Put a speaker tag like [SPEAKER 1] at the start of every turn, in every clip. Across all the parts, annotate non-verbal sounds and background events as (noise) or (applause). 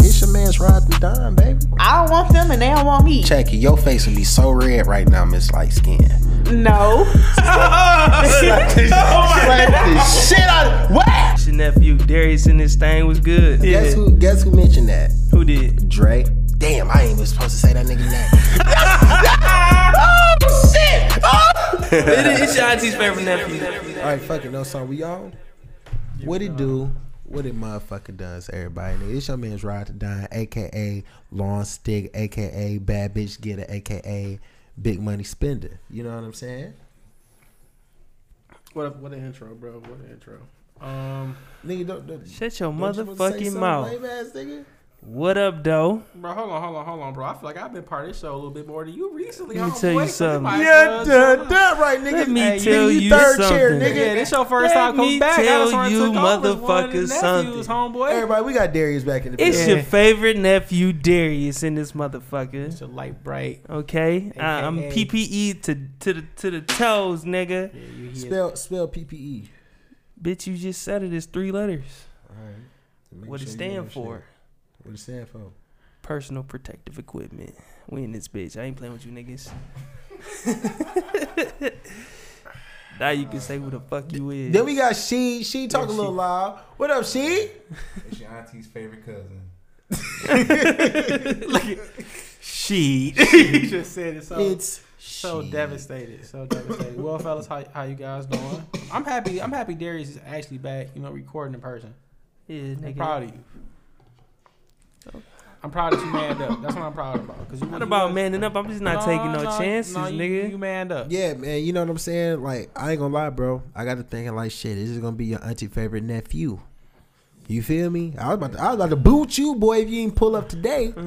[SPEAKER 1] It's your man's ride to dime, baby.
[SPEAKER 2] I don't want them and they don't want me.
[SPEAKER 1] Jackie, your face would be so red right now, Miss Light Skin.
[SPEAKER 2] No.
[SPEAKER 1] shit out of what?
[SPEAKER 3] Your nephew Darius in this thing was good.
[SPEAKER 1] Guess who? Guess who mentioned that?
[SPEAKER 3] Who did?
[SPEAKER 1] Dre. Damn, I ain't even supposed to say that nigga name. oh shit! Oh!
[SPEAKER 3] It is- it's your auntie's favorite
[SPEAKER 1] (laughs)
[SPEAKER 3] nephew.
[SPEAKER 1] All right, fuck it. No song. We on? What it do? What it motherfucker does, everybody? Nigga, It's your man's Ride to Dine, aka Lawn Stick, aka Bad Bitch Getter, aka Big Money Spender. You know what I'm saying?
[SPEAKER 4] What a, what an intro, bro. What an intro. Um,
[SPEAKER 1] Nigga, don't, don't,
[SPEAKER 3] Shut your
[SPEAKER 1] don't you supposed to say
[SPEAKER 3] motherfucking
[SPEAKER 1] something
[SPEAKER 3] mouth.
[SPEAKER 1] lame ass, nigga?
[SPEAKER 3] What up, though?
[SPEAKER 4] bro, hold on, hold on, hold on, bro. I feel like I've been part of this show a little bit more than you recently.
[SPEAKER 3] Let me
[SPEAKER 4] homeboy,
[SPEAKER 3] tell you
[SPEAKER 4] so this
[SPEAKER 3] something.
[SPEAKER 4] might as
[SPEAKER 1] Yeah,
[SPEAKER 4] well
[SPEAKER 1] duh,
[SPEAKER 4] jump.
[SPEAKER 1] duh, right, nigga.
[SPEAKER 3] Let me
[SPEAKER 1] Hey,
[SPEAKER 3] tell
[SPEAKER 1] nigga,
[SPEAKER 3] you
[SPEAKER 1] third chair,
[SPEAKER 3] something.
[SPEAKER 1] nigga.
[SPEAKER 4] Yeah, this your
[SPEAKER 3] Let
[SPEAKER 4] first time coming
[SPEAKER 3] me
[SPEAKER 4] back.
[SPEAKER 3] tell
[SPEAKER 4] Allison
[SPEAKER 3] you
[SPEAKER 4] took over as one of the
[SPEAKER 3] motherfuckers
[SPEAKER 4] nephews,
[SPEAKER 3] something.
[SPEAKER 4] homeboy.
[SPEAKER 1] Everybody, we got Darius back in the
[SPEAKER 3] It's
[SPEAKER 1] building.
[SPEAKER 3] your favorite nephew Darius in this motherfucker.
[SPEAKER 4] It's a light bright.
[SPEAKER 3] Okay, I, I'm
[SPEAKER 4] AKA.
[SPEAKER 3] PPE to to the to the toes, nigga.
[SPEAKER 4] Yeah, you hear
[SPEAKER 1] Spell spell E. PPE.
[SPEAKER 3] Bitch, you just said it. It's three letters.
[SPEAKER 1] All right. Make
[SPEAKER 3] what it
[SPEAKER 1] sure you
[SPEAKER 3] stand
[SPEAKER 1] understand.
[SPEAKER 3] for?
[SPEAKER 1] What it stand for?
[SPEAKER 3] Personal protective equipment. We in this bitch. I ain't playing with you niggas. now you can say who the fuck you is.
[SPEAKER 1] Then we got she. She talk a little loud. What up, she?
[SPEAKER 5] It's your auntie's favorite cousin.
[SPEAKER 3] she.
[SPEAKER 4] you just said it so
[SPEAKER 1] Oh. It's
[SPEAKER 4] so
[SPEAKER 1] she.
[SPEAKER 4] devastated, so devastated. well, fellas, how, how you guys doing? I'm happy. I'm happy Darius is actually back. You know, recording in person.
[SPEAKER 3] Yeah,
[SPEAKER 4] I'm
[SPEAKER 3] nigga.
[SPEAKER 4] proud of you. I'm proud that you manned up. That's what I'm proud about. Cause you,
[SPEAKER 3] Not
[SPEAKER 4] you
[SPEAKER 3] about
[SPEAKER 4] was-
[SPEAKER 3] manning up. I'm just not taking no, chances,
[SPEAKER 4] you,
[SPEAKER 3] nigga.
[SPEAKER 4] You manned up.
[SPEAKER 1] Yeah, man. You know what I'm saying? Like, I ain't gonna lie, bro. I got to thinking like, shit. This is gonna be your auntie favorite nephew. You feel me? I was about to, I was about to boot you, boy, if you ain't pull up today.
[SPEAKER 3] (laughs)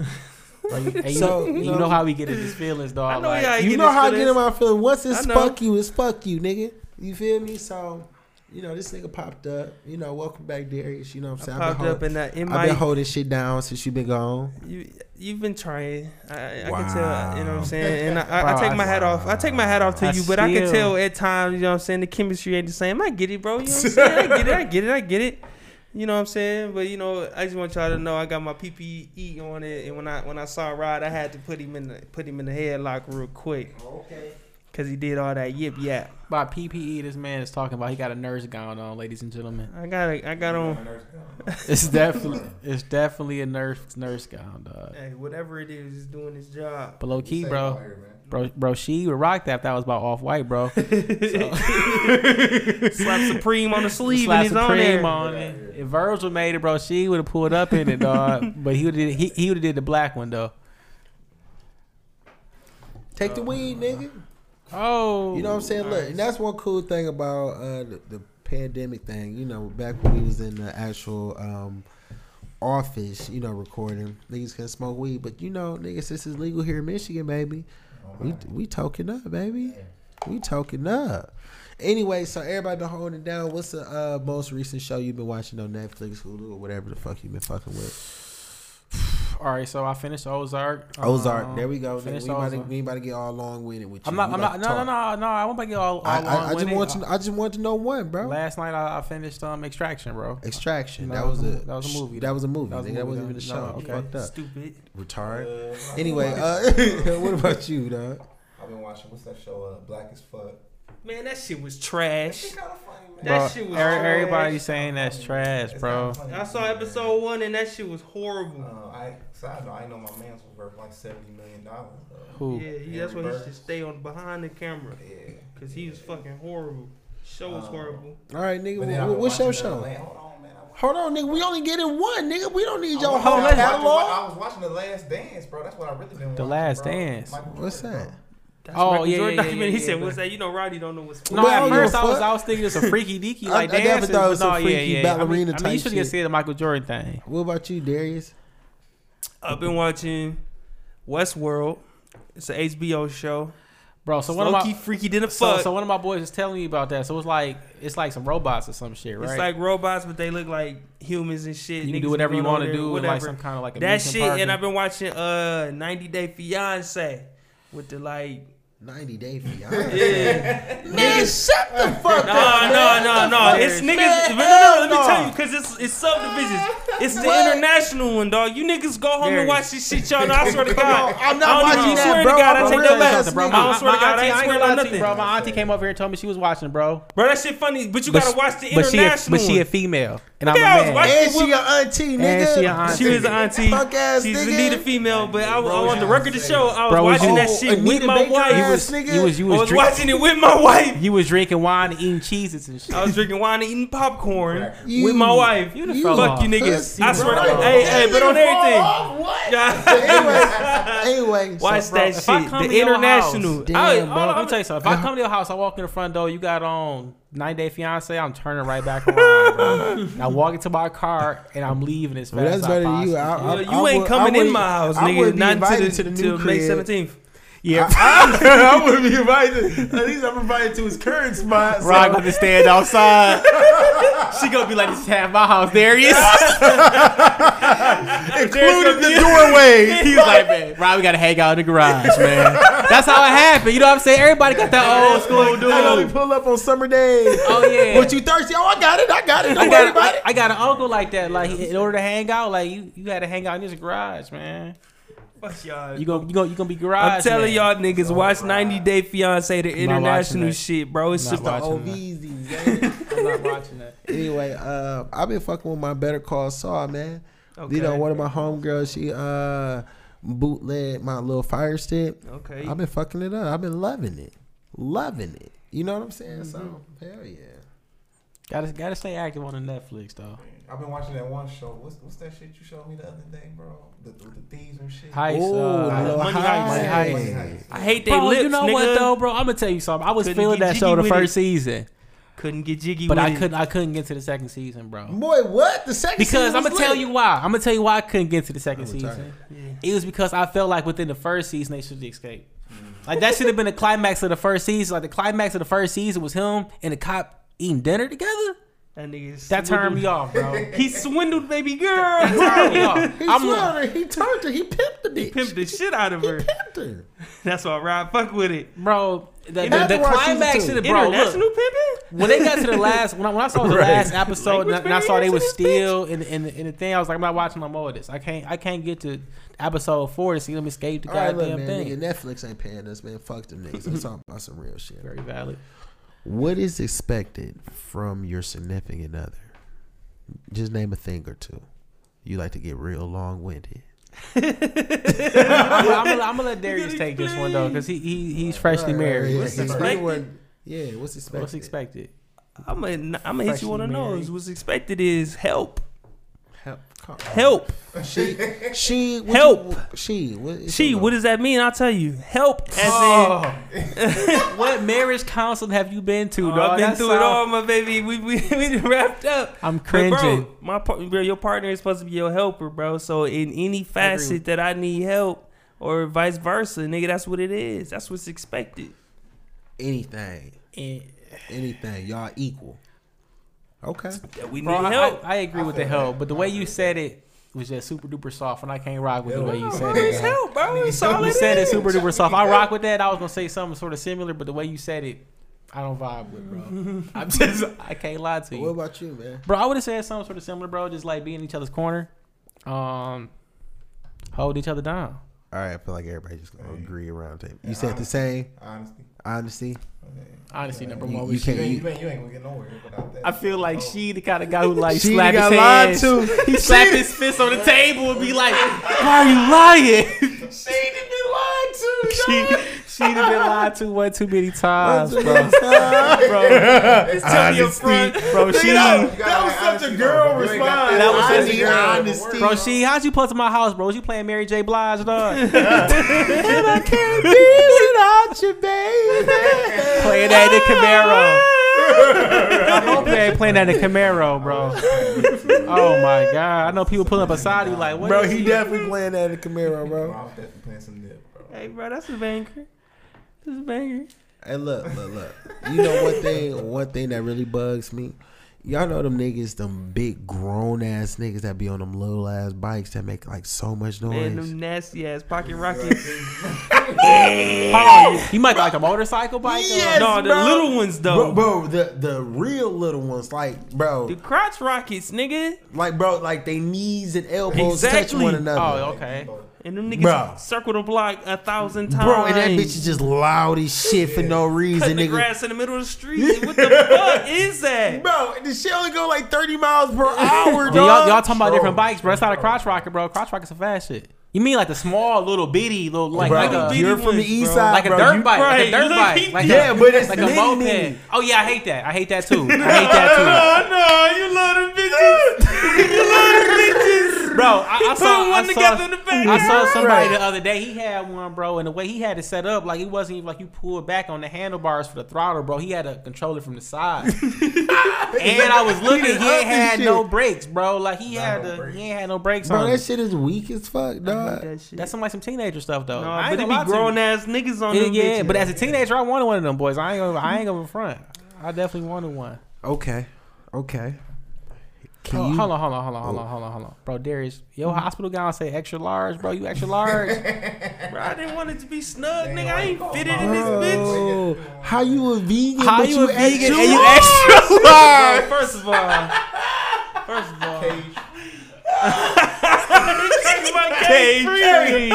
[SPEAKER 4] Like, and you,
[SPEAKER 1] So,
[SPEAKER 4] and you
[SPEAKER 1] no.
[SPEAKER 4] know how we get in these feelings, dog.
[SPEAKER 3] I know
[SPEAKER 4] like,
[SPEAKER 3] y'all ain't
[SPEAKER 1] you
[SPEAKER 3] get
[SPEAKER 1] know
[SPEAKER 3] this
[SPEAKER 1] how I
[SPEAKER 3] for
[SPEAKER 1] get
[SPEAKER 3] this.
[SPEAKER 1] in my feeling. Once
[SPEAKER 3] I
[SPEAKER 1] it's
[SPEAKER 3] know.
[SPEAKER 1] fuck you, it's fuck you, nigga. You feel me? So, you know, this nigga popped up. You know, welcome back, Darius. You know what I'm saying?
[SPEAKER 3] I popped
[SPEAKER 1] been
[SPEAKER 3] up
[SPEAKER 1] holding,
[SPEAKER 3] in that. In
[SPEAKER 1] I've
[SPEAKER 3] my,
[SPEAKER 1] been holding shit down since you been gone.
[SPEAKER 3] you, you've been trying. I, I can
[SPEAKER 1] Wow.
[SPEAKER 3] tell. You know what I'm saying. And I, I, I
[SPEAKER 4] Bro,
[SPEAKER 3] take
[SPEAKER 4] I-
[SPEAKER 3] my hat off. I take my hat off to
[SPEAKER 4] I
[SPEAKER 3] you, but I can
[SPEAKER 4] still-
[SPEAKER 3] tell at times. You know what I'm saying. The chemistry ain't the same. I get it, bro. You know what I'm saying. I get it. I get it. I get it. You know what I'm saying. But you know, I just want y'all to know I got my PPE on it, and when I when I saw Rod, I had to put him in the put him in the headlock real quick. Okay. Cause he did all that yip yap.
[SPEAKER 4] By PPE, this man is talking about he got a nurse gown on, ladies and gentlemen.
[SPEAKER 3] I got a, I got on.
[SPEAKER 4] It's definitely it's definitely a nurse nurse gown, dog.
[SPEAKER 3] Hey, whatever it is, it's doing its (laughs) job.
[SPEAKER 4] But low key, bro, bro, bro, she would rock that. if That was about off white, (laughs)
[SPEAKER 3] (laughs)
[SPEAKER 4] bro.
[SPEAKER 3] Slap Supreme on the sleeve,
[SPEAKER 4] Slap
[SPEAKER 3] and he's on there.
[SPEAKER 4] on it. If Verbs would made it, bro, she would have pulled up in it, (laughs) dog. but he would have he, he would have did the black one though.
[SPEAKER 1] Take the weed, nigga.
[SPEAKER 4] Oh,
[SPEAKER 1] You know what I'm saying? Look, and that's one cool thing about uh, the, the pandemic thing. You know, back when we was in the actual um, office, you know, recording, niggas can smoke weed. But you know, niggas, since it's legal here in Michigan, baby, we we token up, baby. We token up. Anyway, so everybody been holding it down. What's the uh, most recent show you've been watching on Netflix, Hulu, or whatever the fuck you been fucking with?
[SPEAKER 4] All right, so I finished Ozark.
[SPEAKER 1] Ozark.
[SPEAKER 4] Um,
[SPEAKER 1] there we go. Nigga.
[SPEAKER 4] finished
[SPEAKER 1] We about, to,
[SPEAKER 4] Ozark.
[SPEAKER 1] we about to get all long winded with you.
[SPEAKER 4] I'm not.
[SPEAKER 1] We
[SPEAKER 4] I'm
[SPEAKER 1] about
[SPEAKER 4] not.
[SPEAKER 1] to
[SPEAKER 4] No, no,
[SPEAKER 1] talk.
[SPEAKER 4] no, no. I won't make it all. all
[SPEAKER 1] I, I, I just
[SPEAKER 4] long-winded.
[SPEAKER 1] want to. I just want to know one,
[SPEAKER 3] Oh.
[SPEAKER 1] bro.
[SPEAKER 4] Last night I, I finished um Extraction, bro.
[SPEAKER 1] Extraction.
[SPEAKER 4] No,
[SPEAKER 1] that was a
[SPEAKER 4] that was a movie.
[SPEAKER 1] That was a movie.
[SPEAKER 4] That was a
[SPEAKER 1] nigga. that
[SPEAKER 4] movie,
[SPEAKER 1] wasn't even a show.
[SPEAKER 4] though. No,
[SPEAKER 1] You
[SPEAKER 4] okay.
[SPEAKER 1] Fucked up.
[SPEAKER 3] Stupid.
[SPEAKER 1] Retard.
[SPEAKER 5] Uh,
[SPEAKER 1] Anyway, uh, (laughs) what about you, dog?
[SPEAKER 5] I've been watching what's that show? Uh, Black as fuck.
[SPEAKER 3] Man, that shit was trash.
[SPEAKER 5] It's kind of funny, man.
[SPEAKER 3] That
[SPEAKER 4] Bro,
[SPEAKER 3] shit was
[SPEAKER 4] every-
[SPEAKER 3] trash.
[SPEAKER 4] everybody's saying that's trash,
[SPEAKER 5] It's
[SPEAKER 4] bro.
[SPEAKER 5] kinda funny,
[SPEAKER 3] I saw
[SPEAKER 5] man.
[SPEAKER 3] episode one and that shit was
[SPEAKER 5] Uh,
[SPEAKER 1] Oh,
[SPEAKER 3] horrible.
[SPEAKER 5] I side note, I know my man's was worth like seventy million dollars.
[SPEAKER 4] Who?
[SPEAKER 3] Yeah, he, that's why he should stay on behind the camera because he was fucking horrible. Show
[SPEAKER 1] Oh.
[SPEAKER 3] was horrible.
[SPEAKER 1] All right, nigga. wh- wh- what's your show?
[SPEAKER 5] Hold on, man. I wa-
[SPEAKER 1] Hold on, nigga. We only getting one, nigga. We don't need
[SPEAKER 5] I
[SPEAKER 1] your
[SPEAKER 5] wa-
[SPEAKER 1] whole
[SPEAKER 5] I was watching-
[SPEAKER 1] catalog.
[SPEAKER 5] I was watching The Last Dance, bro. That's what I really been watching.
[SPEAKER 4] The Last
[SPEAKER 5] bro.
[SPEAKER 4] Dance.
[SPEAKER 5] Michael
[SPEAKER 1] What's
[SPEAKER 5] Jordan,
[SPEAKER 1] that?
[SPEAKER 5] bro.
[SPEAKER 3] That's
[SPEAKER 4] Oh,
[SPEAKER 3] Michael
[SPEAKER 4] yeah,
[SPEAKER 3] Jordan
[SPEAKER 4] yeah, yeah,
[SPEAKER 3] documentary.
[SPEAKER 4] yeah,
[SPEAKER 3] he said,
[SPEAKER 4] yeah.
[SPEAKER 3] "What's that? You know, Roddy don't know what's."
[SPEAKER 4] No,
[SPEAKER 1] Well, I
[SPEAKER 4] at
[SPEAKER 1] don't
[SPEAKER 4] first
[SPEAKER 1] give
[SPEAKER 4] I
[SPEAKER 1] a
[SPEAKER 4] was
[SPEAKER 1] fuck.
[SPEAKER 4] I was thinking it's a freaky
[SPEAKER 3] (laughs)
[SPEAKER 4] deaky
[SPEAKER 1] I-
[SPEAKER 4] like
[SPEAKER 1] I never
[SPEAKER 4] dances,
[SPEAKER 1] thought it was
[SPEAKER 4] but no,
[SPEAKER 1] a
[SPEAKER 4] yeah,
[SPEAKER 1] freaky
[SPEAKER 4] yeah. I
[SPEAKER 1] ballerina
[SPEAKER 4] mean, I
[SPEAKER 1] type
[SPEAKER 4] mean you should
[SPEAKER 1] shit.
[SPEAKER 4] have said the Michael Jordan thing.
[SPEAKER 1] What about you, Darius?
[SPEAKER 3] I've been watching Westworld. It's an HBO show.
[SPEAKER 4] Bro, so
[SPEAKER 3] So
[SPEAKER 4] one
[SPEAKER 3] low
[SPEAKER 4] of
[SPEAKER 3] key
[SPEAKER 4] my
[SPEAKER 3] freaky than a
[SPEAKER 4] so,
[SPEAKER 3] fuck.
[SPEAKER 4] so one of my boys is telling me about that. So it's like it's like some robots or some shit, right?
[SPEAKER 3] It's like robots, but they look like humans and shit.
[SPEAKER 4] you
[SPEAKER 3] Niggas
[SPEAKER 4] can
[SPEAKER 3] be
[SPEAKER 4] do whatever you
[SPEAKER 3] going
[SPEAKER 4] want
[SPEAKER 3] over
[SPEAKER 4] to
[SPEAKER 3] there,
[SPEAKER 4] do, with like some kind of like a
[SPEAKER 3] that
[SPEAKER 4] amusement
[SPEAKER 3] shit,
[SPEAKER 4] park
[SPEAKER 3] and I've been watching uh 90 Day Fiance with the like.
[SPEAKER 1] Ninety Day Fiance.
[SPEAKER 4] (laughs)
[SPEAKER 3] Yeah.
[SPEAKER 1] Nigga, shut the fuck
[SPEAKER 3] No,
[SPEAKER 1] up.
[SPEAKER 3] no, no, no. It's niggas. but no, no, let me tell you, because because it's it's subdivisions. It's the international one, dog. You niggas go home and
[SPEAKER 4] Darius.
[SPEAKER 3] watch this shit, y'all. No, I swear to God,
[SPEAKER 1] I'm not
[SPEAKER 3] I don't
[SPEAKER 1] watching
[SPEAKER 3] even-
[SPEAKER 1] that,
[SPEAKER 3] swear
[SPEAKER 1] bro.
[SPEAKER 3] to God, I
[SPEAKER 1] I'm
[SPEAKER 3] take
[SPEAKER 1] real
[SPEAKER 3] that back.
[SPEAKER 1] ass nigga.
[SPEAKER 3] I don't swear to God, I
[SPEAKER 4] auntie-
[SPEAKER 3] ain't swear
[SPEAKER 4] gonna
[SPEAKER 3] to
[SPEAKER 4] lie
[SPEAKER 3] nothing,
[SPEAKER 4] you,
[SPEAKER 3] bro.
[SPEAKER 4] bro. My auntie came over here and told me she was watching, bro.
[SPEAKER 3] That shit funny, but you gotta watch the
[SPEAKER 4] but she, a,
[SPEAKER 3] international.
[SPEAKER 4] but she a
[SPEAKER 3] one.
[SPEAKER 4] female, and I'm
[SPEAKER 3] Okay, I was
[SPEAKER 4] a man.
[SPEAKER 3] watching-
[SPEAKER 1] And she your auntie, nigga.
[SPEAKER 4] And she a auntie.
[SPEAKER 3] She was an auntie.
[SPEAKER 1] Punk ass
[SPEAKER 3] She's
[SPEAKER 1] nigga.
[SPEAKER 3] indeed a female, but I, I want the record to show I was
[SPEAKER 4] Bro, was
[SPEAKER 3] watching
[SPEAKER 4] you-
[SPEAKER 3] that
[SPEAKER 1] Oh,
[SPEAKER 3] shit with
[SPEAKER 1] Anita
[SPEAKER 3] my
[SPEAKER 1] Baker
[SPEAKER 3] wife.
[SPEAKER 1] ass
[SPEAKER 4] was-
[SPEAKER 1] nigga.
[SPEAKER 4] You was you
[SPEAKER 3] I
[SPEAKER 4] was,
[SPEAKER 3] was
[SPEAKER 4] drink-
[SPEAKER 3] watching it with my wife.
[SPEAKER 4] you was drinking wine and eating cheeses and shit.
[SPEAKER 3] I was drinking wine and eating popcorn
[SPEAKER 1] You-
[SPEAKER 3] with my wife. You
[SPEAKER 1] you
[SPEAKER 3] fuck you niggas.
[SPEAKER 1] pussy,
[SPEAKER 3] I swear to
[SPEAKER 1] bro.
[SPEAKER 3] God. Hey, hey, but on
[SPEAKER 1] Nigga fall
[SPEAKER 3] everything.
[SPEAKER 1] off, what?
[SPEAKER 4] (laughs)
[SPEAKER 3] Yeah.
[SPEAKER 1] anyway,
[SPEAKER 3] Watch
[SPEAKER 1] so,
[SPEAKER 3] that
[SPEAKER 4] if I
[SPEAKER 3] shit.
[SPEAKER 4] come to
[SPEAKER 3] The
[SPEAKER 4] your
[SPEAKER 3] international.
[SPEAKER 4] house-
[SPEAKER 1] Damn,
[SPEAKER 3] I-
[SPEAKER 1] bro.
[SPEAKER 3] all
[SPEAKER 4] Bro,
[SPEAKER 3] I'm
[SPEAKER 4] let me tell you
[SPEAKER 1] (laughs)
[SPEAKER 4] something. If I come to your house, I walk in the front door. You got on nine day fiance. I'm turning right back around. Bro. And I walk into my car and I'm leaving as fast
[SPEAKER 1] Well, that's
[SPEAKER 4] as I
[SPEAKER 1] better than
[SPEAKER 4] possibly.
[SPEAKER 1] you. I, I,
[SPEAKER 3] Well, you
[SPEAKER 1] I
[SPEAKER 3] ain't
[SPEAKER 1] would-
[SPEAKER 3] coming
[SPEAKER 1] I
[SPEAKER 3] in
[SPEAKER 1] wouldn't-
[SPEAKER 3] my house,
[SPEAKER 1] I
[SPEAKER 3] nigga.
[SPEAKER 1] wouldn't be
[SPEAKER 3] Not
[SPEAKER 1] invited
[SPEAKER 3] to the,
[SPEAKER 1] new
[SPEAKER 3] till May
[SPEAKER 1] crib. (laughs)
[SPEAKER 3] 17th.
[SPEAKER 4] yeah,
[SPEAKER 1] I wouldn't be invited. At least I'm invited to his current spot. so-
[SPEAKER 4] Rod gonna stand outside. (laughs) she gonna be like, "This is half my house, Darius." (laughs)
[SPEAKER 1] including
[SPEAKER 3] (laughs)
[SPEAKER 1] the
[SPEAKER 4] He's
[SPEAKER 1] doorway.
[SPEAKER 4] like, man, Rob, we gotta hang out in the garage, man. That's how it happened. You know what I'm saying? Everybody got that old school dude.
[SPEAKER 1] I know we pull up on summer days.
[SPEAKER 4] Oh yeah.
[SPEAKER 1] What you thirsty? Oh, I got it. I got it. Don't
[SPEAKER 4] I
[SPEAKER 1] worry
[SPEAKER 4] got,
[SPEAKER 1] about it.
[SPEAKER 4] I, I got an uncle like that. Like in order to hang out, like you, you had to hang out in his garage, man.
[SPEAKER 3] Fuck y'all.
[SPEAKER 4] You gonna you gonna you gonna be garage.
[SPEAKER 3] I'm telling
[SPEAKER 4] man.
[SPEAKER 3] y'all niggas, watch 90 Day Fiance, the international
[SPEAKER 4] that.
[SPEAKER 3] shit, bro. It's
[SPEAKER 4] Not
[SPEAKER 3] just
[SPEAKER 4] watching
[SPEAKER 3] a
[SPEAKER 1] Oh,
[SPEAKER 4] watching
[SPEAKER 1] these, these, yeah.
[SPEAKER 4] I'm not watching that.
[SPEAKER 1] anyway, uh, I've been fucking with my Better Call Saul, man. You know,
[SPEAKER 3] Okay.
[SPEAKER 1] one of my homegirls, she uh bootleg my little fire stick.
[SPEAKER 3] Okay.
[SPEAKER 1] I've been fucking it up. I've been loving it, loving it. You know what I'm saying? So hell yeah.
[SPEAKER 4] Gotta gotta stay active on the Netflix though.
[SPEAKER 5] I've been watching that one show. What's, what's that shit you showed me the other day, bro? The, the, the thieves and shit.
[SPEAKER 4] Heist.
[SPEAKER 1] Oh,
[SPEAKER 4] uh,
[SPEAKER 1] Lil
[SPEAKER 3] Money
[SPEAKER 1] Heist.
[SPEAKER 4] Heist.
[SPEAKER 5] Money Heist.
[SPEAKER 3] I hate they
[SPEAKER 4] Bro,
[SPEAKER 3] lips,
[SPEAKER 4] you know
[SPEAKER 3] nigga.
[SPEAKER 4] what though, bro? I'm gonna tell you something. I was
[SPEAKER 3] Couldn't
[SPEAKER 4] feeling
[SPEAKER 3] get
[SPEAKER 4] that
[SPEAKER 3] jiggy
[SPEAKER 4] show the
[SPEAKER 3] with
[SPEAKER 4] first season,
[SPEAKER 3] Couldn't get jiggy
[SPEAKER 4] but
[SPEAKER 3] with
[SPEAKER 4] I
[SPEAKER 3] it.
[SPEAKER 4] couldn't. I couldn't get to the second season, bro.
[SPEAKER 1] Boy, what the second?
[SPEAKER 4] Because
[SPEAKER 1] season
[SPEAKER 4] I'm
[SPEAKER 1] was
[SPEAKER 4] gonna tell
[SPEAKER 1] lit.
[SPEAKER 4] you why. I'm gonna tell you why I couldn't get to the second
[SPEAKER 1] I'm retired.
[SPEAKER 4] season.
[SPEAKER 3] Yeah.
[SPEAKER 4] It was because I felt like within the first season they should escape. Like that should have been the climax of the first season. Like the climax of the first season was him and the cop eating dinner together.
[SPEAKER 3] That nigga.
[SPEAKER 4] That turned me
[SPEAKER 3] swindled-
[SPEAKER 4] off,
[SPEAKER 1] (laughs)
[SPEAKER 4] bro.
[SPEAKER 3] (laughs)
[SPEAKER 4] That
[SPEAKER 3] He swindled baby girl. (laughs)
[SPEAKER 4] turned me off.
[SPEAKER 1] He
[SPEAKER 4] I'm
[SPEAKER 1] swelled her. He turned her. He pimped the bitch.
[SPEAKER 3] Pimped the shit out of
[SPEAKER 1] He (laughs)
[SPEAKER 3] her.
[SPEAKER 1] pimped her.
[SPEAKER 3] That's why Rob fuck with it.
[SPEAKER 4] bro. The, the,
[SPEAKER 1] had
[SPEAKER 4] the
[SPEAKER 1] to watch season
[SPEAKER 4] climax
[SPEAKER 1] two.
[SPEAKER 4] of the bro. Look,
[SPEAKER 3] International pimping?
[SPEAKER 4] when they got to
[SPEAKER 1] (laughs)
[SPEAKER 4] the last, when I, when I saw the
[SPEAKER 1] Right.
[SPEAKER 4] last episode, and I,
[SPEAKER 3] Language
[SPEAKER 4] and I saw they
[SPEAKER 3] barriers in
[SPEAKER 4] was
[SPEAKER 3] this bitch.
[SPEAKER 4] still in, in in the thing, I was like, I'm not watching no more of this. I can't I can't get to episode four to see them escape the
[SPEAKER 1] All right,
[SPEAKER 4] goddamn
[SPEAKER 1] look, man. Nigga,
[SPEAKER 4] thing.
[SPEAKER 1] Netflix ain't paying us, man. Fuck them niggas. I'm talking about some real shit.
[SPEAKER 4] Very valid.
[SPEAKER 1] What is expected from your significant other? Just name a thing or two. You like to get real long winded.
[SPEAKER 4] I'm, gonna- I'm, gonna-
[SPEAKER 1] (laughs)
[SPEAKER 4] I'm gonna let Darius take this one though, because he, he he's freshly married.
[SPEAKER 1] Yeah,
[SPEAKER 3] What's
[SPEAKER 1] he's
[SPEAKER 3] expected?
[SPEAKER 1] anyone- yeah, what's expected?
[SPEAKER 4] What's expected?
[SPEAKER 3] I'm gonna I'm hit you on the
[SPEAKER 4] Freshly
[SPEAKER 3] nose.
[SPEAKER 4] married.
[SPEAKER 3] What's expected is help.
[SPEAKER 1] Help. Come on.
[SPEAKER 3] Help.
[SPEAKER 1] She. She. what
[SPEAKER 3] Help.
[SPEAKER 1] you- she. What,
[SPEAKER 3] She, what does that mean? I'll tell you. Help as in
[SPEAKER 4] Oh, what marriage counsel have you been to,
[SPEAKER 3] Oh,
[SPEAKER 4] dog?
[SPEAKER 3] I've been
[SPEAKER 4] That's
[SPEAKER 3] through it
[SPEAKER 4] how-
[SPEAKER 3] all, my baby. We (laughs) we, we done wrapped up.
[SPEAKER 4] I'm
[SPEAKER 3] But
[SPEAKER 4] cringing.
[SPEAKER 3] bro, my par- bro, your partner is supposed to be your helper, bro. So in any facet that I need help or vice versa, nigga, that's what it is. That's what's expected.
[SPEAKER 1] Anything.
[SPEAKER 4] And-
[SPEAKER 1] Anything. Y'all equal. Okay.
[SPEAKER 3] That we need
[SPEAKER 4] bro, I,
[SPEAKER 3] help.
[SPEAKER 4] I, I agree with the help, but the way you said it was just super duper soft, and I can't rock with the way you said it.
[SPEAKER 3] Please
[SPEAKER 4] dog.
[SPEAKER 3] help, bro. It's all
[SPEAKER 4] You
[SPEAKER 3] it
[SPEAKER 4] said it
[SPEAKER 3] is.
[SPEAKER 4] super duper soft. I rock with that. I was gonna say something sort of similar, but the way you said it, I don't vibe with, (laughs) bro. I'm just, I can't lie to
[SPEAKER 1] What
[SPEAKER 4] you,
[SPEAKER 1] about you, man?
[SPEAKER 4] bro. I would have said something sort of similar, bro. Just like being in each other's corner, um, hold each other down.
[SPEAKER 1] All right, I feel like everybody just gonna agree around the table. You said the same
[SPEAKER 5] Honestly.
[SPEAKER 1] honesty. (laughs)
[SPEAKER 4] Honestly, number
[SPEAKER 1] You-
[SPEAKER 4] one,
[SPEAKER 1] you
[SPEAKER 4] we
[SPEAKER 5] You
[SPEAKER 1] can't-
[SPEAKER 4] should.
[SPEAKER 5] ain't, you ain't, you ain't gonna get nowhere without that.
[SPEAKER 4] I feel like she the kind of (laughs) guy who like
[SPEAKER 1] She
[SPEAKER 4] slap
[SPEAKER 1] got
[SPEAKER 4] his
[SPEAKER 1] lied
[SPEAKER 4] hands.
[SPEAKER 1] to.
[SPEAKER 4] (laughs) He slap his fist on the table and be (laughs) like, "Why are you (laughs) lying?"
[SPEAKER 5] She didn't be lying to
[SPEAKER 4] she she done been (laughs) lied to one too many times,
[SPEAKER 1] One too
[SPEAKER 4] bro. bro. Tell me up front, bro. She
[SPEAKER 5] That was such a girl response.
[SPEAKER 4] That was
[SPEAKER 1] I
[SPEAKER 4] such a
[SPEAKER 1] need
[SPEAKER 4] girl.
[SPEAKER 1] honesty.
[SPEAKER 4] Bro, she how'd you pull to my house, bro? You playing Mary J. Blige, dog? (laughs) and I can't be without you, baby. (laughs) Playing that in the Camaro. (laughs) I hope they ain't playing that in the Camaro, (laughs) bro. oh my god, I know people pulling up beside you like, what
[SPEAKER 1] Bro, (laughs)
[SPEAKER 4] is
[SPEAKER 1] he
[SPEAKER 4] he?
[SPEAKER 1] definitely playing that in Camaro,
[SPEAKER 5] Bro,
[SPEAKER 1] bro.
[SPEAKER 5] I'm definitely playing some nip, bro.
[SPEAKER 3] Hey, bro, that's a banger. That's a banger.
[SPEAKER 1] Hey, look, look, look. You know one thing? One thing that really bugs me. y'all know them niggas, them big grown ass niggas that be on them little ass bikes that make like so much noise.
[SPEAKER 3] Man, them nasty ass pocket rockets.
[SPEAKER 4] Hold on, you- you might like a motorcycle bike. or-
[SPEAKER 1] Yes,
[SPEAKER 3] no, the
[SPEAKER 1] bro.
[SPEAKER 3] little ones though.
[SPEAKER 1] bro, bro, the the real little ones, like bro,
[SPEAKER 3] The crotch rockets, nigga.
[SPEAKER 1] like bro, like they knees and elbows touch
[SPEAKER 3] Exactly.
[SPEAKER 1] one another.
[SPEAKER 4] Oh, okay.
[SPEAKER 3] And them niggas
[SPEAKER 1] Bro.
[SPEAKER 3] circle the block a thousand times.
[SPEAKER 1] Bro, and that bitch is just loud as shit for no
[SPEAKER 3] cutting
[SPEAKER 1] reason,
[SPEAKER 3] the
[SPEAKER 1] nigga.
[SPEAKER 3] grass in the middle of the street. what the fuck is that?
[SPEAKER 1] Bro, and the shit only go like 30 miles per hour,
[SPEAKER 4] Yeah,
[SPEAKER 1] dog.
[SPEAKER 4] y'all, y'all talking about
[SPEAKER 5] Bro.
[SPEAKER 4] different bikes, bro. It's not a crotch rocket, bro. Crotch rocket's a fast shit. You mean like the small little bitty little like
[SPEAKER 1] Bro,
[SPEAKER 4] like a
[SPEAKER 3] bitty
[SPEAKER 1] you're from the
[SPEAKER 3] ones,
[SPEAKER 1] east
[SPEAKER 3] bro.
[SPEAKER 1] side,
[SPEAKER 4] like a
[SPEAKER 1] bro.
[SPEAKER 4] dirt
[SPEAKER 1] You-
[SPEAKER 4] bike, like
[SPEAKER 3] right,
[SPEAKER 4] a dirt
[SPEAKER 3] look,
[SPEAKER 4] bike, like
[SPEAKER 1] yeah,
[SPEAKER 4] a,
[SPEAKER 1] but it's
[SPEAKER 4] like a
[SPEAKER 1] nitty
[SPEAKER 4] moped.
[SPEAKER 1] nitty.
[SPEAKER 4] Oh yeah, I hate that. I hate that too. I hate that
[SPEAKER 1] (laughs)
[SPEAKER 3] Oh no, you love them bitches. you love them bitches.
[SPEAKER 4] too, bro. I, I
[SPEAKER 3] Put
[SPEAKER 4] saw,
[SPEAKER 3] one
[SPEAKER 4] I
[SPEAKER 3] together in the
[SPEAKER 4] saw,
[SPEAKER 3] back.
[SPEAKER 4] I saw somebody
[SPEAKER 1] Right.
[SPEAKER 4] the other day. He had one, bro, and the way he had it set up, like it wasn't even like you pulled back on the handlebars for the throttle, bro. He had to control it from
[SPEAKER 1] (laughs)
[SPEAKER 4] the side. and I was looking, he
[SPEAKER 1] He
[SPEAKER 4] ain't
[SPEAKER 1] done upped this
[SPEAKER 4] had no
[SPEAKER 1] shit.
[SPEAKER 4] brakes, bro. Like he had
[SPEAKER 5] no
[SPEAKER 4] to,
[SPEAKER 5] brakes.
[SPEAKER 4] he ain't had no brakes
[SPEAKER 1] Bro,
[SPEAKER 4] on.
[SPEAKER 1] that
[SPEAKER 4] it.
[SPEAKER 1] shit is weak as fuck, dog.
[SPEAKER 3] that shit.
[SPEAKER 4] That's some like some teenager stuff though.
[SPEAKER 3] no,
[SPEAKER 4] I ain't
[SPEAKER 3] but it
[SPEAKER 4] gonna lie
[SPEAKER 3] be
[SPEAKER 4] to you.
[SPEAKER 3] grown ass niggas on
[SPEAKER 4] Yeah,
[SPEAKER 3] them
[SPEAKER 4] yeah,
[SPEAKER 3] bitches.
[SPEAKER 4] but as a teenager, I wanted one of them boys. I ain't gonna, I ain't gonna front. I definitely wanted one.
[SPEAKER 1] Okay. Okay. Can
[SPEAKER 4] Oh,
[SPEAKER 1] you,
[SPEAKER 4] hold on, hold on, hold on, hold on, hold on, hold on, bro. Darius, your hospital gown say extra large, bro. You extra large. (laughs)
[SPEAKER 3] Bro, I didn't want it to be snug, nigga. I ain't
[SPEAKER 5] Damn,
[SPEAKER 3] fitted in this bitch.
[SPEAKER 1] Bro, how you a vegan?
[SPEAKER 4] How
[SPEAKER 1] but
[SPEAKER 4] you a vegan
[SPEAKER 1] extra-
[SPEAKER 4] and you extra
[SPEAKER 3] Bro,
[SPEAKER 4] large?
[SPEAKER 3] first of all, first of all,
[SPEAKER 5] Cage.
[SPEAKER 3] talk about cage free.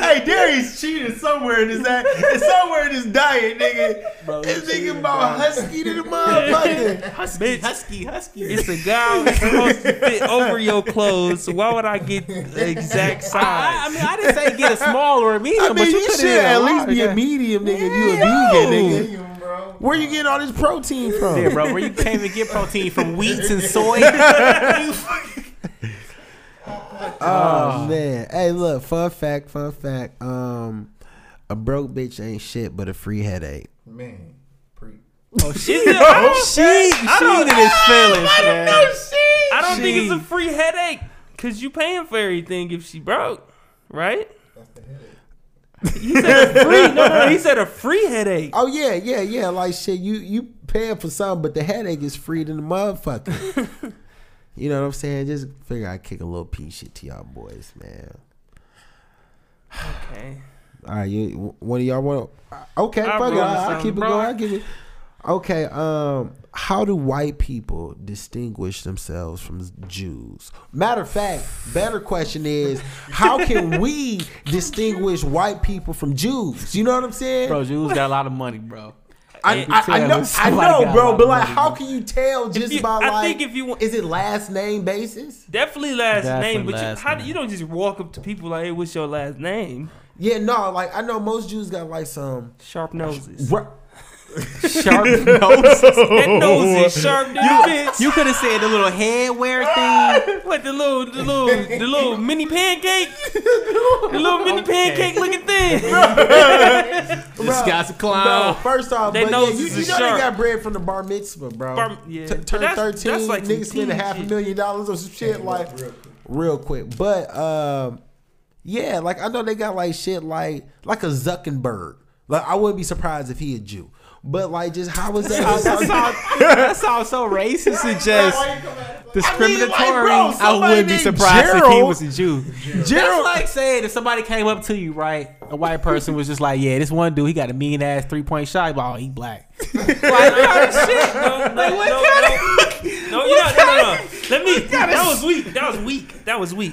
[SPEAKER 1] Hey, Darius cheated somewhere in his ass, somewhere in his diet, nigga.
[SPEAKER 4] Bro,
[SPEAKER 1] This
[SPEAKER 4] you
[SPEAKER 1] nigga about husky (laughs) to the motherfucker.
[SPEAKER 4] husky, husky, husky.
[SPEAKER 3] It's a gown that's supposed to fit over your clothes. So why would I get the (laughs) exact
[SPEAKER 4] I, I
[SPEAKER 3] size?
[SPEAKER 4] mean, I didn't say get a small or a medium,
[SPEAKER 1] I mean,
[SPEAKER 4] but
[SPEAKER 1] you,
[SPEAKER 4] you, could
[SPEAKER 1] should at least be a medium, nigga. if you a vegan, nigga.
[SPEAKER 5] Damn, bro.
[SPEAKER 1] Where you getting all this protein from?
[SPEAKER 4] Yeah, bro, where you can't even get protein from wheats and soy. (laughs) You fucking-
[SPEAKER 1] Oh
[SPEAKER 4] Oh.
[SPEAKER 1] man. Hey, look, fun fact, fun fact. Um a broke bitch ain't shit but a free headache.
[SPEAKER 5] Man. Pre.
[SPEAKER 4] oh, she, oh, she, she did his feelings, man.
[SPEAKER 3] I don't think it's a
[SPEAKER 4] Jeez.
[SPEAKER 3] free headache because you paying for everything if she broke, right?
[SPEAKER 5] That's the headache.
[SPEAKER 3] He said a free. No, no, he said a free headache.
[SPEAKER 1] Oh yeah, yeah, yeah. Like shit, you you paying for something, but the headache is free than the (laughs) motherfucker. you know what I'm saying? Just figure I kick a little piece shit to y'all boys, man.
[SPEAKER 3] Okay.
[SPEAKER 1] All right, you one of y'all want? Uh, Okay,
[SPEAKER 3] I
[SPEAKER 1] fuck it.
[SPEAKER 3] wrote
[SPEAKER 1] I'll, I'll
[SPEAKER 3] something,
[SPEAKER 1] keep it
[SPEAKER 3] bro.
[SPEAKER 1] going. I'll give it. Okay, um, how do white people distinguish themselves from Jews? Matter of fact, better question is how can
[SPEAKER 3] (laughs)
[SPEAKER 1] we distinguish white people from Jews? You know what I'm saying?
[SPEAKER 4] Bro, Jews got a lot of money, bro.
[SPEAKER 1] I,
[SPEAKER 4] you can
[SPEAKER 1] I, I
[SPEAKER 4] tell
[SPEAKER 1] know,
[SPEAKER 4] when
[SPEAKER 1] I
[SPEAKER 4] somebody
[SPEAKER 1] know,
[SPEAKER 4] got
[SPEAKER 1] bro,
[SPEAKER 4] a
[SPEAKER 1] but
[SPEAKER 4] lot
[SPEAKER 1] like, (laughs)
[SPEAKER 4] of
[SPEAKER 1] how
[SPEAKER 4] money.
[SPEAKER 1] can you tell just
[SPEAKER 3] you-
[SPEAKER 1] by
[SPEAKER 3] I
[SPEAKER 1] like?
[SPEAKER 3] think if you-
[SPEAKER 1] is it last name basis?
[SPEAKER 3] Definitely last
[SPEAKER 4] Definitely
[SPEAKER 3] name, but
[SPEAKER 4] last
[SPEAKER 3] you, how do
[SPEAKER 4] name.
[SPEAKER 3] you don't just walk up to people like, "Hey, what's your last name?"
[SPEAKER 1] Yeah, no, like I know most Jews got like some.
[SPEAKER 3] Sharp noses.
[SPEAKER 4] Sharp
[SPEAKER 1] (laughs)
[SPEAKER 4] noses.
[SPEAKER 3] That nose is sharp, bitch.
[SPEAKER 4] (laughs) You could have said the little headwear thing.
[SPEAKER 3] What the little, the little, the little mini pancake, the little mini pancake looking
[SPEAKER 4] (laughs)
[SPEAKER 3] thing.
[SPEAKER 1] (laughs)
[SPEAKER 4] This guy's a
[SPEAKER 1] Bro,
[SPEAKER 4] clown.
[SPEAKER 1] first off,
[SPEAKER 3] Uh, They
[SPEAKER 1] but
[SPEAKER 3] know
[SPEAKER 1] yeah, you,
[SPEAKER 3] this
[SPEAKER 1] you
[SPEAKER 3] is
[SPEAKER 1] know
[SPEAKER 3] sharp.
[SPEAKER 1] they got bread from the bar mitzvah, bro.
[SPEAKER 3] Bar- yeah.
[SPEAKER 1] T-
[SPEAKER 3] But
[SPEAKER 1] turn
[SPEAKER 3] that's-
[SPEAKER 1] thirteen,
[SPEAKER 3] that's like some
[SPEAKER 1] niggas spend a
[SPEAKER 3] teen
[SPEAKER 1] half a
[SPEAKER 3] shit.
[SPEAKER 1] million dollars or some shit like
[SPEAKER 5] Real quick.
[SPEAKER 1] real quick. But um, yeah, like I know they got like shit like like a Zuckerberg. Like I wouldn't be surprised if he a Jew. But like, just how is
[SPEAKER 3] (laughs)
[SPEAKER 1] that?
[SPEAKER 4] That's all- (laughs) that sounds so racist and just
[SPEAKER 5] Why you come at it like
[SPEAKER 4] discriminatory.
[SPEAKER 1] I mean, like, bro,
[SPEAKER 4] I
[SPEAKER 1] somebody
[SPEAKER 4] wouldn't be
[SPEAKER 1] named
[SPEAKER 4] surprised if he
[SPEAKER 1] Gerald-
[SPEAKER 4] was a Jew.
[SPEAKER 1] Gerald-
[SPEAKER 4] That's like saying if somebody came up to you, right? A white person was just like, "Yeah, this one dude, he got a mean ass three point shot. But oh, he black."
[SPEAKER 3] Like, oh, shit. No, no,
[SPEAKER 4] what
[SPEAKER 3] no, no. No, you not, no, no, no. Let me. That was weak. That was weak. That was weak.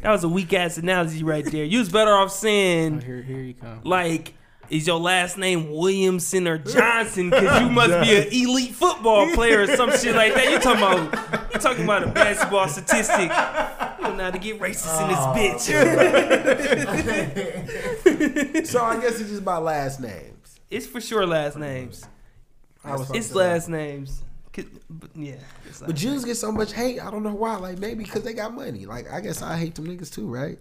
[SPEAKER 3] That was a weak ass analogy right there. You was better off saying
[SPEAKER 4] Here, here you come.
[SPEAKER 3] like. Is your last name Williamson or Johnson? Because you must be an elite football player or some shit like that. You talking about you talking about a basketball statistic? You know how to get racist in this bitch.
[SPEAKER 1] (laughs) so I guess it's just by last names.
[SPEAKER 3] It's for sure last names.
[SPEAKER 1] I was
[SPEAKER 3] It's last names. 'Cause- but yeah. it's
[SPEAKER 1] But
[SPEAKER 3] last-
[SPEAKER 1] Jews get so much hate. I don't know why. Like maybe because they got money. Like I guess I hate them niggas too, right?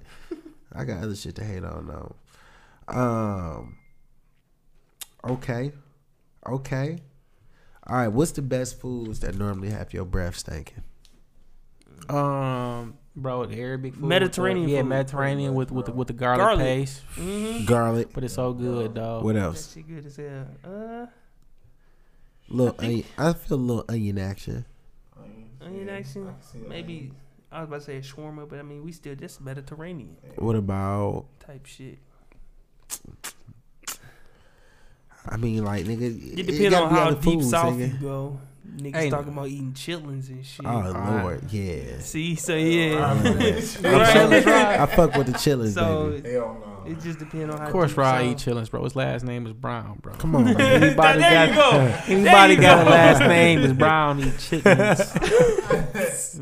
[SPEAKER 1] I got other shit to hate on though. Um. Okay. Okay. All right. What's the best foods that normally have your breath stinking?
[SPEAKER 4] Um, bro, the Arabic food,
[SPEAKER 3] Mediterranean
[SPEAKER 4] yeah,
[SPEAKER 3] food.
[SPEAKER 4] Mediterranean with with with the garlic,
[SPEAKER 3] Garlic.
[SPEAKER 4] paste,
[SPEAKER 3] Mhm.
[SPEAKER 1] Garlic.
[SPEAKER 4] but it's so good though.
[SPEAKER 1] What
[SPEAKER 3] That
[SPEAKER 1] else?
[SPEAKER 3] shit good as hell. Uh,
[SPEAKER 1] Little onion. I feel a little onion action.
[SPEAKER 3] Onion
[SPEAKER 5] yeah,
[SPEAKER 3] action?
[SPEAKER 5] I can see that. (laughs)
[SPEAKER 3] Maybe I was about to say a shawarma, but I mean we still just Mediterranean
[SPEAKER 1] What about?
[SPEAKER 3] type shit.
[SPEAKER 1] I mean, like nigga.
[SPEAKER 3] It depends
[SPEAKER 1] gotta
[SPEAKER 3] on
[SPEAKER 1] be
[SPEAKER 3] how
[SPEAKER 1] other
[SPEAKER 3] deep
[SPEAKER 1] foods,
[SPEAKER 3] south
[SPEAKER 1] nigga.
[SPEAKER 3] you go. Niggas
[SPEAKER 4] Hey,
[SPEAKER 3] talking about eating chitlins and shit.
[SPEAKER 1] Oh lord, yeah.
[SPEAKER 3] See, so yeah.
[SPEAKER 1] I
[SPEAKER 4] (laughs)
[SPEAKER 3] Right.
[SPEAKER 1] fuck- I fuck with the chillers,
[SPEAKER 3] (laughs) So
[SPEAKER 1] baby.
[SPEAKER 3] (laughs)
[SPEAKER 5] Hell no.
[SPEAKER 3] it just depends on how
[SPEAKER 4] Of course,
[SPEAKER 3] deep
[SPEAKER 4] Rod
[SPEAKER 3] south-
[SPEAKER 4] eat chillins, bro. His last name is Brown, bro.
[SPEAKER 1] Come on, man.
[SPEAKER 3] (laughs)
[SPEAKER 4] Anybody
[SPEAKER 3] There you
[SPEAKER 4] (laughs)
[SPEAKER 3] go.
[SPEAKER 4] got- Anybody
[SPEAKER 3] you
[SPEAKER 4] got
[SPEAKER 3] go.
[SPEAKER 4] a last name is Brown eat chitlins.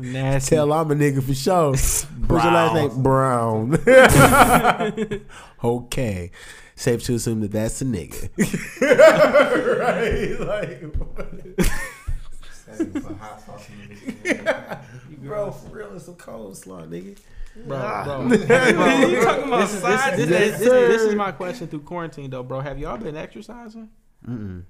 [SPEAKER 3] (laughs)
[SPEAKER 4] Nasty.
[SPEAKER 1] Tell I'm a nigga for sure. What's your last name? Brown. okay. Safe to assume that that's a nigga.
[SPEAKER 5] right? Like, that's some hot sauce. in this.
[SPEAKER 1] Bro, for real, it's a coleslaw, nigga.
[SPEAKER 4] bro,
[SPEAKER 3] (laughs)
[SPEAKER 4] bro.
[SPEAKER 3] (laughs) you talking about
[SPEAKER 4] This is, this,
[SPEAKER 3] sides?
[SPEAKER 4] is,
[SPEAKER 3] and
[SPEAKER 4] this, is,
[SPEAKER 3] that-
[SPEAKER 4] this is my question through quarantine though, bro. Have y'all been exercising?
[SPEAKER 1] Mm-mm.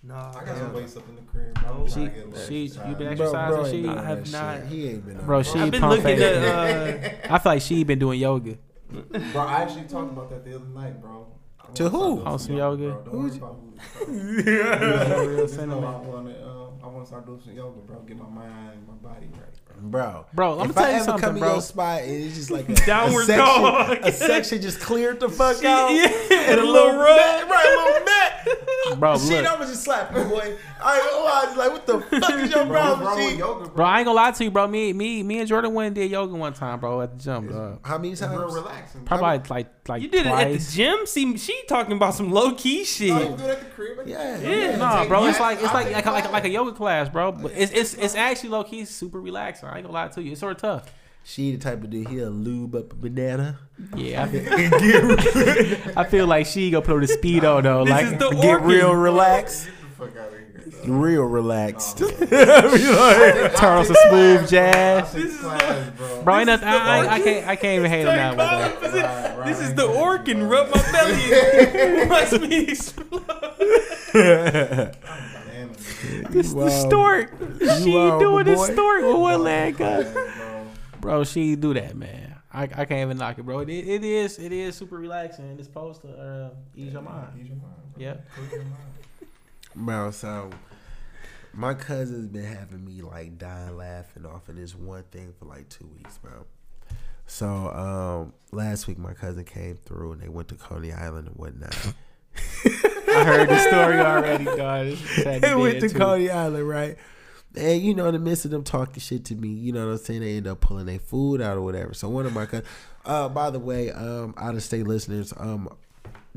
[SPEAKER 3] Nah,
[SPEAKER 5] I
[SPEAKER 3] I
[SPEAKER 5] got some
[SPEAKER 3] have
[SPEAKER 5] weights up in the crib. bro. I'm
[SPEAKER 3] She-
[SPEAKER 5] trying to get
[SPEAKER 4] she-
[SPEAKER 5] legs, trying
[SPEAKER 4] you been
[SPEAKER 5] to-
[SPEAKER 4] actually- Exercising, she-
[SPEAKER 1] doing
[SPEAKER 3] I
[SPEAKER 1] that
[SPEAKER 3] have not.
[SPEAKER 1] shit. He ain't been.
[SPEAKER 4] Bro,
[SPEAKER 1] Bro,
[SPEAKER 4] she
[SPEAKER 3] been
[SPEAKER 4] pump
[SPEAKER 3] looking
[SPEAKER 4] fake.
[SPEAKER 3] at. Uh,
[SPEAKER 4] I feel like she been doing yoga.
[SPEAKER 5] Bro, I actually talked about that the other night, bro. I
[SPEAKER 1] To
[SPEAKER 5] wanna
[SPEAKER 1] who?
[SPEAKER 5] start doing
[SPEAKER 4] On some yoga?
[SPEAKER 5] bro. Don't
[SPEAKER 1] Who's-
[SPEAKER 5] worry about
[SPEAKER 1] (laughs)
[SPEAKER 5] who. (laughs)
[SPEAKER 4] Real
[SPEAKER 5] Just know
[SPEAKER 4] sentiment.
[SPEAKER 5] I want to. Um, I want to start doing some yoga, bro. Get my mind, my body right, bro.
[SPEAKER 1] bro.
[SPEAKER 4] Bro, I'm
[SPEAKER 1] if
[SPEAKER 4] gonna
[SPEAKER 1] I
[SPEAKER 4] tell you
[SPEAKER 1] ever come
[SPEAKER 4] something,
[SPEAKER 1] in
[SPEAKER 4] bro.
[SPEAKER 1] your spot and it's just like a,
[SPEAKER 3] Downward
[SPEAKER 1] a section,
[SPEAKER 3] dog.
[SPEAKER 1] a (laughs) section just cleared the fuck
[SPEAKER 4] (laughs)
[SPEAKER 1] out,
[SPEAKER 3] (laughs) yeah,
[SPEAKER 1] and a little rub, right, a little mat.
[SPEAKER 3] (laughs)
[SPEAKER 4] Bro,
[SPEAKER 1] Shit,
[SPEAKER 4] look.
[SPEAKER 1] I was just slapping, boy. I, oh, I was like, what the fuck is your
[SPEAKER 5] (laughs) Bro, what's
[SPEAKER 1] problem,
[SPEAKER 5] wrong with
[SPEAKER 1] G?
[SPEAKER 5] yoga, (laughs) bro?
[SPEAKER 4] Bro, I ain't gonna lie to you, bro. Me, me, me and Jordan went and did yoga one time, bro, at the gym, bro.
[SPEAKER 1] How many
[SPEAKER 5] It's real
[SPEAKER 1] times?
[SPEAKER 5] relaxing. bro.
[SPEAKER 4] Probably like, like, like
[SPEAKER 3] you did it
[SPEAKER 4] (laughs)
[SPEAKER 3] at the
[SPEAKER 4] twice.
[SPEAKER 3] gym. See, she talking about some low key shit.
[SPEAKER 5] Oh, you do it at the crib?
[SPEAKER 1] Yeah.
[SPEAKER 3] Yeah,
[SPEAKER 4] Nah, bro, it's
[SPEAKER 5] Yeah,
[SPEAKER 4] like it's
[SPEAKER 5] I
[SPEAKER 4] like
[SPEAKER 5] think
[SPEAKER 4] like, like
[SPEAKER 5] about
[SPEAKER 4] like a
[SPEAKER 5] it.
[SPEAKER 4] yoga class, bro. But it's it's it's actually low key super relaxing. I ain't gonna lie to you. It's sort of tough.
[SPEAKER 1] She the type of dude he'll lube up a banana.
[SPEAKER 4] Yeah,
[SPEAKER 3] (laughs)
[SPEAKER 4] I feel, (laughs) I feel like she gonna put on the speedo though.
[SPEAKER 3] This
[SPEAKER 4] like
[SPEAKER 3] is the
[SPEAKER 1] Get
[SPEAKER 3] organ.
[SPEAKER 1] real relaxed.
[SPEAKER 5] Get the fuck out of (laughs) here. dog.
[SPEAKER 1] Real relaxed.
[SPEAKER 4] (laughs) turn on some smooth jazz,
[SPEAKER 5] This (laughs) is class, bro.
[SPEAKER 4] bro. Ain't
[SPEAKER 3] This is
[SPEAKER 4] nothing.
[SPEAKER 3] the
[SPEAKER 4] I, I, I
[SPEAKER 3] organ.
[SPEAKER 4] can't I can't even hate on that
[SPEAKER 3] Turn
[SPEAKER 4] one.
[SPEAKER 3] bottom
[SPEAKER 4] Bro.
[SPEAKER 3] position.
[SPEAKER 5] Right, right,
[SPEAKER 3] This is
[SPEAKER 5] right.
[SPEAKER 3] the organ. Rub my belly.
[SPEAKER 1] (laughs)
[SPEAKER 3] Watch me explode.
[SPEAKER 5] Damn, this
[SPEAKER 4] This
[SPEAKER 1] Wow.
[SPEAKER 4] the stork. She
[SPEAKER 1] wild,
[SPEAKER 4] doing
[SPEAKER 1] my
[SPEAKER 4] this
[SPEAKER 1] boy.
[SPEAKER 4] stork with one leg uh. up.
[SPEAKER 5] class, bro.
[SPEAKER 4] Bro, she do that, man. I, I can't even knock it, bro. It, it is it is super relaxing. It's supposed to uh, ease your mind.
[SPEAKER 5] Ease your mind, bro.
[SPEAKER 4] Yeah.
[SPEAKER 5] Clear your (laughs) mind.
[SPEAKER 1] (laughs) Bro, so my cousin's been having me like dying laughing off of this one thing for like two weeks, bro. So um last week my cousin came through and they went to Coney Island and whatnot.
[SPEAKER 4] I heard the story already, dog. (laughs)
[SPEAKER 1] they went to Coney Island, right? And you know, in the midst of them talking shit to me, you know what I'm saying? They end up pulling their food out or whatever. So one of my cousins, uh, by the way, um, out of state listeners, um,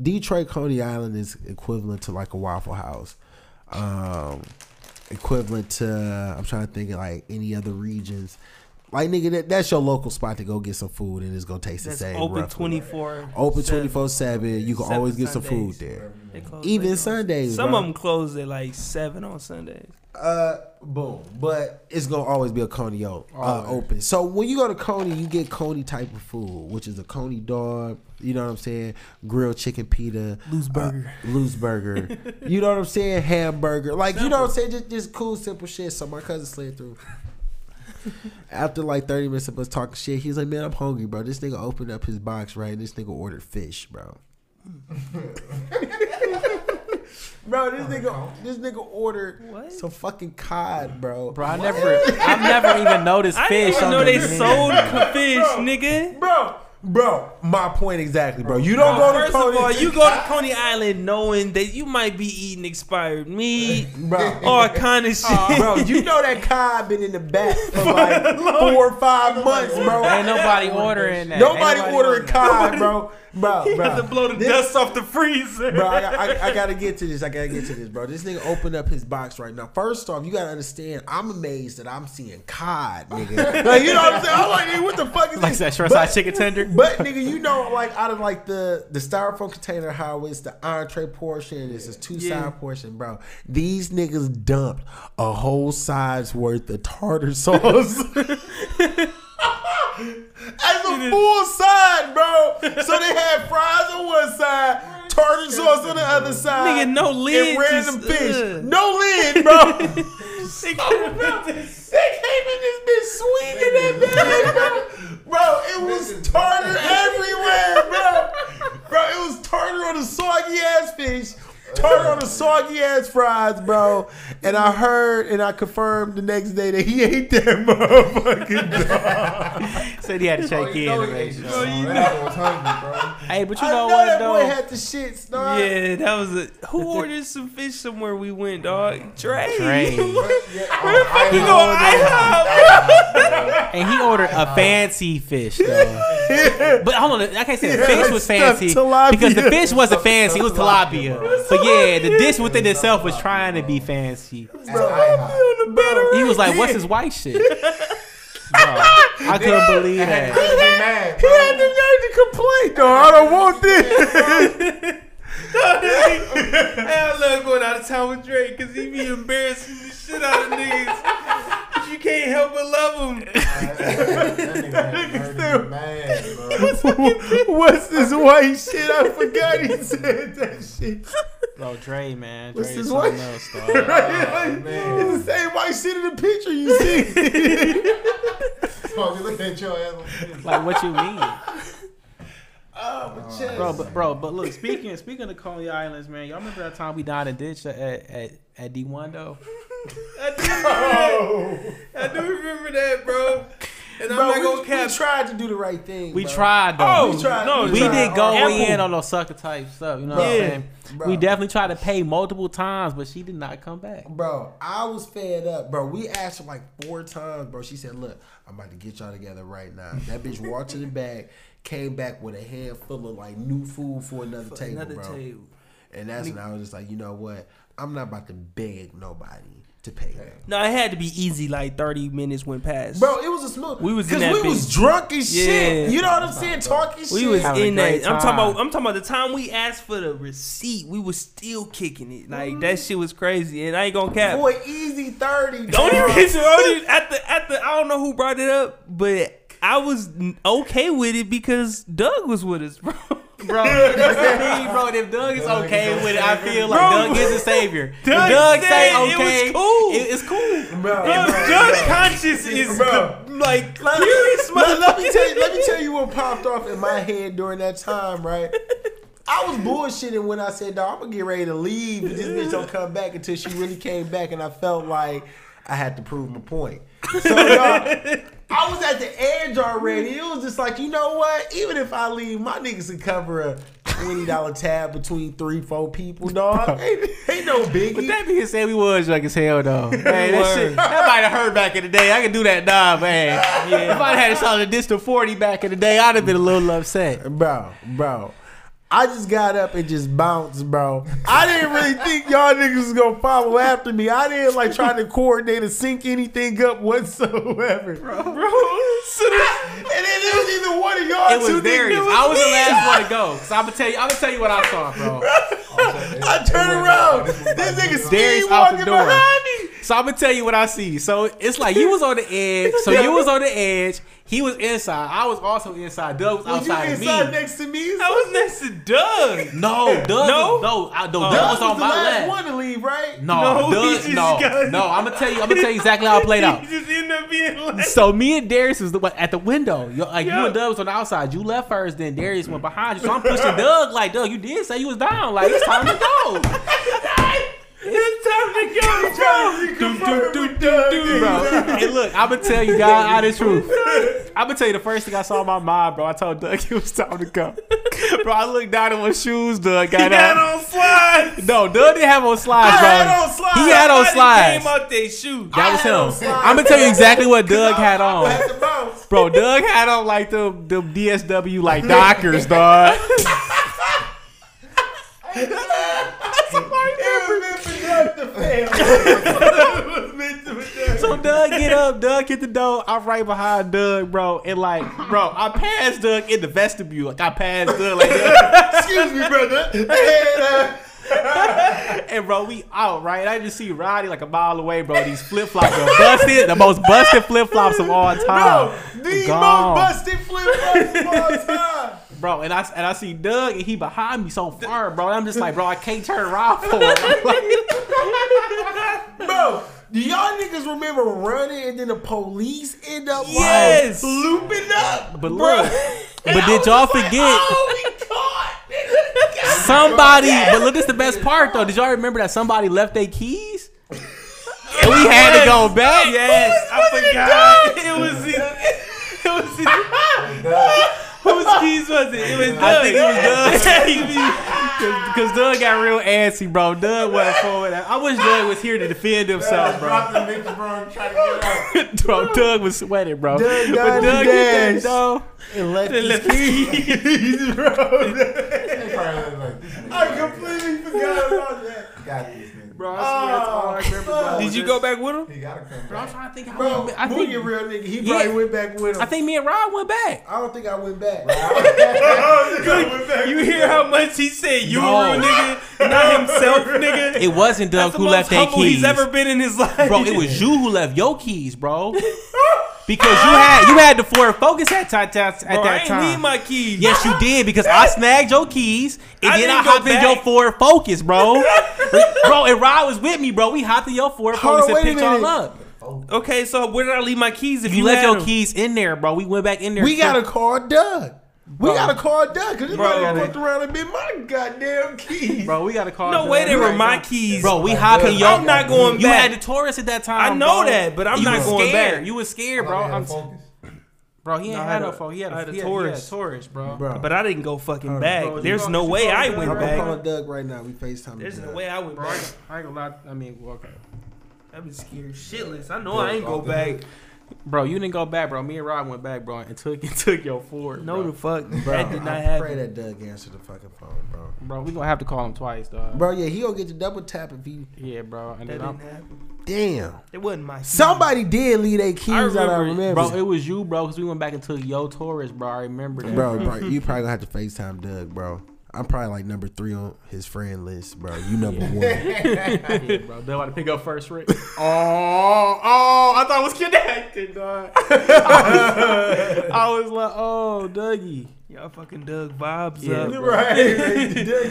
[SPEAKER 1] Detroit Coney Island is equivalent to like a Waffle House, um, equivalent to I'm trying to think of like any other regions. Like nigga, that, that's your local spot to go get some food and it's gonna taste the
[SPEAKER 3] That's
[SPEAKER 1] same.
[SPEAKER 3] open
[SPEAKER 1] roughly.
[SPEAKER 3] twenty four.
[SPEAKER 1] open twenty four seven. You can
[SPEAKER 3] Seven
[SPEAKER 1] always get some food
[SPEAKER 3] Sundays.
[SPEAKER 1] there, even Sundays.
[SPEAKER 3] Some
[SPEAKER 1] bro.
[SPEAKER 3] of them close at like seven on Sundays.
[SPEAKER 1] Uh, boom. But it's gonna always be a Coney o- uh,
[SPEAKER 4] Always.
[SPEAKER 1] open. So when you go to Coney, you get Coney type of food, which is a Coney dog. You know what I'm saying? Grilled chicken pita,
[SPEAKER 3] Loose burger.
[SPEAKER 1] uh, loose burger. you know what I'm saying? Hamburger. Like you know what I'm saying? Just, just cool, simple shit. So my cousin slid through. After like 30 minutes of us talking shit, he was like, Man, I'm hungry, bro. This nigga opened up his box, right? And this nigga ordered fish, bro. (laughs) bro, this nigga this nigga ordered
[SPEAKER 3] What?
[SPEAKER 1] some fucking cod, bro.
[SPEAKER 4] Bro, I never I've never even (laughs) noticed
[SPEAKER 3] I
[SPEAKER 4] fish
[SPEAKER 3] didn't even
[SPEAKER 4] on
[SPEAKER 3] know
[SPEAKER 4] the
[SPEAKER 3] they
[SPEAKER 4] menu.
[SPEAKER 1] (laughs)
[SPEAKER 3] sold fish, nigga.
[SPEAKER 1] Bro, bro, my point exactly, bro. You don't go
[SPEAKER 3] Bro,
[SPEAKER 1] to
[SPEAKER 3] first of
[SPEAKER 1] Coney,
[SPEAKER 3] all, you go to Coney Island knowing that you might be eating expired meat
[SPEAKER 1] (laughs)
[SPEAKER 3] (laughs)
[SPEAKER 1] bro.
[SPEAKER 3] or kind of shit.
[SPEAKER 1] Bro,
[SPEAKER 3] (laughs)
[SPEAKER 1] you know that cod been in the back for like four or five months, bro.
[SPEAKER 4] Ain't nobody ordering
[SPEAKER 1] (laughs)
[SPEAKER 4] that.
[SPEAKER 1] Nobody,
[SPEAKER 4] Ain't
[SPEAKER 1] ordering cod, bro.
[SPEAKER 3] (laughs)
[SPEAKER 1] Bro,
[SPEAKER 3] Had
[SPEAKER 1] bro.
[SPEAKER 3] to blow the dust off the freezer. (laughs)
[SPEAKER 1] Bro, I, got- I, I gotta get to this. I gotta get to this, bro. This nigga opened up his box right now. First off, you gotta understand, I'm amazed that I'm seeing cod,
[SPEAKER 3] (laughs)
[SPEAKER 1] nigga. Like, you know what I'm saying? I'm like, nigga, what the fuck is
[SPEAKER 4] Like
[SPEAKER 1] this?
[SPEAKER 4] that short
[SPEAKER 1] But-
[SPEAKER 4] side chicken tender.
[SPEAKER 1] But nigga, you know, like out of like the the styrofoam container, how it's the entree portion, it's a two
[SPEAKER 3] Yeah.
[SPEAKER 1] side portion, bro. These niggas dumped a whole side's worth of tartar (laughs) sauce. As a full side, bro. So they had fries on one side, tartar sauce on the other side.
[SPEAKER 3] Nigga, no lid,
[SPEAKER 1] And random
[SPEAKER 3] just,
[SPEAKER 1] fish.
[SPEAKER 3] ugh.
[SPEAKER 1] No lid, bro.
[SPEAKER 3] They could've been this-
[SPEAKER 1] They came in this bitch swinging that bag, bro. Bro, it was tartar everywhere, bro. Bro, it was tartar on the soggy ass fish, tartar on the soggy ass fries, bro. And I heard and I confirmed the next day that he ate that motherfucking dog.
[SPEAKER 4] Said he had to check in.
[SPEAKER 5] know he
[SPEAKER 4] man.
[SPEAKER 5] ate you, bro. That was (laughs) hungry,
[SPEAKER 4] Hey, but you
[SPEAKER 1] I
[SPEAKER 4] know
[SPEAKER 1] know
[SPEAKER 4] what
[SPEAKER 1] that boy
[SPEAKER 4] though?
[SPEAKER 1] had the shit, (laughs) star.
[SPEAKER 3] Yeah, that was a. Who ordered some fish somewhere we went, dog? Dre.
[SPEAKER 4] Dre.
[SPEAKER 5] bro.
[SPEAKER 3] Where
[SPEAKER 5] Yeah,
[SPEAKER 3] the
[SPEAKER 5] oh,
[SPEAKER 3] fuck you
[SPEAKER 5] IHOP.
[SPEAKER 3] go? IHOP.
[SPEAKER 4] And he ordered a fancy fish though. But hold on, I can't say the fish was
[SPEAKER 1] stuffed
[SPEAKER 4] fancy
[SPEAKER 1] tilapia.
[SPEAKER 4] because the fish wasn't
[SPEAKER 5] Stuffed
[SPEAKER 4] fancy; it was
[SPEAKER 5] tilapia,
[SPEAKER 4] tilapia.
[SPEAKER 5] bro.
[SPEAKER 4] But yeah, the dish within itself was trying to be fancy.
[SPEAKER 5] At IHOP.
[SPEAKER 4] He was like, "What's his
[SPEAKER 1] (laughs)
[SPEAKER 4] white shit?" Bro, I couldn't believe
[SPEAKER 5] I had to
[SPEAKER 4] that.
[SPEAKER 5] be
[SPEAKER 1] He had
[SPEAKER 5] mad, bro.
[SPEAKER 1] the nerve to complain, though. I don't want
[SPEAKER 4] (laughs)
[SPEAKER 1] this. (laughs)
[SPEAKER 3] Hey, I love going out of town with Drake because he be embarrassing the shit out of niggas. But you can't help but love him.
[SPEAKER 5] (laughs) That nigga had to be mad, bro.
[SPEAKER 1] What's this white shit? I forgot he said that shit.
[SPEAKER 4] Bro, Dre, man,
[SPEAKER 1] What's
[SPEAKER 4] Dre
[SPEAKER 1] his
[SPEAKER 4] is
[SPEAKER 1] white-
[SPEAKER 4] something
[SPEAKER 1] (laughs)
[SPEAKER 4] else, dog.
[SPEAKER 5] Oh, man.
[SPEAKER 1] It's the same white shit in the picture you see.
[SPEAKER 5] Fuck, you look at your ass like this.
[SPEAKER 4] Like, what you mean?
[SPEAKER 5] Oh, but chest.
[SPEAKER 4] bro, but bro, but (laughs) look, speaking speaking of Coney Islands, man, y'all remember that time we dined and ditched at at, at D one though?
[SPEAKER 3] I do remember that. I do remember that, bro. (laughs) And I'm not
[SPEAKER 1] bro,
[SPEAKER 3] gonna
[SPEAKER 1] we,
[SPEAKER 3] cap.
[SPEAKER 1] we tried to do the right thing.
[SPEAKER 4] We
[SPEAKER 1] bro.
[SPEAKER 4] tried
[SPEAKER 3] Oh,
[SPEAKER 4] though.
[SPEAKER 1] We tried.
[SPEAKER 3] no,
[SPEAKER 4] we did go
[SPEAKER 3] Ample.
[SPEAKER 4] in on those sucker type stuff. You know what I'm
[SPEAKER 3] Yeah.
[SPEAKER 4] saying?
[SPEAKER 1] Bro.
[SPEAKER 4] We definitely tried to pay multiple times, but she did not come (laughs) back.
[SPEAKER 1] Bro, I was fed up. Bro, we asked her like four times, bro. She said, Look, I'm about to get y'all together right now. That bitch walked to the bag, came back with a handful of like new food for another table,
[SPEAKER 3] Another
[SPEAKER 1] bro.
[SPEAKER 3] table.
[SPEAKER 1] And that's when I was just like, You know what? I'm not about to beg nobody to pay them.
[SPEAKER 3] No, it had to be easy. Like 30 minutes went past.
[SPEAKER 1] Bro, it was a smooth.
[SPEAKER 3] We was in
[SPEAKER 1] because
[SPEAKER 3] that
[SPEAKER 1] we was drunk as
[SPEAKER 3] Yeah.
[SPEAKER 1] shit. You know what I'm saying? Talking
[SPEAKER 3] we
[SPEAKER 1] shit.
[SPEAKER 3] was
[SPEAKER 4] Having a
[SPEAKER 3] in that.
[SPEAKER 4] great
[SPEAKER 3] I'm talking about.
[SPEAKER 4] time.
[SPEAKER 3] I'm talking about the time we asked for the receipt. We was still kicking it. Like that shit was crazy. And I ain't gonna cap.
[SPEAKER 1] for an easy thirty.
[SPEAKER 3] The only
[SPEAKER 1] bro.
[SPEAKER 3] reason, only at the at the, I don't know who brought it up, but I was n- okay with it because Doug was with us, (laughs) bro.
[SPEAKER 4] Bro, bro, if Doug is
[SPEAKER 5] Doug
[SPEAKER 4] okay
[SPEAKER 5] is
[SPEAKER 4] with
[SPEAKER 5] the
[SPEAKER 4] it, I
[SPEAKER 5] savior.
[SPEAKER 4] feel like
[SPEAKER 3] Bro.
[SPEAKER 4] Doug is the savior. If
[SPEAKER 3] Doug
[SPEAKER 4] Doug say
[SPEAKER 3] said it was
[SPEAKER 4] okay,
[SPEAKER 3] cool.
[SPEAKER 4] it- it's cool.
[SPEAKER 1] Bro,
[SPEAKER 3] Doug, Doug conscious is
[SPEAKER 1] Bro.
[SPEAKER 3] the- like
[SPEAKER 1] Let,
[SPEAKER 3] curious,
[SPEAKER 1] let- let me
[SPEAKER 3] motherfucker.
[SPEAKER 1] tell you, let me tell you what popped off in my head during that time, right? I was bullshitting when I said, "Dog, I'm gonna get ready to leave, but this bitch don't come back until she really came back," and I felt like I had to prove my point. So, dog, I was at the edge already. It was just like, you know what? Even if I leave, my niggas can cover a twenty dollar tab between three, four people, dog. Ain't, ain't no biggie.
[SPEAKER 4] That being said, we was drunk as
[SPEAKER 3] (laughs)
[SPEAKER 4] hell though. Man,
[SPEAKER 3] were.
[SPEAKER 4] that, shit, that might have hurt back in the day. I could do that now, man. If I'd had a shot at this to forty back in the day, I'd have been a little upset.
[SPEAKER 1] Bro, bro. I just got up and just bounced, bro. I didn't really think y'all niggas was gonna follow after me. I didn't like try to coordinate or sync anything up whatsoever. Bro, and then it was either one of y'all
[SPEAKER 4] It
[SPEAKER 1] two niggas.
[SPEAKER 4] was Darius. I was the last one to go. Cause I'm gonna tell you, I'm gonna tell you what I saw, bro.
[SPEAKER 1] I turned around. This nigga
[SPEAKER 4] Darius
[SPEAKER 1] Steve
[SPEAKER 4] out the
[SPEAKER 1] walking
[SPEAKER 4] door.
[SPEAKER 1] behind me.
[SPEAKER 4] So I'm gonna tell you what I see. So it's like you was on the edge. So you was on the edge. He was inside. I was also inside. Doug was
[SPEAKER 1] Was you
[SPEAKER 4] outside of me.
[SPEAKER 1] inside next to me?
[SPEAKER 3] (laughs) I was next to Doug.
[SPEAKER 4] No, Doug.
[SPEAKER 3] No?
[SPEAKER 4] No, no, I, no
[SPEAKER 1] Y'all
[SPEAKER 4] Doug was on
[SPEAKER 1] the
[SPEAKER 4] my
[SPEAKER 1] last
[SPEAKER 4] left.
[SPEAKER 1] one to leave, right?
[SPEAKER 4] No,
[SPEAKER 3] No, he
[SPEAKER 4] Doug,
[SPEAKER 3] just
[SPEAKER 4] no,
[SPEAKER 3] got-
[SPEAKER 4] no. I'm gonna tell you. I'm gonna tell you exactly how it played out.
[SPEAKER 3] He just ended up being like,
[SPEAKER 4] So me and Darius was the, one at the window. Yo- like
[SPEAKER 3] Yeah.
[SPEAKER 4] you and Doug was on the outside. You left first, then Darius went behind you. So I'm pushing Doug. Like Doug, you did say you was down. Like it's time to go.
[SPEAKER 3] it's time to go, bro.
[SPEAKER 4] bro.
[SPEAKER 3] (laughs)
[SPEAKER 4] And look, I'm gonna tell you guys all the truth. I'm gonna tell you the first thing I saw in my mind, bro. I told Doug it was time to go. (laughs) Bro, I looked down at my shoes. Doug got,
[SPEAKER 3] He got
[SPEAKER 4] on.
[SPEAKER 3] on slides.
[SPEAKER 4] No, Doug didn't have on slides,
[SPEAKER 1] I
[SPEAKER 4] bro.
[SPEAKER 1] had on slides.
[SPEAKER 4] He had on
[SPEAKER 3] Somebody
[SPEAKER 4] slides.
[SPEAKER 3] Came out their shoe.
[SPEAKER 1] I
[SPEAKER 4] that
[SPEAKER 1] had on
[SPEAKER 4] was him.
[SPEAKER 1] slides.
[SPEAKER 4] I'm gonna tell you exactly what Doug had
[SPEAKER 1] I
[SPEAKER 4] on.
[SPEAKER 1] had to bounce.
[SPEAKER 4] Bro, Doug had on like the them DSW like
[SPEAKER 1] (laughs)
[SPEAKER 4] Dockers, dog.
[SPEAKER 1] It was meant for Doug to fail. It was meant to be Doug.
[SPEAKER 4] So Doug get up, Doug hit the door. I'm right behind Doug, bro, and like, bro, I passed Doug in the vestibule. Like I passed Doug, like,
[SPEAKER 1] Excuse me, brother. And, uh,
[SPEAKER 4] and bro, we out right. I just see Roddy like a mile away, bro. These flip flops are busted, the most busted flip flops of all time,
[SPEAKER 1] bro, the
[SPEAKER 4] Gone.
[SPEAKER 1] most busted flip flops of all time.
[SPEAKER 4] bro. And I and I see Doug, and he behind me so far, bro. I'm just like, bro, I can't turn around for (laughs) him.
[SPEAKER 1] Bro, do y'all niggas remember running and then the police end up like,
[SPEAKER 3] Yes.
[SPEAKER 1] looping up?
[SPEAKER 4] But
[SPEAKER 3] Bro.
[SPEAKER 4] look, but did y'all forget?
[SPEAKER 1] Oh, we caught. nigga.
[SPEAKER 4] somebody, but look, this the best part though. Did y'all remember that somebody left their keys? And we had to go back.
[SPEAKER 3] Yes, I forgot. (laughs) It was it, was (laughs) it, (laughs) whose keys was it? It was Doug.
[SPEAKER 4] I think it was (laughs) Doug. Because Doug got real antsy, bro. Doug went forward. I wish Doug was here to defend himself, bro.
[SPEAKER 5] Drop the mix, bro. and Try to get out.
[SPEAKER 1] (laughs)
[SPEAKER 4] (laughs) bro Doug was sweating, bro.
[SPEAKER 1] Doug
[SPEAKER 4] But
[SPEAKER 1] got
[SPEAKER 4] Doug
[SPEAKER 1] his
[SPEAKER 4] did
[SPEAKER 1] dash.
[SPEAKER 4] that, though.
[SPEAKER 1] And left his
[SPEAKER 3] (laughs)
[SPEAKER 4] keys, bro.
[SPEAKER 5] They probably like this. Nigga.
[SPEAKER 6] I completely forgot about that.
[SPEAKER 5] got this nigga.
[SPEAKER 4] Bro, I swear it's all I
[SPEAKER 1] Oh,
[SPEAKER 4] remember, bro.
[SPEAKER 3] Did you go back with him?
[SPEAKER 5] He gotta come
[SPEAKER 4] Bro, I'm
[SPEAKER 5] back.
[SPEAKER 4] trying to think how
[SPEAKER 1] Bro,
[SPEAKER 4] we- I
[SPEAKER 1] Boogie a
[SPEAKER 4] think,
[SPEAKER 1] real nigga. He
[SPEAKER 4] Yeah.
[SPEAKER 1] probably went back with him.
[SPEAKER 4] I think me and Rod went back.
[SPEAKER 1] I don't think I went back.
[SPEAKER 3] (laughs) You hear how much he said you
[SPEAKER 4] No.
[SPEAKER 3] a real nigga, not
[SPEAKER 4] (laughs)
[SPEAKER 3] himself, nigga.
[SPEAKER 4] It wasn't
[SPEAKER 3] That's
[SPEAKER 4] Doug
[SPEAKER 3] the
[SPEAKER 4] who
[SPEAKER 3] most
[SPEAKER 4] left their
[SPEAKER 3] humble
[SPEAKER 4] keys.
[SPEAKER 3] he's ever been in his life,
[SPEAKER 4] bro, it was you who left your keys, bro. Because you had you had the Ford Focus at, ti- ti- at
[SPEAKER 3] Bro, I
[SPEAKER 4] that
[SPEAKER 3] ain't
[SPEAKER 4] time.
[SPEAKER 3] need my keys.
[SPEAKER 4] Yes, you did because I snagged your keys and
[SPEAKER 3] I
[SPEAKER 4] then I
[SPEAKER 3] didn't go
[SPEAKER 4] hopped in
[SPEAKER 3] back.
[SPEAKER 4] your Ford Focus,
[SPEAKER 3] (laughs)
[SPEAKER 4] bro. bro, and Rod was with me, bro. We hopped in your Ford
[SPEAKER 1] Hold on,
[SPEAKER 4] Focus and
[SPEAKER 1] wait a
[SPEAKER 4] picked y'all
[SPEAKER 1] minute.
[SPEAKER 4] up.
[SPEAKER 3] Okay, so where did I leave my keys? If
[SPEAKER 4] You,
[SPEAKER 3] you,
[SPEAKER 4] left
[SPEAKER 3] had
[SPEAKER 4] your
[SPEAKER 3] them?
[SPEAKER 4] keys in there, bro. We went back in there.
[SPEAKER 1] We gotta call Doug. We
[SPEAKER 4] Bro.
[SPEAKER 1] gotta call Doug because this
[SPEAKER 3] Bro.
[SPEAKER 1] might fucked around and been my goddamn keys.
[SPEAKER 4] bro. We gotta call.
[SPEAKER 3] No
[SPEAKER 4] Doug.
[SPEAKER 3] way, they
[SPEAKER 4] We
[SPEAKER 3] were
[SPEAKER 4] gotta
[SPEAKER 3] my
[SPEAKER 4] call-
[SPEAKER 3] keys,
[SPEAKER 4] Bro, we hopped in your.
[SPEAKER 3] I'm not going
[SPEAKER 4] You
[SPEAKER 3] back.
[SPEAKER 4] had the Taurus at that time.
[SPEAKER 3] I know
[SPEAKER 4] bro.
[SPEAKER 3] that, but I'm
[SPEAKER 4] You
[SPEAKER 3] not
[SPEAKER 4] was
[SPEAKER 3] going
[SPEAKER 4] scared.
[SPEAKER 3] back.
[SPEAKER 4] You was scared, bro.
[SPEAKER 5] Bro,
[SPEAKER 4] I'm,
[SPEAKER 5] I'm focused.
[SPEAKER 4] bro, he ain't
[SPEAKER 3] I
[SPEAKER 4] had,
[SPEAKER 3] had
[SPEAKER 4] no
[SPEAKER 3] a-
[SPEAKER 4] phone. He had a,
[SPEAKER 3] I had a
[SPEAKER 4] he had- he
[SPEAKER 3] Taurus.
[SPEAKER 4] had a Taurus, bro.
[SPEAKER 1] Bro.
[SPEAKER 3] But I didn't go fucking
[SPEAKER 1] Hold on,
[SPEAKER 3] back.
[SPEAKER 4] bro, you
[SPEAKER 3] There's
[SPEAKER 4] call-
[SPEAKER 3] no
[SPEAKER 4] you
[SPEAKER 3] way
[SPEAKER 4] call
[SPEAKER 3] I
[SPEAKER 4] Doug
[SPEAKER 3] went
[SPEAKER 4] right
[SPEAKER 1] I'm gonna
[SPEAKER 4] back.
[SPEAKER 1] call Doug right now. We FaceTime.
[SPEAKER 3] There's no
[SPEAKER 1] Doug.
[SPEAKER 3] way I went
[SPEAKER 4] Bro, I
[SPEAKER 3] back.
[SPEAKER 4] ain't, I ain't gonna lie. I mean, well, okay.
[SPEAKER 3] I've been scared shitless. I know I ain't go
[SPEAKER 5] off the
[SPEAKER 3] back.
[SPEAKER 4] Bro, you didn't go back, bro. Me and Rod went back, bro, and took (laughs) and took your Ford.
[SPEAKER 3] No,
[SPEAKER 4] bro.
[SPEAKER 3] the fuck.
[SPEAKER 1] Bro,
[SPEAKER 3] that did not
[SPEAKER 1] I pray that
[SPEAKER 3] happen.
[SPEAKER 1] Doug answered the fucking phone, bro.
[SPEAKER 4] bro, we gonna have to call him twice, dog.
[SPEAKER 1] Bro, yeah, he gonna get the double tap if he.
[SPEAKER 4] Yeah, bro. And
[SPEAKER 3] That
[SPEAKER 4] then I'm,
[SPEAKER 3] didn't happen.
[SPEAKER 1] Damn.
[SPEAKER 3] It wasn't my keys.
[SPEAKER 1] Somebody did leave their keys
[SPEAKER 3] I
[SPEAKER 1] out. I
[SPEAKER 3] remember it.
[SPEAKER 1] remember.
[SPEAKER 4] bro, it was you, bro, because we went back and took yo Taurus, bro. I remember that.
[SPEAKER 1] Bro, bro, you probably gonna have to FaceTime Doug, bro. I'm probably like number three on his friend list, bro. You number one.
[SPEAKER 4] (laughs) yeah, bro. They want to pick up first, Rick. oh, oh, I thought it was connected, dog. I was like, oh, Dougie.
[SPEAKER 3] Y'all fucking Doug vibes
[SPEAKER 4] Yeah,
[SPEAKER 3] up.
[SPEAKER 4] bro.
[SPEAKER 6] Right. Doug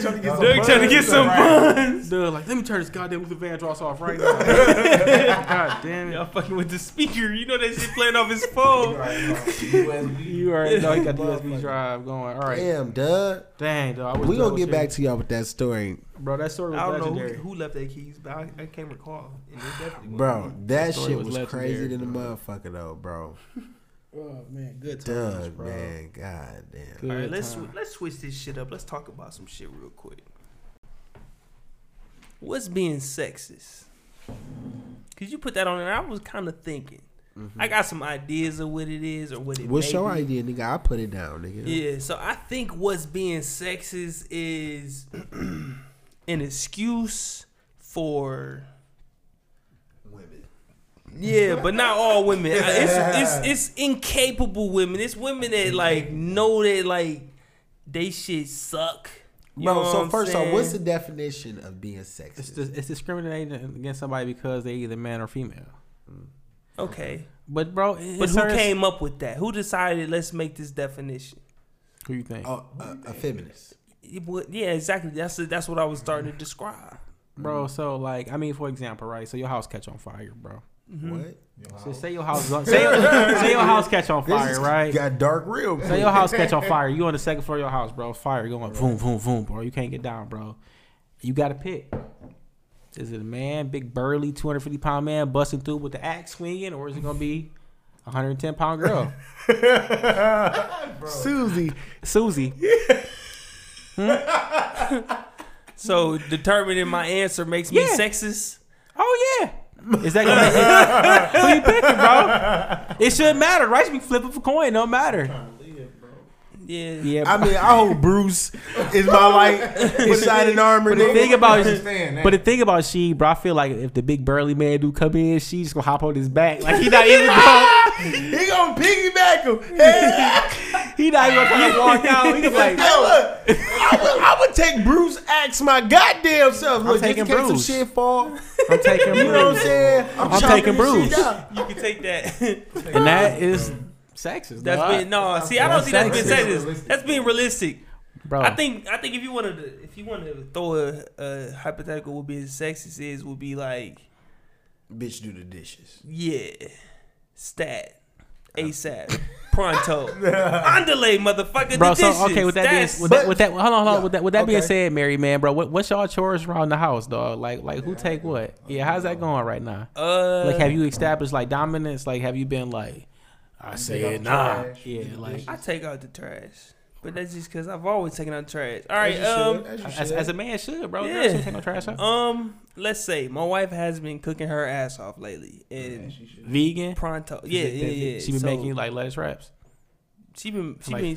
[SPEAKER 6] trying to get some
[SPEAKER 3] Doug trying to get
[SPEAKER 6] buns.
[SPEAKER 3] some buns.
[SPEAKER 4] Doug, like, let me turn this goddamn Luther Vandross off right now. God damn
[SPEAKER 3] Y'all
[SPEAKER 4] it.
[SPEAKER 3] fucking with the speaker. You know that shit playing off his (laughs) phone.
[SPEAKER 5] USB.
[SPEAKER 4] You already know you got the USB drive going.
[SPEAKER 3] (laughs)
[SPEAKER 4] All right.
[SPEAKER 1] Damn, Doug.
[SPEAKER 4] Dang, dog. I wish
[SPEAKER 1] We
[SPEAKER 4] Doug
[SPEAKER 1] gonna
[SPEAKER 4] was
[SPEAKER 1] get
[SPEAKER 4] here.
[SPEAKER 1] back to y'all with that story,
[SPEAKER 4] Bro, that story was
[SPEAKER 3] I don't know who,
[SPEAKER 4] legendary.
[SPEAKER 3] who left their keys, but I, I can't recall. And it definitely wasn't
[SPEAKER 1] bro. That
[SPEAKER 4] story
[SPEAKER 1] shit
[SPEAKER 4] was
[SPEAKER 1] was crazy
[SPEAKER 4] legendary,
[SPEAKER 1] than the motherfucker though, bro.
[SPEAKER 4] Oh man, good times,
[SPEAKER 1] Doug,
[SPEAKER 4] bro.
[SPEAKER 1] man, god damn.
[SPEAKER 4] Good
[SPEAKER 3] All right, let's
[SPEAKER 4] times.
[SPEAKER 3] sw- let's switch this shit up. Let's talk about some shit real quick. What's being sexist? Cause you put that on there. I was kind of thinking. I got some ideas of what it is or what it.
[SPEAKER 1] Mm-hmm. What's
[SPEAKER 3] may
[SPEAKER 1] your
[SPEAKER 3] be.
[SPEAKER 1] idea, nigga? I put it down, nigga.
[SPEAKER 3] Yeah, so I think what's being sexist is an excuse for
[SPEAKER 5] Women.
[SPEAKER 3] yeah, but not all women. It's it's it's incapable women. It's women that like know that like they shit suck. You know
[SPEAKER 1] Bro,
[SPEAKER 3] what
[SPEAKER 1] so
[SPEAKER 3] I'm
[SPEAKER 1] first off,
[SPEAKER 3] saying?
[SPEAKER 1] what's the definition of being sexist?
[SPEAKER 4] It's, dis- it's discriminating against somebody because they either man or female.
[SPEAKER 3] okay?
[SPEAKER 4] But bro, it,
[SPEAKER 3] But
[SPEAKER 4] it
[SPEAKER 3] who
[SPEAKER 4] hurts-
[SPEAKER 3] came up with that? Who decided? Let's make this definition.
[SPEAKER 4] Who you think,
[SPEAKER 1] Oh, a, a feminist.
[SPEAKER 3] It wa- Yeah, exactly. That's that's what I was starting to describe.
[SPEAKER 4] bro? So like, I mean, for example, right? So your house catch on fire, bro.
[SPEAKER 1] What?
[SPEAKER 4] So say your house, say, your, say your house catch on fire,
[SPEAKER 1] is-
[SPEAKER 4] right?
[SPEAKER 1] Got dark real.
[SPEAKER 4] Say
[SPEAKER 1] quick.
[SPEAKER 4] your house catch on fire. You on the second floor of your house, bro. Fire going, boom, boom, boom, bro. You can't get down, bro. You got to pick. Is it a man, big burly, 250 pound man busting through with the axe swinging, or is it going to be a 110 pound girl?
[SPEAKER 1] Susie.
[SPEAKER 4] Susie.
[SPEAKER 3] So determining my answer makes me
[SPEAKER 4] Yeah.
[SPEAKER 3] sexist.
[SPEAKER 4] Oh, yeah. Is that gonna (laughs) who you picking, bro? It shouldn't matter, right? You be flipping for coin, no matter.
[SPEAKER 3] Yeah.
[SPEAKER 4] Yeah,
[SPEAKER 1] I mean, I hope Bruce is my
[SPEAKER 4] (laughs)
[SPEAKER 1] like is shining armor.
[SPEAKER 4] the thing
[SPEAKER 1] Nigga.
[SPEAKER 4] about
[SPEAKER 5] understand that.
[SPEAKER 4] but the thing about she, bro, I feel like if the big burly man do come in, she just gonna hop on his back. Like he not even gonna,
[SPEAKER 1] He gonna piggyback him. Hey,
[SPEAKER 4] he not even gonna walk out. He's (laughs) like,
[SPEAKER 1] I, would, I would take Bruce axe my goddamn self. Look,
[SPEAKER 4] taking
[SPEAKER 1] just in case
[SPEAKER 4] Bruce.
[SPEAKER 1] some shit fall.
[SPEAKER 4] I'm taking
[SPEAKER 1] You know what I'm
[SPEAKER 4] Bruce,
[SPEAKER 1] saying?
[SPEAKER 4] I'm
[SPEAKER 1] chopping
[SPEAKER 4] taking
[SPEAKER 1] this shit
[SPEAKER 4] Bruce.
[SPEAKER 1] down.
[SPEAKER 3] You can take that. (laughs)
[SPEAKER 4] and that is sexist.
[SPEAKER 3] That's
[SPEAKER 4] dog.
[SPEAKER 3] been no. See, I don't
[SPEAKER 4] That's Oh.
[SPEAKER 3] think that's been
[SPEAKER 5] sexist.
[SPEAKER 3] sexist. That's being realistic.
[SPEAKER 4] bro.
[SPEAKER 3] I think I think if you wanted to, if you wanted to throw a, a hypothetical, would be as sexist is would be like
[SPEAKER 1] Bitch, do the dishes.
[SPEAKER 4] (laughs)
[SPEAKER 3] yeah, stat, ASAP. Pronto. Andale, motherfucker.
[SPEAKER 4] Bro,
[SPEAKER 3] the dishes.
[SPEAKER 4] so okay with that being
[SPEAKER 3] That's-
[SPEAKER 4] with that, with that hold on, hold on
[SPEAKER 5] Yeah.
[SPEAKER 4] with that with that being
[SPEAKER 5] Okay.
[SPEAKER 4] said, Mary man, bro, what, what's y'all chores around the house, dog? Like like who take what? Yeah, how's that going right now?
[SPEAKER 3] uh,
[SPEAKER 4] Like, have you established like dominance? Like, have you been like, I said nah,
[SPEAKER 5] trash,
[SPEAKER 4] yeah,
[SPEAKER 5] do the
[SPEAKER 4] like
[SPEAKER 5] dishes.
[SPEAKER 3] I take out the trash, but that's just because I've always taken out the trash. All right,
[SPEAKER 5] As you
[SPEAKER 3] um,
[SPEAKER 5] should, as you
[SPEAKER 4] as,
[SPEAKER 5] should.
[SPEAKER 4] as a man should, bro.
[SPEAKER 3] Yeah.
[SPEAKER 4] Girl, should take no trash out.
[SPEAKER 3] um, let's say my wife has been cooking her ass off lately, and
[SPEAKER 5] As you should.
[SPEAKER 4] Vegan.
[SPEAKER 3] pronto, yeah, yeah, yeah.
[SPEAKER 4] She been
[SPEAKER 3] So,
[SPEAKER 4] making like lettuce wraps,
[SPEAKER 3] she been, she
[SPEAKER 4] like (laughs)
[SPEAKER 3] been.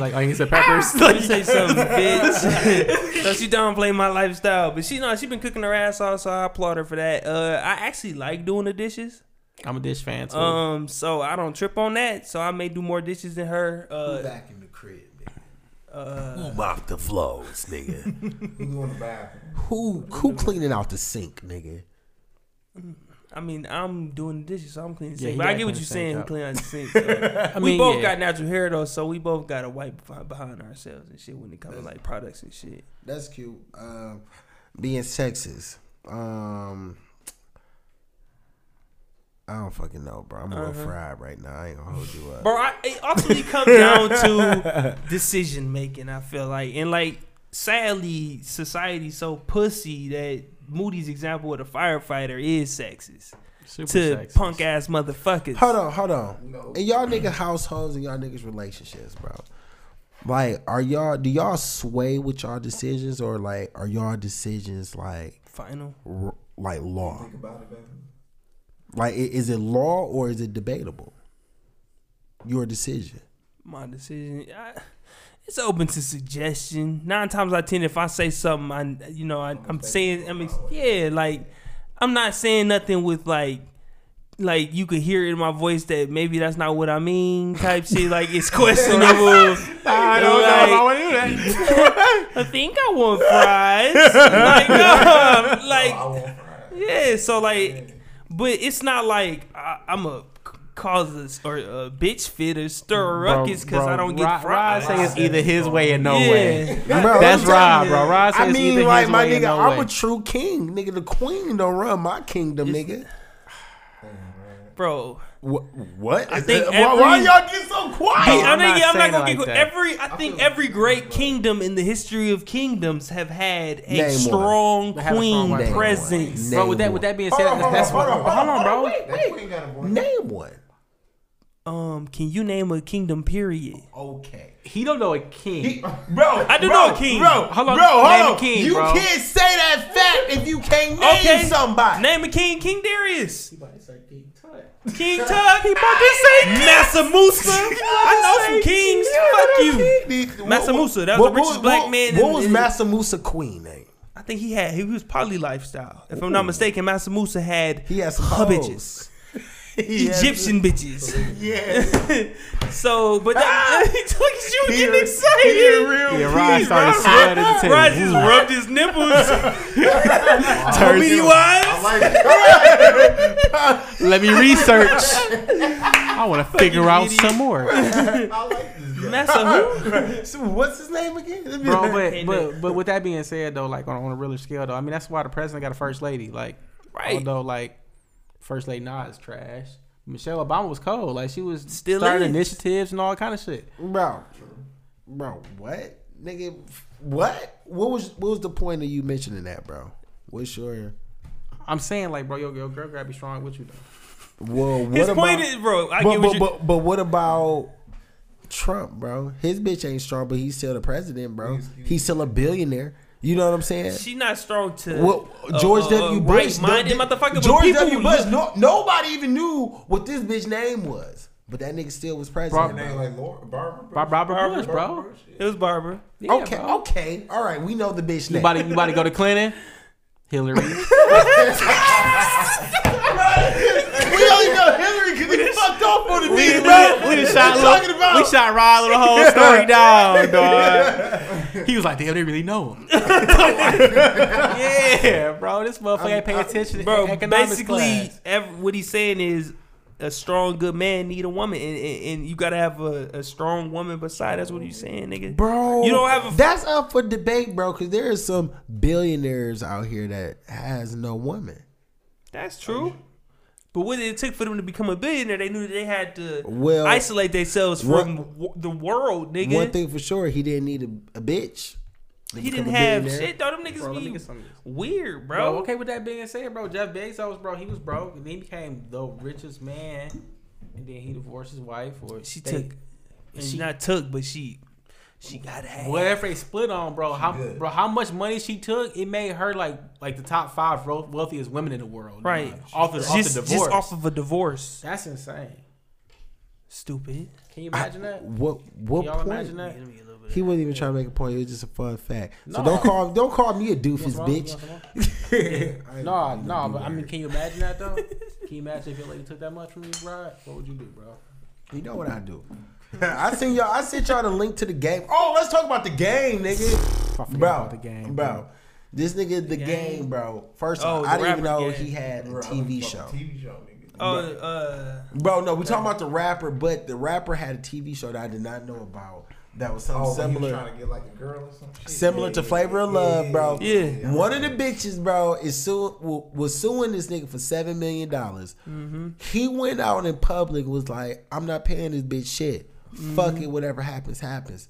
[SPEAKER 3] (laughs)
[SPEAKER 4] like onions and peppers.
[SPEAKER 3] Let me say something,
[SPEAKER 4] (laughs)
[SPEAKER 3] bitch. so she downplayed my lifestyle, but she know she been cooking her ass off, so I applaud her for that. Uh, I actually like doing the dishes.
[SPEAKER 4] I'm a dish fan too.
[SPEAKER 3] Um, so I don't trip on that. So I may do more dishes than her.
[SPEAKER 6] Who
[SPEAKER 3] Uh,
[SPEAKER 6] back in the crib,
[SPEAKER 3] uh
[SPEAKER 6] nigga? Who mop the floors, nigga?
[SPEAKER 1] (laughs)
[SPEAKER 5] Who doing the bathroom?
[SPEAKER 1] Who who cleaning out the sink, nigga?
[SPEAKER 3] I mean, I'm doing the dishes, so I'm cleaning the
[SPEAKER 4] Yeah,
[SPEAKER 3] sink.
[SPEAKER 4] he
[SPEAKER 3] but I
[SPEAKER 4] gotta
[SPEAKER 3] get what
[SPEAKER 4] clean
[SPEAKER 3] you're
[SPEAKER 4] the sink
[SPEAKER 3] saying. Who
[SPEAKER 4] up.
[SPEAKER 3] clean out the
[SPEAKER 4] (laughs)
[SPEAKER 3] sink? so.
[SPEAKER 4] I
[SPEAKER 3] we both
[SPEAKER 4] yeah.
[SPEAKER 3] got natural hair though, so we both got to wipe behind- behind ourselves and shit when it comes to like products and shit.
[SPEAKER 1] That's cute. Um, being sexist. Um, I don't fucking know, bro. I'm a little
[SPEAKER 3] Uh-huh.
[SPEAKER 1] fried right now. I ain't gonna hold you up.
[SPEAKER 3] Bro, I, it ultimately comes down to decision making. I feel like, and like, sadly, society's so pussy that Moody's example of the firefighter is sexist
[SPEAKER 4] Super
[SPEAKER 3] to
[SPEAKER 4] sexist.
[SPEAKER 3] punk ass motherfuckers.
[SPEAKER 1] Hold on, hold on.
[SPEAKER 5] No.
[SPEAKER 1] In y'all nigga households and y'all niggas relationships, bro. Like, are y'all do y'all sway with y'all decisions or like are y'all decisions like
[SPEAKER 3] Final.
[SPEAKER 1] r- like law?
[SPEAKER 5] Think about it, baby.
[SPEAKER 1] Like, i- is it law or is it debatable? Your decision.
[SPEAKER 3] my decision. I, it's open to suggestion. Nine times out of ten, if I say something, I you know I, I'm saying I mean yeah, like I'm not saying nothing with like like you could hear it in my voice that maybe that's not what I mean type shit. Like it's questionable. (laughs)
[SPEAKER 4] I
[SPEAKER 3] don't know if I
[SPEAKER 4] want to do that.
[SPEAKER 3] I think I want fries. like no, like
[SPEAKER 5] I want fried.
[SPEAKER 3] yeah, so like, but it's not like I, I'm a c- cause this or a bitch fit or stir a ruckus because I don't get
[SPEAKER 4] Rod
[SPEAKER 3] fries.
[SPEAKER 4] say it's either his way or no
[SPEAKER 3] yeah.
[SPEAKER 4] way.
[SPEAKER 1] Bro,
[SPEAKER 4] That's
[SPEAKER 1] I'm telling
[SPEAKER 4] Rob,
[SPEAKER 1] you.
[SPEAKER 4] bro. Rob says
[SPEAKER 1] I mean,
[SPEAKER 4] either
[SPEAKER 1] like
[SPEAKER 4] his
[SPEAKER 1] my
[SPEAKER 4] way or
[SPEAKER 1] nigga,
[SPEAKER 4] no
[SPEAKER 1] I'm
[SPEAKER 4] way.
[SPEAKER 1] a true king, nigga. The queen don't run my kingdom, nigga.
[SPEAKER 3] bro.
[SPEAKER 1] What? what?
[SPEAKER 3] I think
[SPEAKER 1] why, why
[SPEAKER 3] every-
[SPEAKER 1] y'all get so quiet?
[SPEAKER 3] Hey,
[SPEAKER 4] No,
[SPEAKER 3] I'm, not,
[SPEAKER 4] I'm not
[SPEAKER 3] I'm not
[SPEAKER 4] saying
[SPEAKER 3] gonna
[SPEAKER 4] it
[SPEAKER 3] get
[SPEAKER 4] like that.
[SPEAKER 3] every. I think every great kingdom in the history of kingdoms have had a
[SPEAKER 1] Name one.
[SPEAKER 3] strong
[SPEAKER 4] They have a strong
[SPEAKER 3] queen
[SPEAKER 4] white
[SPEAKER 1] woman.
[SPEAKER 3] presence.
[SPEAKER 1] Name
[SPEAKER 4] Bro, with that,
[SPEAKER 1] one.
[SPEAKER 4] with that being said, that's, that's what. Hold on, bro.
[SPEAKER 5] That queen got a voice.
[SPEAKER 1] Name one.
[SPEAKER 3] Um, can you name a kingdom? Period.
[SPEAKER 1] Okay.
[SPEAKER 4] He don't know a king.
[SPEAKER 6] Bro,
[SPEAKER 3] I do know a king.
[SPEAKER 6] Bro,
[SPEAKER 4] Hold on,
[SPEAKER 6] bro, hold
[SPEAKER 4] name a
[SPEAKER 6] on.
[SPEAKER 4] king,
[SPEAKER 6] you
[SPEAKER 4] bro.
[SPEAKER 6] can't say that fact if you can't name
[SPEAKER 3] Okay,
[SPEAKER 6] somebody.
[SPEAKER 3] Name a king. King Darius. King Tut. He about to say Massa Musa. I know some kings. Fuck you, Massa Musa. That was the richest black man.
[SPEAKER 1] What
[SPEAKER 3] in-
[SPEAKER 1] was
[SPEAKER 3] in-
[SPEAKER 1] Massa Musa Queen name?
[SPEAKER 3] I think he had. He was poly lifestyle. If I'm not mistaken, Massa Musa had.
[SPEAKER 1] He has some
[SPEAKER 3] her
[SPEAKER 1] hoes. (laughs)
[SPEAKER 3] bitches. Egyptian bitches. Yeah. (laughs) so, but
[SPEAKER 1] Ah!
[SPEAKER 3] (laughs) that, look at you getting excited.
[SPEAKER 6] real
[SPEAKER 4] Yeah, Rod started sweating. at the
[SPEAKER 3] Rod
[SPEAKER 4] table.
[SPEAKER 3] just rubbed his
[SPEAKER 4] (laughs)
[SPEAKER 3] nipples. (laughs)
[SPEAKER 4] Turns
[SPEAKER 3] Meaty
[SPEAKER 4] him-
[SPEAKER 3] wise.
[SPEAKER 5] Like, it.
[SPEAKER 3] (laughs)
[SPEAKER 4] Let me research. I want to figure out
[SPEAKER 3] idiot.
[SPEAKER 4] some more,
[SPEAKER 5] I like this guy.
[SPEAKER 3] Massa
[SPEAKER 1] (laughs)
[SPEAKER 3] who?
[SPEAKER 6] So what's his name again?
[SPEAKER 4] (laughs) bro. But but but with that being said, though, like on, on a realer scale, though, I mean that's why the president got a first lady. Like,
[SPEAKER 3] Right.
[SPEAKER 4] although like first lady Nas is trash. Michelle Obama was cold. Like she was
[SPEAKER 3] Still
[SPEAKER 4] starting
[SPEAKER 3] is.
[SPEAKER 4] initiatives and all kind of shit.
[SPEAKER 1] Bro. Bro, what? Nigga, what? What was what was the point of you mentioning that, bro? What's your
[SPEAKER 4] I'm saying like, bro, your, your girl gotta be strong with you. Though.
[SPEAKER 1] well what
[SPEAKER 3] His
[SPEAKER 1] about,
[SPEAKER 3] point is, bro. I
[SPEAKER 1] but,
[SPEAKER 3] get
[SPEAKER 1] but,
[SPEAKER 3] what you.
[SPEAKER 1] but, but what about Trump, bro? His bitch ain't strong, but he's still the president, bro. He's still a billionaire. You know what I'm saying?
[SPEAKER 3] She not strong to
[SPEAKER 1] Well, George W. Bush,
[SPEAKER 3] Uh, minded
[SPEAKER 1] the-
[SPEAKER 3] motherfucker.
[SPEAKER 1] George
[SPEAKER 3] but people,
[SPEAKER 1] W. Bush. No, nobody even knew what this bitch name was, but that nigga still was president.
[SPEAKER 4] Bro,
[SPEAKER 1] bro.
[SPEAKER 5] Name like Laura, Barbara. Bush?
[SPEAKER 4] Bob- Barbara, Bush, bro.
[SPEAKER 5] Barbara Bush?
[SPEAKER 3] It was Barbara.
[SPEAKER 4] Yeah,
[SPEAKER 1] okay,
[SPEAKER 4] bro.
[SPEAKER 1] okay, all right. We know the bitch
[SPEAKER 4] You
[SPEAKER 1] name.
[SPEAKER 4] about to, you about to go to Clinton? Hillary.
[SPEAKER 6] We only know Hillary because he fucked off on the
[SPEAKER 4] we,
[SPEAKER 6] beat,
[SPEAKER 4] we,
[SPEAKER 6] bro.
[SPEAKER 4] we done shot little,
[SPEAKER 6] talking about?
[SPEAKER 4] we shot Rod little whole story down, dog. He was like, damn, they really know him.
[SPEAKER 3] (laughs)
[SPEAKER 4] yeah, (laughs) bro, this motherfucker ain't pay attention.
[SPEAKER 3] bro.
[SPEAKER 4] to E-, economics
[SPEAKER 3] Basically,
[SPEAKER 4] class.
[SPEAKER 3] ev- what he's saying is a strong, good man need a woman, and, and, and you gotta have a, a strong woman beside. That's what he's saying, nigga.
[SPEAKER 1] bro.
[SPEAKER 3] you don't have a
[SPEAKER 1] that's up for debate, bro. Because there is some billionaires out here that has no woman.
[SPEAKER 3] That's true. But what it took for them to become a billionaire, they knew that they had to
[SPEAKER 1] Well,
[SPEAKER 3] isolate themselves
[SPEAKER 1] one-
[SPEAKER 3] from w- the world, nigga.
[SPEAKER 1] One thing for sure, he didn't need a, a bitch. to
[SPEAKER 3] he
[SPEAKER 1] become
[SPEAKER 3] didn't
[SPEAKER 1] a
[SPEAKER 3] have
[SPEAKER 1] billionaire.
[SPEAKER 3] shit, though. Them niggas
[SPEAKER 4] Bro, let me
[SPEAKER 3] be
[SPEAKER 4] get some of this.
[SPEAKER 3] weird, bro.
[SPEAKER 4] Bro, okay, with that being said, bro, Jeff Bezos, bro, he was broke and then he became the richest man. And then he divorced his wife or
[SPEAKER 3] She
[SPEAKER 4] they-
[SPEAKER 3] took, she
[SPEAKER 4] she-
[SPEAKER 3] not took, but she, she got half.
[SPEAKER 4] whatever they split on, bro. How
[SPEAKER 5] good.
[SPEAKER 4] bro, how much money she took, it made her like like the top five ro- wealthiest women in the world.
[SPEAKER 3] Right.
[SPEAKER 4] Like, off the, off the
[SPEAKER 3] Just,
[SPEAKER 4] divorce.
[SPEAKER 3] just off of a divorce.
[SPEAKER 4] That's insane.
[SPEAKER 3] Stupid.
[SPEAKER 4] Can you imagine that?
[SPEAKER 1] What what
[SPEAKER 4] Y'all
[SPEAKER 1] point?
[SPEAKER 4] imagine that?
[SPEAKER 1] He wasn't even trying to make a point. It was just a fun fact. So
[SPEAKER 4] No.
[SPEAKER 1] don't call don't call me a doofus,
[SPEAKER 4] What's wrong?
[SPEAKER 1] bitch. I-
[SPEAKER 4] No, no, but I mean, can you imagine
[SPEAKER 1] (laughs)
[SPEAKER 4] that though? Can you imagine if your lady took that much from you, bro? What would you do, bro?
[SPEAKER 1] you know what I do. (laughs) I seen y'all. I sent y'all the link to the game. Oh, let's talk about the game, nigga.
[SPEAKER 4] I forgot
[SPEAKER 1] bro,
[SPEAKER 4] about the game,
[SPEAKER 1] bro. This nigga, the game, bro. First
[SPEAKER 3] Oh,
[SPEAKER 1] off,
[SPEAKER 3] the
[SPEAKER 1] I didn't even
[SPEAKER 3] rapper
[SPEAKER 1] know
[SPEAKER 3] Game.
[SPEAKER 1] he had a
[SPEAKER 5] Bro,
[SPEAKER 1] TV
[SPEAKER 5] fuck
[SPEAKER 1] show.
[SPEAKER 5] TV show, nigga.
[SPEAKER 3] Oh, uh,
[SPEAKER 1] Bro, no, we talking about the rapper, but the rapper had a TV show that I did not know about. That was something
[SPEAKER 5] Oh, when he was
[SPEAKER 1] similar.
[SPEAKER 5] trying to get like a girl or some shit.
[SPEAKER 1] Similar to Flavor of Love,
[SPEAKER 5] (laughs)
[SPEAKER 1] bro.
[SPEAKER 3] Yeah. Yeah.
[SPEAKER 1] One of the bitches, bro, is suing wa- was suing this nigga for seven million dollars.
[SPEAKER 3] Mm-hmm.
[SPEAKER 1] He went out in public and was like, "I'm not paying this bitch shit.
[SPEAKER 3] Mm-hmm.
[SPEAKER 1] Fuck it, whatever happens, happens."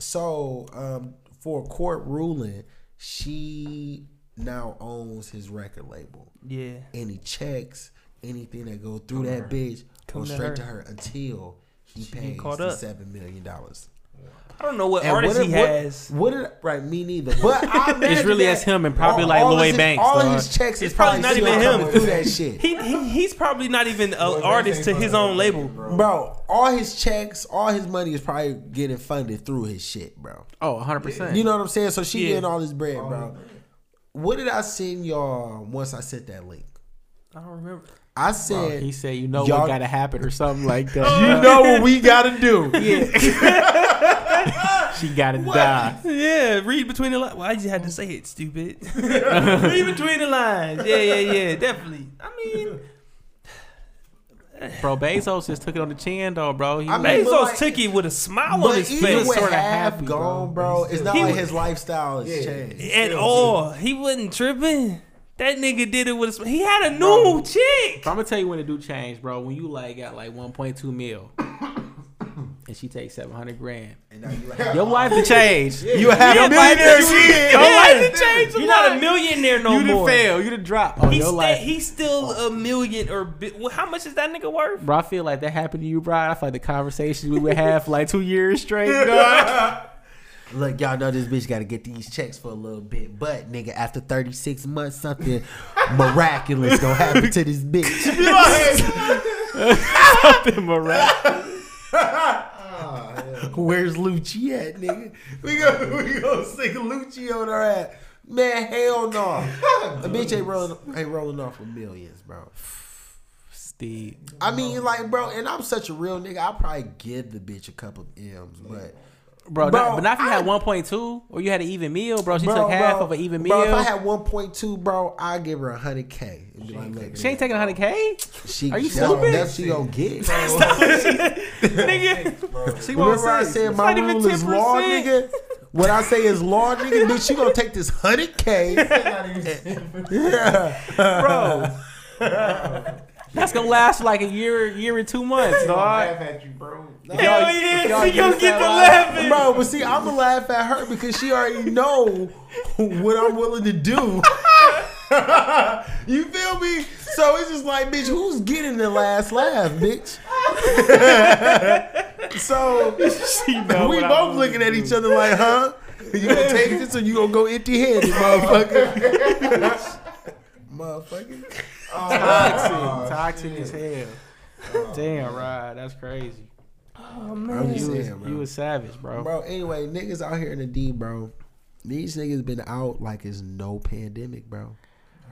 [SPEAKER 1] So, um, for a court ruling, she now owns his record label
[SPEAKER 3] yeah.
[SPEAKER 1] any checks, anything that go through that bitch
[SPEAKER 3] Come
[SPEAKER 1] go
[SPEAKER 3] to
[SPEAKER 1] straight
[SPEAKER 3] her.
[SPEAKER 1] to her until he
[SPEAKER 3] get
[SPEAKER 1] pays
[SPEAKER 3] caught
[SPEAKER 1] the
[SPEAKER 3] up.
[SPEAKER 1] seven million dollars.
[SPEAKER 3] I don't know what artist
[SPEAKER 1] what,
[SPEAKER 3] he
[SPEAKER 1] what-
[SPEAKER 3] has.
[SPEAKER 1] What, did right? Me neither. But I
[SPEAKER 4] It's
[SPEAKER 1] imagine
[SPEAKER 4] really
[SPEAKER 1] that
[SPEAKER 4] as him and probably
[SPEAKER 1] all-
[SPEAKER 4] like
[SPEAKER 1] all of
[SPEAKER 4] Lloyd
[SPEAKER 1] his-
[SPEAKER 4] Banks.
[SPEAKER 1] All
[SPEAKER 4] dog.
[SPEAKER 1] of his checks is
[SPEAKER 3] It's probably
[SPEAKER 1] probably
[SPEAKER 3] not
[SPEAKER 1] not even him
[SPEAKER 3] even him.
[SPEAKER 1] through that shit.
[SPEAKER 3] He, he he's probably not even an
[SPEAKER 5] Boy,
[SPEAKER 3] artist
[SPEAKER 5] Banks
[SPEAKER 3] to
[SPEAKER 5] ain't
[SPEAKER 3] his
[SPEAKER 5] fucking
[SPEAKER 3] own
[SPEAKER 5] with
[SPEAKER 3] label.
[SPEAKER 5] that,
[SPEAKER 1] Bro, all his checks, all his money is probably getting funded through his shit, bro.
[SPEAKER 4] Oh, 100 percent.
[SPEAKER 1] You know what I'm saying? So she
[SPEAKER 3] Yeah.
[SPEAKER 1] getting all his bread, bro. What did I send y'all once I sent that link?
[SPEAKER 3] I don't remember.
[SPEAKER 1] I said
[SPEAKER 4] he said, you know
[SPEAKER 1] Y'all-
[SPEAKER 4] what gotta happen or something like that.
[SPEAKER 1] You know what we gotta do.
[SPEAKER 4] (laughs) she gotta die.
[SPEAKER 3] (laughs) Yeah, read between the lines. Well, I just had to say it, stupid. (laughs) read between the lines. Yeah, yeah, yeah, definitely. I mean,
[SPEAKER 4] Bro, Bezos just took it on the chin though, bro. He
[SPEAKER 1] I
[SPEAKER 4] was-
[SPEAKER 1] mean,
[SPEAKER 3] (laughs) Bezos
[SPEAKER 1] but like-
[SPEAKER 3] took it with a smile on
[SPEAKER 1] But
[SPEAKER 3] his
[SPEAKER 1] even
[SPEAKER 3] face.
[SPEAKER 1] with
[SPEAKER 4] sorta
[SPEAKER 1] half
[SPEAKER 4] happy, bro.
[SPEAKER 1] gone, bro, it's not
[SPEAKER 3] He
[SPEAKER 1] like
[SPEAKER 3] was-
[SPEAKER 1] his lifestyle has
[SPEAKER 5] Yeah.
[SPEAKER 1] changed.
[SPEAKER 3] At all. He wasn't tripping. That nigga did it with a smile. He had a new chick.
[SPEAKER 4] I'm gonna tell you when it do change, bro. When you like got like 1.2
[SPEAKER 1] (coughs)
[SPEAKER 4] mil, and she takes 700 grand,
[SPEAKER 1] And now you have-
[SPEAKER 4] your life to change.
[SPEAKER 1] You have
[SPEAKER 3] Yeah,
[SPEAKER 1] a
[SPEAKER 3] like,
[SPEAKER 1] millionaire
[SPEAKER 3] you-
[SPEAKER 1] kid.
[SPEAKER 3] Yeah,
[SPEAKER 4] Your life
[SPEAKER 3] you-
[SPEAKER 4] to change a
[SPEAKER 3] You're not a
[SPEAKER 4] lot.
[SPEAKER 3] millionaire no
[SPEAKER 4] you done
[SPEAKER 3] more.
[SPEAKER 4] fail. You done drop on
[SPEAKER 3] He's,
[SPEAKER 4] your
[SPEAKER 3] sta-
[SPEAKER 4] life. Oh.
[SPEAKER 3] he's still a million or bi- well, how much is that nigga worth?
[SPEAKER 4] Bro, I feel like that happened to you, bro. I feel like the conversations we would have for like two years straight.
[SPEAKER 1] (laughs)
[SPEAKER 4] (laughs) dog.
[SPEAKER 1] Look, y'all know this bitch got to get these checks for a little bit, but nigga, after 36 months, (laughs) something miraculous gonna happen to this (laughs) bitch.
[SPEAKER 4] Them a rap.
[SPEAKER 1] (laughs) Where's Lucci at, nigga?
[SPEAKER 5] We go, we go sing
[SPEAKER 1] Lucci on her ass. Man, hell (laughs) no. A bitch ain't rolling, ain't rolling off with millions, bro.
[SPEAKER 4] Steve.
[SPEAKER 1] I mean, like, bro, and I'm such a real nigga. I'll probably give the bitch a couple of M's, but
[SPEAKER 4] Bro,
[SPEAKER 1] Bro,
[SPEAKER 4] not, but not if you
[SPEAKER 1] I-
[SPEAKER 4] had 1.2 or you had an even meal, bro. She
[SPEAKER 1] bro,
[SPEAKER 4] took half
[SPEAKER 1] bro,
[SPEAKER 4] of an even meal.
[SPEAKER 1] Bro, if I had 1.2, bro, I'd give her 100K. And be like, look,
[SPEAKER 4] she ain't taking (laughs) 100K.
[SPEAKER 1] She,
[SPEAKER 4] Are you
[SPEAKER 1] that's-
[SPEAKER 4] stupid?
[SPEAKER 1] That's she gonna get.
[SPEAKER 3] nigga,
[SPEAKER 4] She won't
[SPEAKER 1] Remember I
[SPEAKER 4] say-
[SPEAKER 1] said my
[SPEAKER 3] not even
[SPEAKER 1] rule is law,
[SPEAKER 3] 10%.
[SPEAKER 1] nigga. What I say is law, nigga. Bitch, she gonna take this
[SPEAKER 5] (laughs)
[SPEAKER 1] 100K.
[SPEAKER 4] (laughs)
[SPEAKER 1] (laughs)
[SPEAKER 4] bro. That's gonna last like a year, year and two months, dog.
[SPEAKER 5] laugh at you, bro.
[SPEAKER 3] hell yeah,
[SPEAKER 4] y'all
[SPEAKER 3] she gonna
[SPEAKER 4] use
[SPEAKER 3] get
[SPEAKER 4] that
[SPEAKER 3] the
[SPEAKER 4] line-
[SPEAKER 3] laughing.
[SPEAKER 1] Bro, but see, I'ma laugh at her because she already know what I'm willing to do. (laughs) you feel me? So it's just like, bitch, who's getting the last laugh, bitch? (laughs) so we both looking at each other like, huh? You gonna take this or you gonna go empty headed, motherfucker? motherfucker.
[SPEAKER 5] Oh,
[SPEAKER 4] Toxic, toxic as hell. Oh, Damn, Rod, that's crazy.
[SPEAKER 1] I'm just
[SPEAKER 4] You was,
[SPEAKER 1] saying, bro.
[SPEAKER 4] you was savage, bro.
[SPEAKER 1] Bro, anyway, niggas out here in the D, bro. These niggas been out like it's no pandemic, bro.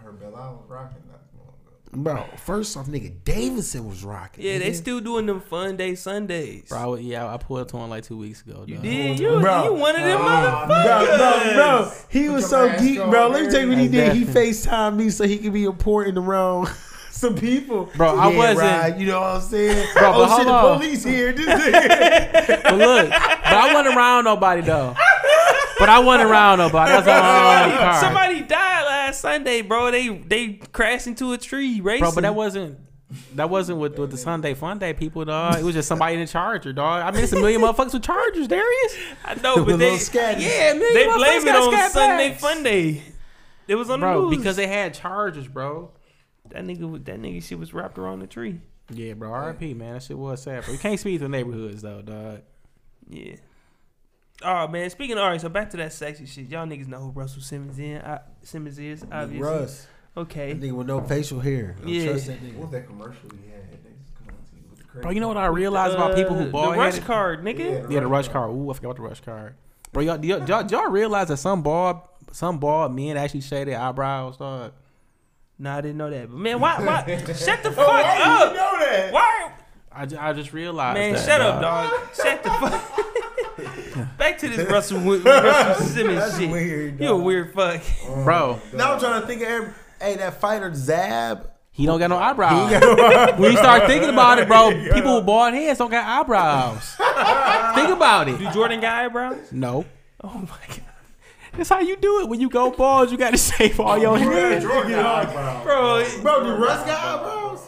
[SPEAKER 5] Her Bell Island rocking not too long ago.
[SPEAKER 1] Bro, first off, nigga, Davidson was rocking.
[SPEAKER 3] Yeah, they
[SPEAKER 1] nigga.
[SPEAKER 3] still doing them fun day Sundays.
[SPEAKER 4] Bro, Oh, I was- yeah, I pulled up to one like two weeks ago.
[SPEAKER 3] You
[SPEAKER 4] dog.
[SPEAKER 3] did you?
[SPEAKER 1] Bro.
[SPEAKER 3] You one of
[SPEAKER 4] Oh,
[SPEAKER 3] them
[SPEAKER 5] Nah,
[SPEAKER 1] Bro, bro,
[SPEAKER 3] motherfuckers.
[SPEAKER 1] bro, he was
[SPEAKER 5] your
[SPEAKER 1] so
[SPEAKER 5] mask
[SPEAKER 1] geek,
[SPEAKER 5] on,
[SPEAKER 1] bro. Let me
[SPEAKER 5] nigga.
[SPEAKER 1] tell you what he
[SPEAKER 4] That's
[SPEAKER 1] did. He
[SPEAKER 4] definitely-
[SPEAKER 1] FaceTimed me so he could be important around (laughs) some people.
[SPEAKER 4] Bro, I wasn't-
[SPEAKER 1] Rod, you know what I'm saying?
[SPEAKER 4] Bro, but
[SPEAKER 1] oh shit,
[SPEAKER 4] hold on.
[SPEAKER 1] the police
[SPEAKER 4] (laughs)
[SPEAKER 1] here. This nigga.
[SPEAKER 4] But look, but I wasn't around nobody (laughs) though. But I wasn't around nobody. That's all I
[SPEAKER 3] Somebody,
[SPEAKER 4] car.
[SPEAKER 3] somebody died last Sunday, bro. They they crashed into a tree racing.
[SPEAKER 4] Bro, but that wasn't That wasn't with, with the Sunday Fun Day people, dog. It was just somebody in a charger, dog. I mean, it's a million motherfuckers with chargers, Darius.
[SPEAKER 3] I
[SPEAKER 4] (laughs)
[SPEAKER 3] know,
[SPEAKER 1] With a
[SPEAKER 3] but they
[SPEAKER 1] little scatty.
[SPEAKER 3] yeah, man, they
[SPEAKER 4] motherfuckers
[SPEAKER 3] blame it
[SPEAKER 4] got
[SPEAKER 3] on
[SPEAKER 4] scat
[SPEAKER 3] Sunday
[SPEAKER 4] packs.
[SPEAKER 3] Fun Day. It was on the
[SPEAKER 4] Bro,
[SPEAKER 3] news.
[SPEAKER 4] because they had chargers, bro.
[SPEAKER 3] that nigga, was- that nigga shit was wrapped around the tree.
[SPEAKER 4] Yeah, bro. RIP, man. That shit was sad, bro. You can't speak to neighborhoods, though, dog.
[SPEAKER 3] Yeah. Oh man, speaking of all right, so back to that sexy shit. Y'all niggas know who Russell Simmons in I, Simmons is, obviously.
[SPEAKER 1] Russ, that
[SPEAKER 3] Okay.
[SPEAKER 1] nigga with no facial hair. Don't
[SPEAKER 3] Yeah.
[SPEAKER 1] trust that
[SPEAKER 5] What
[SPEAKER 1] nigga.
[SPEAKER 5] was that commercial we had? They just come on to you with the crazy.
[SPEAKER 4] Bro, you know what I realized about people
[SPEAKER 3] Uh,
[SPEAKER 4] who
[SPEAKER 3] the
[SPEAKER 4] bald
[SPEAKER 3] rush
[SPEAKER 4] headed?
[SPEAKER 3] card, nigga.
[SPEAKER 5] Yeah,
[SPEAKER 4] Yeah, the rush card. Ooh, I forgot about the rush card. Bro, y'all, do y'all, do y'all, do y'all realize that some bald, some bald men actually shave their eyebrows, dog?
[SPEAKER 3] Nah, I didn't know that. But man, why? why shut the fuck up.
[SPEAKER 6] know that.
[SPEAKER 3] Why?
[SPEAKER 4] I, ju- I just realized.
[SPEAKER 3] Man,
[SPEAKER 4] that,
[SPEAKER 3] shut
[SPEAKER 4] dawg.
[SPEAKER 3] up, dog. Shut the fuck. back to this Russell, Wi- Russell Simmons
[SPEAKER 1] That's
[SPEAKER 3] shit.
[SPEAKER 1] weird.
[SPEAKER 3] You a
[SPEAKER 1] dog.
[SPEAKER 3] weird fuck.
[SPEAKER 4] Bro,
[SPEAKER 1] Now I'm trying to think of every. Hey, that fighter Zab.
[SPEAKER 4] he don't got no eyebrows. when you start thinking about it,
[SPEAKER 3] (laughs)
[SPEAKER 4] bro, people with bald heads don't got eyebrows. Think about it.
[SPEAKER 3] Do Jordan got eyebrows?
[SPEAKER 4] No.
[SPEAKER 3] (laughs) Oh my god,
[SPEAKER 4] That's how you do it. When you go bald, you got to (laughs) shave all
[SPEAKER 3] Oh,
[SPEAKER 4] your hair. (laughs)
[SPEAKER 6] Jordan got eyebrows.
[SPEAKER 3] bro.
[SPEAKER 1] Bro, do Russ got eyebrows?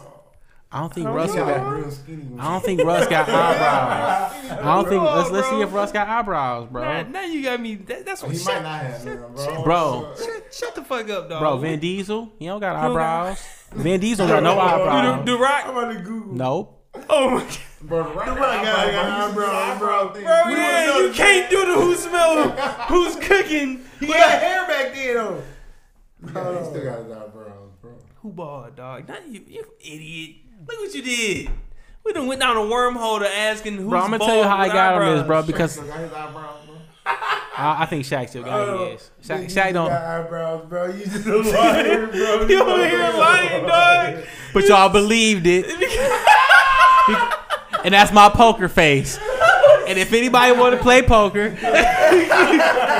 [SPEAKER 4] I don't think
[SPEAKER 3] Oh,
[SPEAKER 4] Russ
[SPEAKER 5] Yeah,
[SPEAKER 4] got.
[SPEAKER 5] that real skinny one.
[SPEAKER 4] I don't think Russ
[SPEAKER 3] (laughs)
[SPEAKER 4] got eyebrows. I don't think. Let's, let's see
[SPEAKER 3] bro.
[SPEAKER 4] if Russ got eyebrows,
[SPEAKER 3] Nah,
[SPEAKER 4] bro.
[SPEAKER 3] now you got me. That, that's what.
[SPEAKER 5] Oh, He
[SPEAKER 3] Shut,
[SPEAKER 5] might not have them, bro.
[SPEAKER 4] Bro,
[SPEAKER 3] shut, shut the fuck up, dog.
[SPEAKER 4] bro, Vin Diesel, he don't got
[SPEAKER 3] don't got-
[SPEAKER 4] eyebrows. Vin Diesel got no
[SPEAKER 3] Do the,
[SPEAKER 4] eyebrows.
[SPEAKER 3] the
[SPEAKER 6] I'm
[SPEAKER 3] Rock.
[SPEAKER 6] about to Google.
[SPEAKER 4] Nope.
[SPEAKER 3] Oh my god.
[SPEAKER 5] Bro, the right
[SPEAKER 6] I got I got eyebrows, bro.
[SPEAKER 3] Bro,
[SPEAKER 6] We
[SPEAKER 3] Oh, yeah,
[SPEAKER 6] wanna know-
[SPEAKER 3] you can't do the who
[SPEAKER 4] (laughs)
[SPEAKER 3] smell who's cooking.
[SPEAKER 1] He got hair back then though.
[SPEAKER 5] Yeah, he
[SPEAKER 1] Oh.
[SPEAKER 5] still got his eyebrows, bro.
[SPEAKER 3] Who ball, dog? Not you, you idiot. Look what you did. We done went down a wormhole to asking who's
[SPEAKER 4] Bro, I'm gonna tell you how I got him is, bro, because
[SPEAKER 5] Still got his eyebrows, bro.
[SPEAKER 4] I, I think Shaq still got
[SPEAKER 3] (laughs)
[SPEAKER 4] his. Shaq, Shaq don't.
[SPEAKER 5] got eyebrows, bro. You just a
[SPEAKER 4] (laughs)
[SPEAKER 5] liar, bro.
[SPEAKER 3] You over here lying, dog.
[SPEAKER 4] But y'all believed (laughs) it. Be- and that's my poker face. And if anybody want to play poker, (laughs)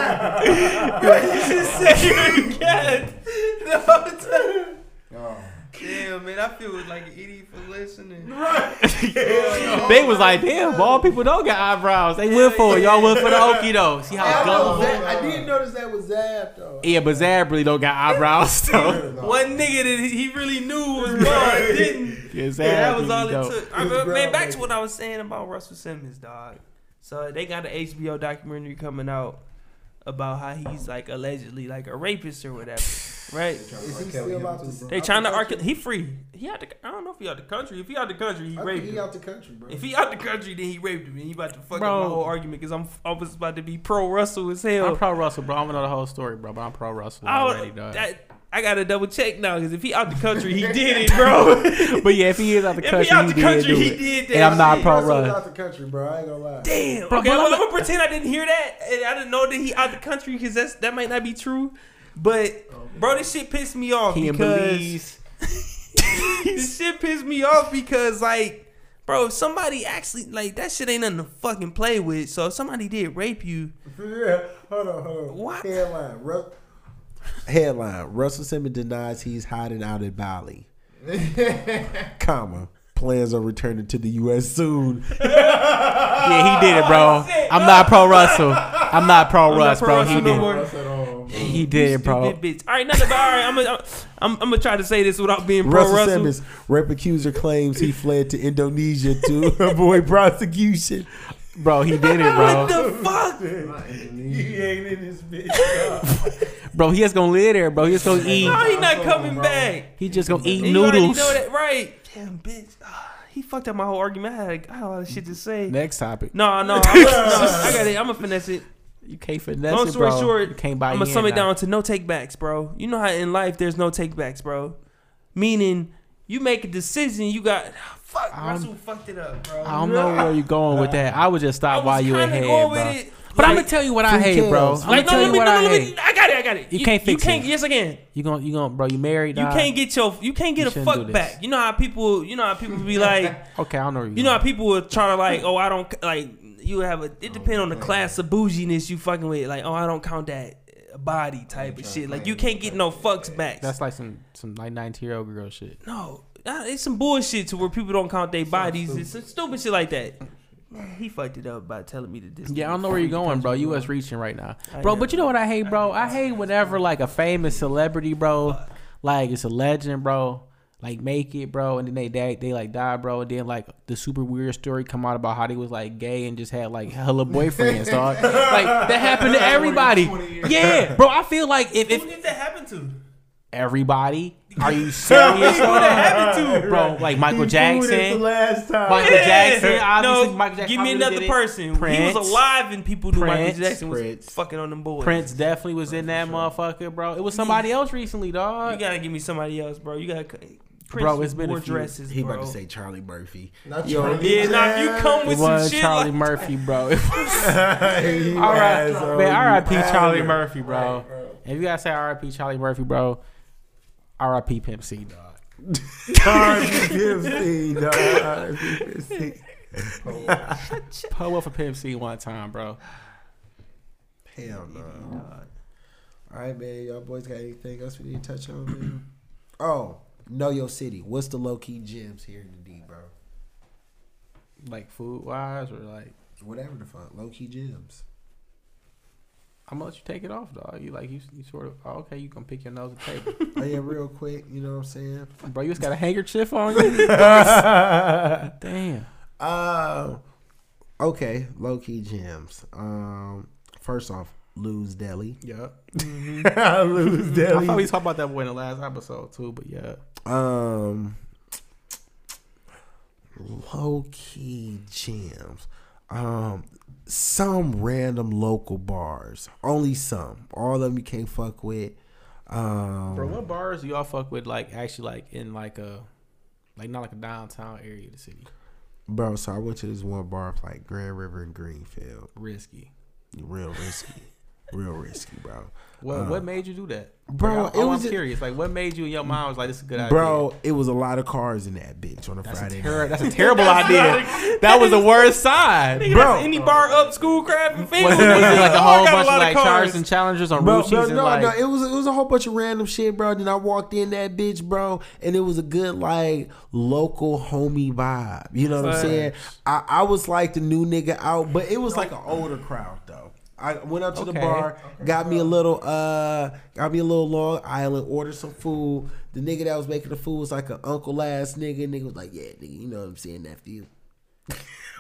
[SPEAKER 3] You just said you got (laughs) the whole time.
[SPEAKER 5] Oh.
[SPEAKER 3] Damn, man, I feel like an idiot for listening.
[SPEAKER 4] they was like, damn, bald people don't got eyebrows. They went for it. Y'all went for the okie though.
[SPEAKER 3] Oh,
[SPEAKER 4] See how
[SPEAKER 1] I, know
[SPEAKER 4] dumb.
[SPEAKER 1] Zab, I did notice that was Zab though.
[SPEAKER 4] Yeah, but Zab really don't got eyebrows though.
[SPEAKER 3] One nigga that he really knew was bald didn't.
[SPEAKER 4] Yeah, Zab
[SPEAKER 3] Yeah, that was
[SPEAKER 4] really
[SPEAKER 3] all it
[SPEAKER 4] don't.
[SPEAKER 3] took.
[SPEAKER 1] It
[SPEAKER 3] I
[SPEAKER 1] was
[SPEAKER 3] mean, man,
[SPEAKER 1] groundbreaking.
[SPEAKER 3] back to what I was saying about Russell Simmons, dog. So they got an HBO documentary coming out about how he's like allegedly like a rapist
[SPEAKER 1] (laughs)
[SPEAKER 3] or whatever, right?
[SPEAKER 1] Is he still about to?
[SPEAKER 3] They trying to argue. He free. He out the. I don't know if he out the country. If he out the country, he
[SPEAKER 1] I
[SPEAKER 3] raped
[SPEAKER 1] think he
[SPEAKER 3] him.
[SPEAKER 1] out the country, bro.
[SPEAKER 3] If he out the country, then he raped me. He about to fuck
[SPEAKER 4] Bro.
[SPEAKER 3] up my whole argument because I'm I was about to be pro Russell as
[SPEAKER 4] I'm
[SPEAKER 3] hell.
[SPEAKER 4] pro Russell, bro. I don't know the whole story, bro, but I'm pro Russell
[SPEAKER 3] I, don't-
[SPEAKER 4] already, dog.
[SPEAKER 3] that- I gotta double check now because if he out the country,
[SPEAKER 1] (laughs)
[SPEAKER 3] he did it, bro.
[SPEAKER 4] (laughs) But yeah, if he is out the
[SPEAKER 3] If he
[SPEAKER 4] country,
[SPEAKER 3] out
[SPEAKER 4] he,
[SPEAKER 3] the country,
[SPEAKER 4] did do
[SPEAKER 3] he
[SPEAKER 4] it.
[SPEAKER 3] did that
[SPEAKER 4] And I'm not
[SPEAKER 3] shit.
[SPEAKER 4] pro
[SPEAKER 1] Russell's
[SPEAKER 4] Russ.
[SPEAKER 1] out the country, bro. I ain't gonna lie.
[SPEAKER 3] Damn.
[SPEAKER 4] Bro,
[SPEAKER 3] okay,
[SPEAKER 4] but
[SPEAKER 3] well, I'm,
[SPEAKER 4] I'm a-
[SPEAKER 3] gonna pretend I didn't hear that, and I didn't know that he out the country because that's that might not be true. But bro, this shit pissed me off
[SPEAKER 4] He in
[SPEAKER 3] because
[SPEAKER 4] Belize.
[SPEAKER 3] (laughs) this shit pissed me off because like, bro, if somebody actually like that shit ain't nothing to fucking play with. So if somebody did rape you,
[SPEAKER 1] Yeah, hold on, hold on.
[SPEAKER 3] What?
[SPEAKER 1] Headline. Rus- Headline. Russell Simmons denies he's hiding out in
[SPEAKER 4] (laughs)
[SPEAKER 1] Bali. Comma. Plans are returning to the U.S. soon.
[SPEAKER 4] (laughs) Yeah, he did it,
[SPEAKER 3] Oh,
[SPEAKER 4] bro. I'm not pro Russell. I'm not pro Russ,
[SPEAKER 3] pro
[SPEAKER 4] bro.
[SPEAKER 3] Russell
[SPEAKER 4] He
[SPEAKER 3] no
[SPEAKER 4] did.
[SPEAKER 3] more.
[SPEAKER 5] Russ at all, bro. oh,
[SPEAKER 4] He did it, bro.
[SPEAKER 3] stupid bitch. All right, nothing. But all right, I'm gonna I'm, I'm gonna try to say this without being pro
[SPEAKER 1] Russell,
[SPEAKER 3] Russell.
[SPEAKER 1] Simmons, rape accuser claims he fled to Indonesia to
[SPEAKER 4] (laughs)
[SPEAKER 1] avoid prosecution.
[SPEAKER 4] Bro, he did it,
[SPEAKER 3] What
[SPEAKER 4] bro.
[SPEAKER 3] the
[SPEAKER 6] (laughs)
[SPEAKER 3] fuck?
[SPEAKER 6] He ain't in this bitch.
[SPEAKER 4] Bro, he just gonna live there, bro. He just gonna eat.
[SPEAKER 3] How he not
[SPEAKER 5] Russell,
[SPEAKER 3] coming
[SPEAKER 5] bro.
[SPEAKER 3] back?
[SPEAKER 4] He just gonna eat
[SPEAKER 3] You already
[SPEAKER 4] noodles.
[SPEAKER 3] know that, right? Damn, bitch. Ah, he fucked up my whole argument. I had, I had a lot of shit to say.
[SPEAKER 4] Next topic.
[SPEAKER 3] No, no, I'm, no, I got it. I'm gonna finesse it.
[SPEAKER 4] You can't finesse
[SPEAKER 3] Long
[SPEAKER 4] it,
[SPEAKER 3] story
[SPEAKER 4] bro.
[SPEAKER 3] short,
[SPEAKER 4] you can't buy
[SPEAKER 3] I'm gonna sum it down to no takebacks, bro. You know how in life there's no takebacks, bro. Meaning you make a decision, you got fuck.
[SPEAKER 4] I don't-
[SPEAKER 3] Russell fucked it up, bro.
[SPEAKER 4] I don't know where you're going with that. I would just
[SPEAKER 3] I
[SPEAKER 4] stop
[SPEAKER 3] was
[SPEAKER 4] while you
[SPEAKER 3] kinda
[SPEAKER 4] ahead,
[SPEAKER 3] going with
[SPEAKER 4] bro.
[SPEAKER 3] it.
[SPEAKER 4] But I'm
[SPEAKER 3] Like-
[SPEAKER 4] gonna tell you what I hate, bro.
[SPEAKER 1] kills.
[SPEAKER 4] I'm gonna
[SPEAKER 3] Like,
[SPEAKER 4] tell
[SPEAKER 3] no,
[SPEAKER 4] you
[SPEAKER 3] let me,
[SPEAKER 4] what
[SPEAKER 3] no,
[SPEAKER 4] I
[SPEAKER 3] let me.
[SPEAKER 4] hate.
[SPEAKER 3] I got it. I got it.
[SPEAKER 4] You can't
[SPEAKER 3] You
[SPEAKER 4] fix
[SPEAKER 3] can't.
[SPEAKER 4] it.
[SPEAKER 3] Yes, again.
[SPEAKER 4] You gonna, you gonna, bro. You married?
[SPEAKER 3] You
[SPEAKER 4] dog?
[SPEAKER 3] can't get your. You can't get
[SPEAKER 4] You
[SPEAKER 3] a
[SPEAKER 4] shouldn't do
[SPEAKER 3] fuck
[SPEAKER 4] this.
[SPEAKER 3] back. You know how people. You know how people be
[SPEAKER 4] (laughs)
[SPEAKER 3] like.
[SPEAKER 4] Okay, I know where
[SPEAKER 3] You know how people will try to like, oh, I don't c- like. You have a.
[SPEAKER 6] Oh,
[SPEAKER 3] It depend on the class of bouginess you fucking with. Like, oh, I don't count that uh, body type of shit. Like, you can't get no fucks back.
[SPEAKER 4] That's like some some like 19 year old girl shit.
[SPEAKER 3] no, Nah, it's some bullshit to where people don't count their bodies. It's some stupid shit like that. Man, he fucked it up by telling me that this.
[SPEAKER 4] Yeah, I
[SPEAKER 3] nigga
[SPEAKER 4] don't know where
[SPEAKER 3] free
[SPEAKER 4] you're going, bro.
[SPEAKER 3] country,
[SPEAKER 4] You was reaching right now,
[SPEAKER 3] I
[SPEAKER 4] bro.
[SPEAKER 3] know.
[SPEAKER 4] But you know what I hate, bro? I hate whenever like a famous celebrity, bro, like it's a legend, bro. like make it, bro, and then they die, they like die, bro, and then like the super weird story come out about how they was like gay and just had like hella boyfriends, dog. Like that happened to everybody.
[SPEAKER 5] 20 years.
[SPEAKER 4] Yeah, bro, I feel like if,
[SPEAKER 6] Who
[SPEAKER 4] if
[SPEAKER 6] did that happen to?
[SPEAKER 4] everybody, are you
[SPEAKER 1] (laughs)
[SPEAKER 4] serious,
[SPEAKER 6] happened to?
[SPEAKER 4] (laughs) bro? Like Michael Jackson,
[SPEAKER 6] last time.
[SPEAKER 4] Michael Jackson, obviously
[SPEAKER 3] no,
[SPEAKER 4] Michael Jackson
[SPEAKER 3] give me
[SPEAKER 4] probably did
[SPEAKER 3] another
[SPEAKER 4] it.
[SPEAKER 3] person.
[SPEAKER 4] Prince.
[SPEAKER 3] he was alive, and people knew
[SPEAKER 4] Prince.
[SPEAKER 3] Michael Jackson was
[SPEAKER 1] Prince.
[SPEAKER 3] fucking on them boys.
[SPEAKER 4] Prince definitely was in that motherfucker, bro. It was somebody else recently,
[SPEAKER 3] you
[SPEAKER 4] dog.
[SPEAKER 3] gotta give me somebody else, bro. You gotta. Prince
[SPEAKER 4] Bro, it's been a
[SPEAKER 3] wore
[SPEAKER 4] few-
[SPEAKER 3] dresses.
[SPEAKER 1] He
[SPEAKER 3] bro.
[SPEAKER 1] about to say Charlie Murphy.
[SPEAKER 5] Not
[SPEAKER 1] Yo,
[SPEAKER 5] Charlie.
[SPEAKER 3] Yeah, now if you
[SPEAKER 1] (laughs)
[SPEAKER 3] come
[SPEAKER 4] It
[SPEAKER 3] with some
[SPEAKER 4] was
[SPEAKER 3] shit
[SPEAKER 4] Charlie
[SPEAKER 3] like (laughs)
[SPEAKER 4] Murphy, bro.
[SPEAKER 5] All
[SPEAKER 4] All right,
[SPEAKER 1] oh,
[SPEAKER 4] man. R.I.P. Charlie Murphy, bro. If you gotta say R.I.P. Charlie Murphy, bro, R.I.P. Pimp C, dog.
[SPEAKER 1] (laughs)
[SPEAKER 4] Pull up for Pimp C one time, bro.
[SPEAKER 1] Hell no. All right, man. Y'all boys got anything else we need to touch on? Man? Oh, know your city. What's the low key gems here in the D, bro?
[SPEAKER 4] Like food wise, or like,
[SPEAKER 1] Whatever the fuck, low key gems.
[SPEAKER 4] I'm gonna let you take it off, dog. You like you, you sort of oh, okay. You can pick your nose
[SPEAKER 3] (laughs)
[SPEAKER 4] and tape,
[SPEAKER 1] Oh yeah, real quick. You know what I'm saying?
[SPEAKER 4] bro. You just got a handkerchief
[SPEAKER 3] (laughs)
[SPEAKER 4] on you. Damn.
[SPEAKER 1] Uh, okay, low key gems. Um, first off, Lou's Deli.
[SPEAKER 4] Yep.
[SPEAKER 6] I lose
[SPEAKER 4] I thought
[SPEAKER 6] that.
[SPEAKER 4] we talked about that boy in the last episode too, but yeah.
[SPEAKER 1] Um, low key gems. Um, some random local bars. Only some. All of them you can't fuck with. Um,
[SPEAKER 4] Bro, what bars do y'all fuck with? Like actually, like in like a, like not like a downtown area of the city.
[SPEAKER 1] bro, so I went to this one bar off like Grand River and Greenfield.
[SPEAKER 4] Risky.
[SPEAKER 1] Real
[SPEAKER 4] (laughs)
[SPEAKER 1] risky. Real risky, bro.
[SPEAKER 4] Well,
[SPEAKER 1] Uh,
[SPEAKER 4] what made you do that,
[SPEAKER 1] bro,
[SPEAKER 4] Like,
[SPEAKER 1] it
[SPEAKER 4] I,
[SPEAKER 1] was
[SPEAKER 4] am
[SPEAKER 1] just-
[SPEAKER 4] curious. Like, what made you and your mom was like, this is a good idea,
[SPEAKER 1] Bro, it was a lot of cars in that bitch on a
[SPEAKER 4] That's a,
[SPEAKER 1] Friday. night.
[SPEAKER 4] terri- that's
[SPEAKER 1] (laughs)
[SPEAKER 4] a terrible idea. That was the worst sign.
[SPEAKER 3] Nigga,
[SPEAKER 1] Bro.
[SPEAKER 3] that's any bar up, schoolcraft, and
[SPEAKER 4] Was
[SPEAKER 3] family.
[SPEAKER 1] (laughs)
[SPEAKER 4] it (laughs) like a whole
[SPEAKER 3] got a
[SPEAKER 4] bunch of
[SPEAKER 3] lot of
[SPEAKER 4] like
[SPEAKER 3] cars.
[SPEAKER 4] cars and challengers on
[SPEAKER 1] Bro,
[SPEAKER 4] roof
[SPEAKER 1] bro,
[SPEAKER 4] and
[SPEAKER 1] no,
[SPEAKER 4] like,
[SPEAKER 1] no, it was it was a whole bunch of random shit, bro. Then I walked in that bitch, bro, and it was a good like local homie vibe. You know what I'm
[SPEAKER 3] Facts.
[SPEAKER 1] saying? I, I was like the new nigga out, but it was like an older crowd though. I went up to the
[SPEAKER 4] Okay.
[SPEAKER 1] bar, got me a little uh, got me a little Long Island, ordered some food. The nigga that was making the food was like an uncle ass nigga. Nigga was like, yeah, nigga, you know what I'm saying, nephew. (laughs)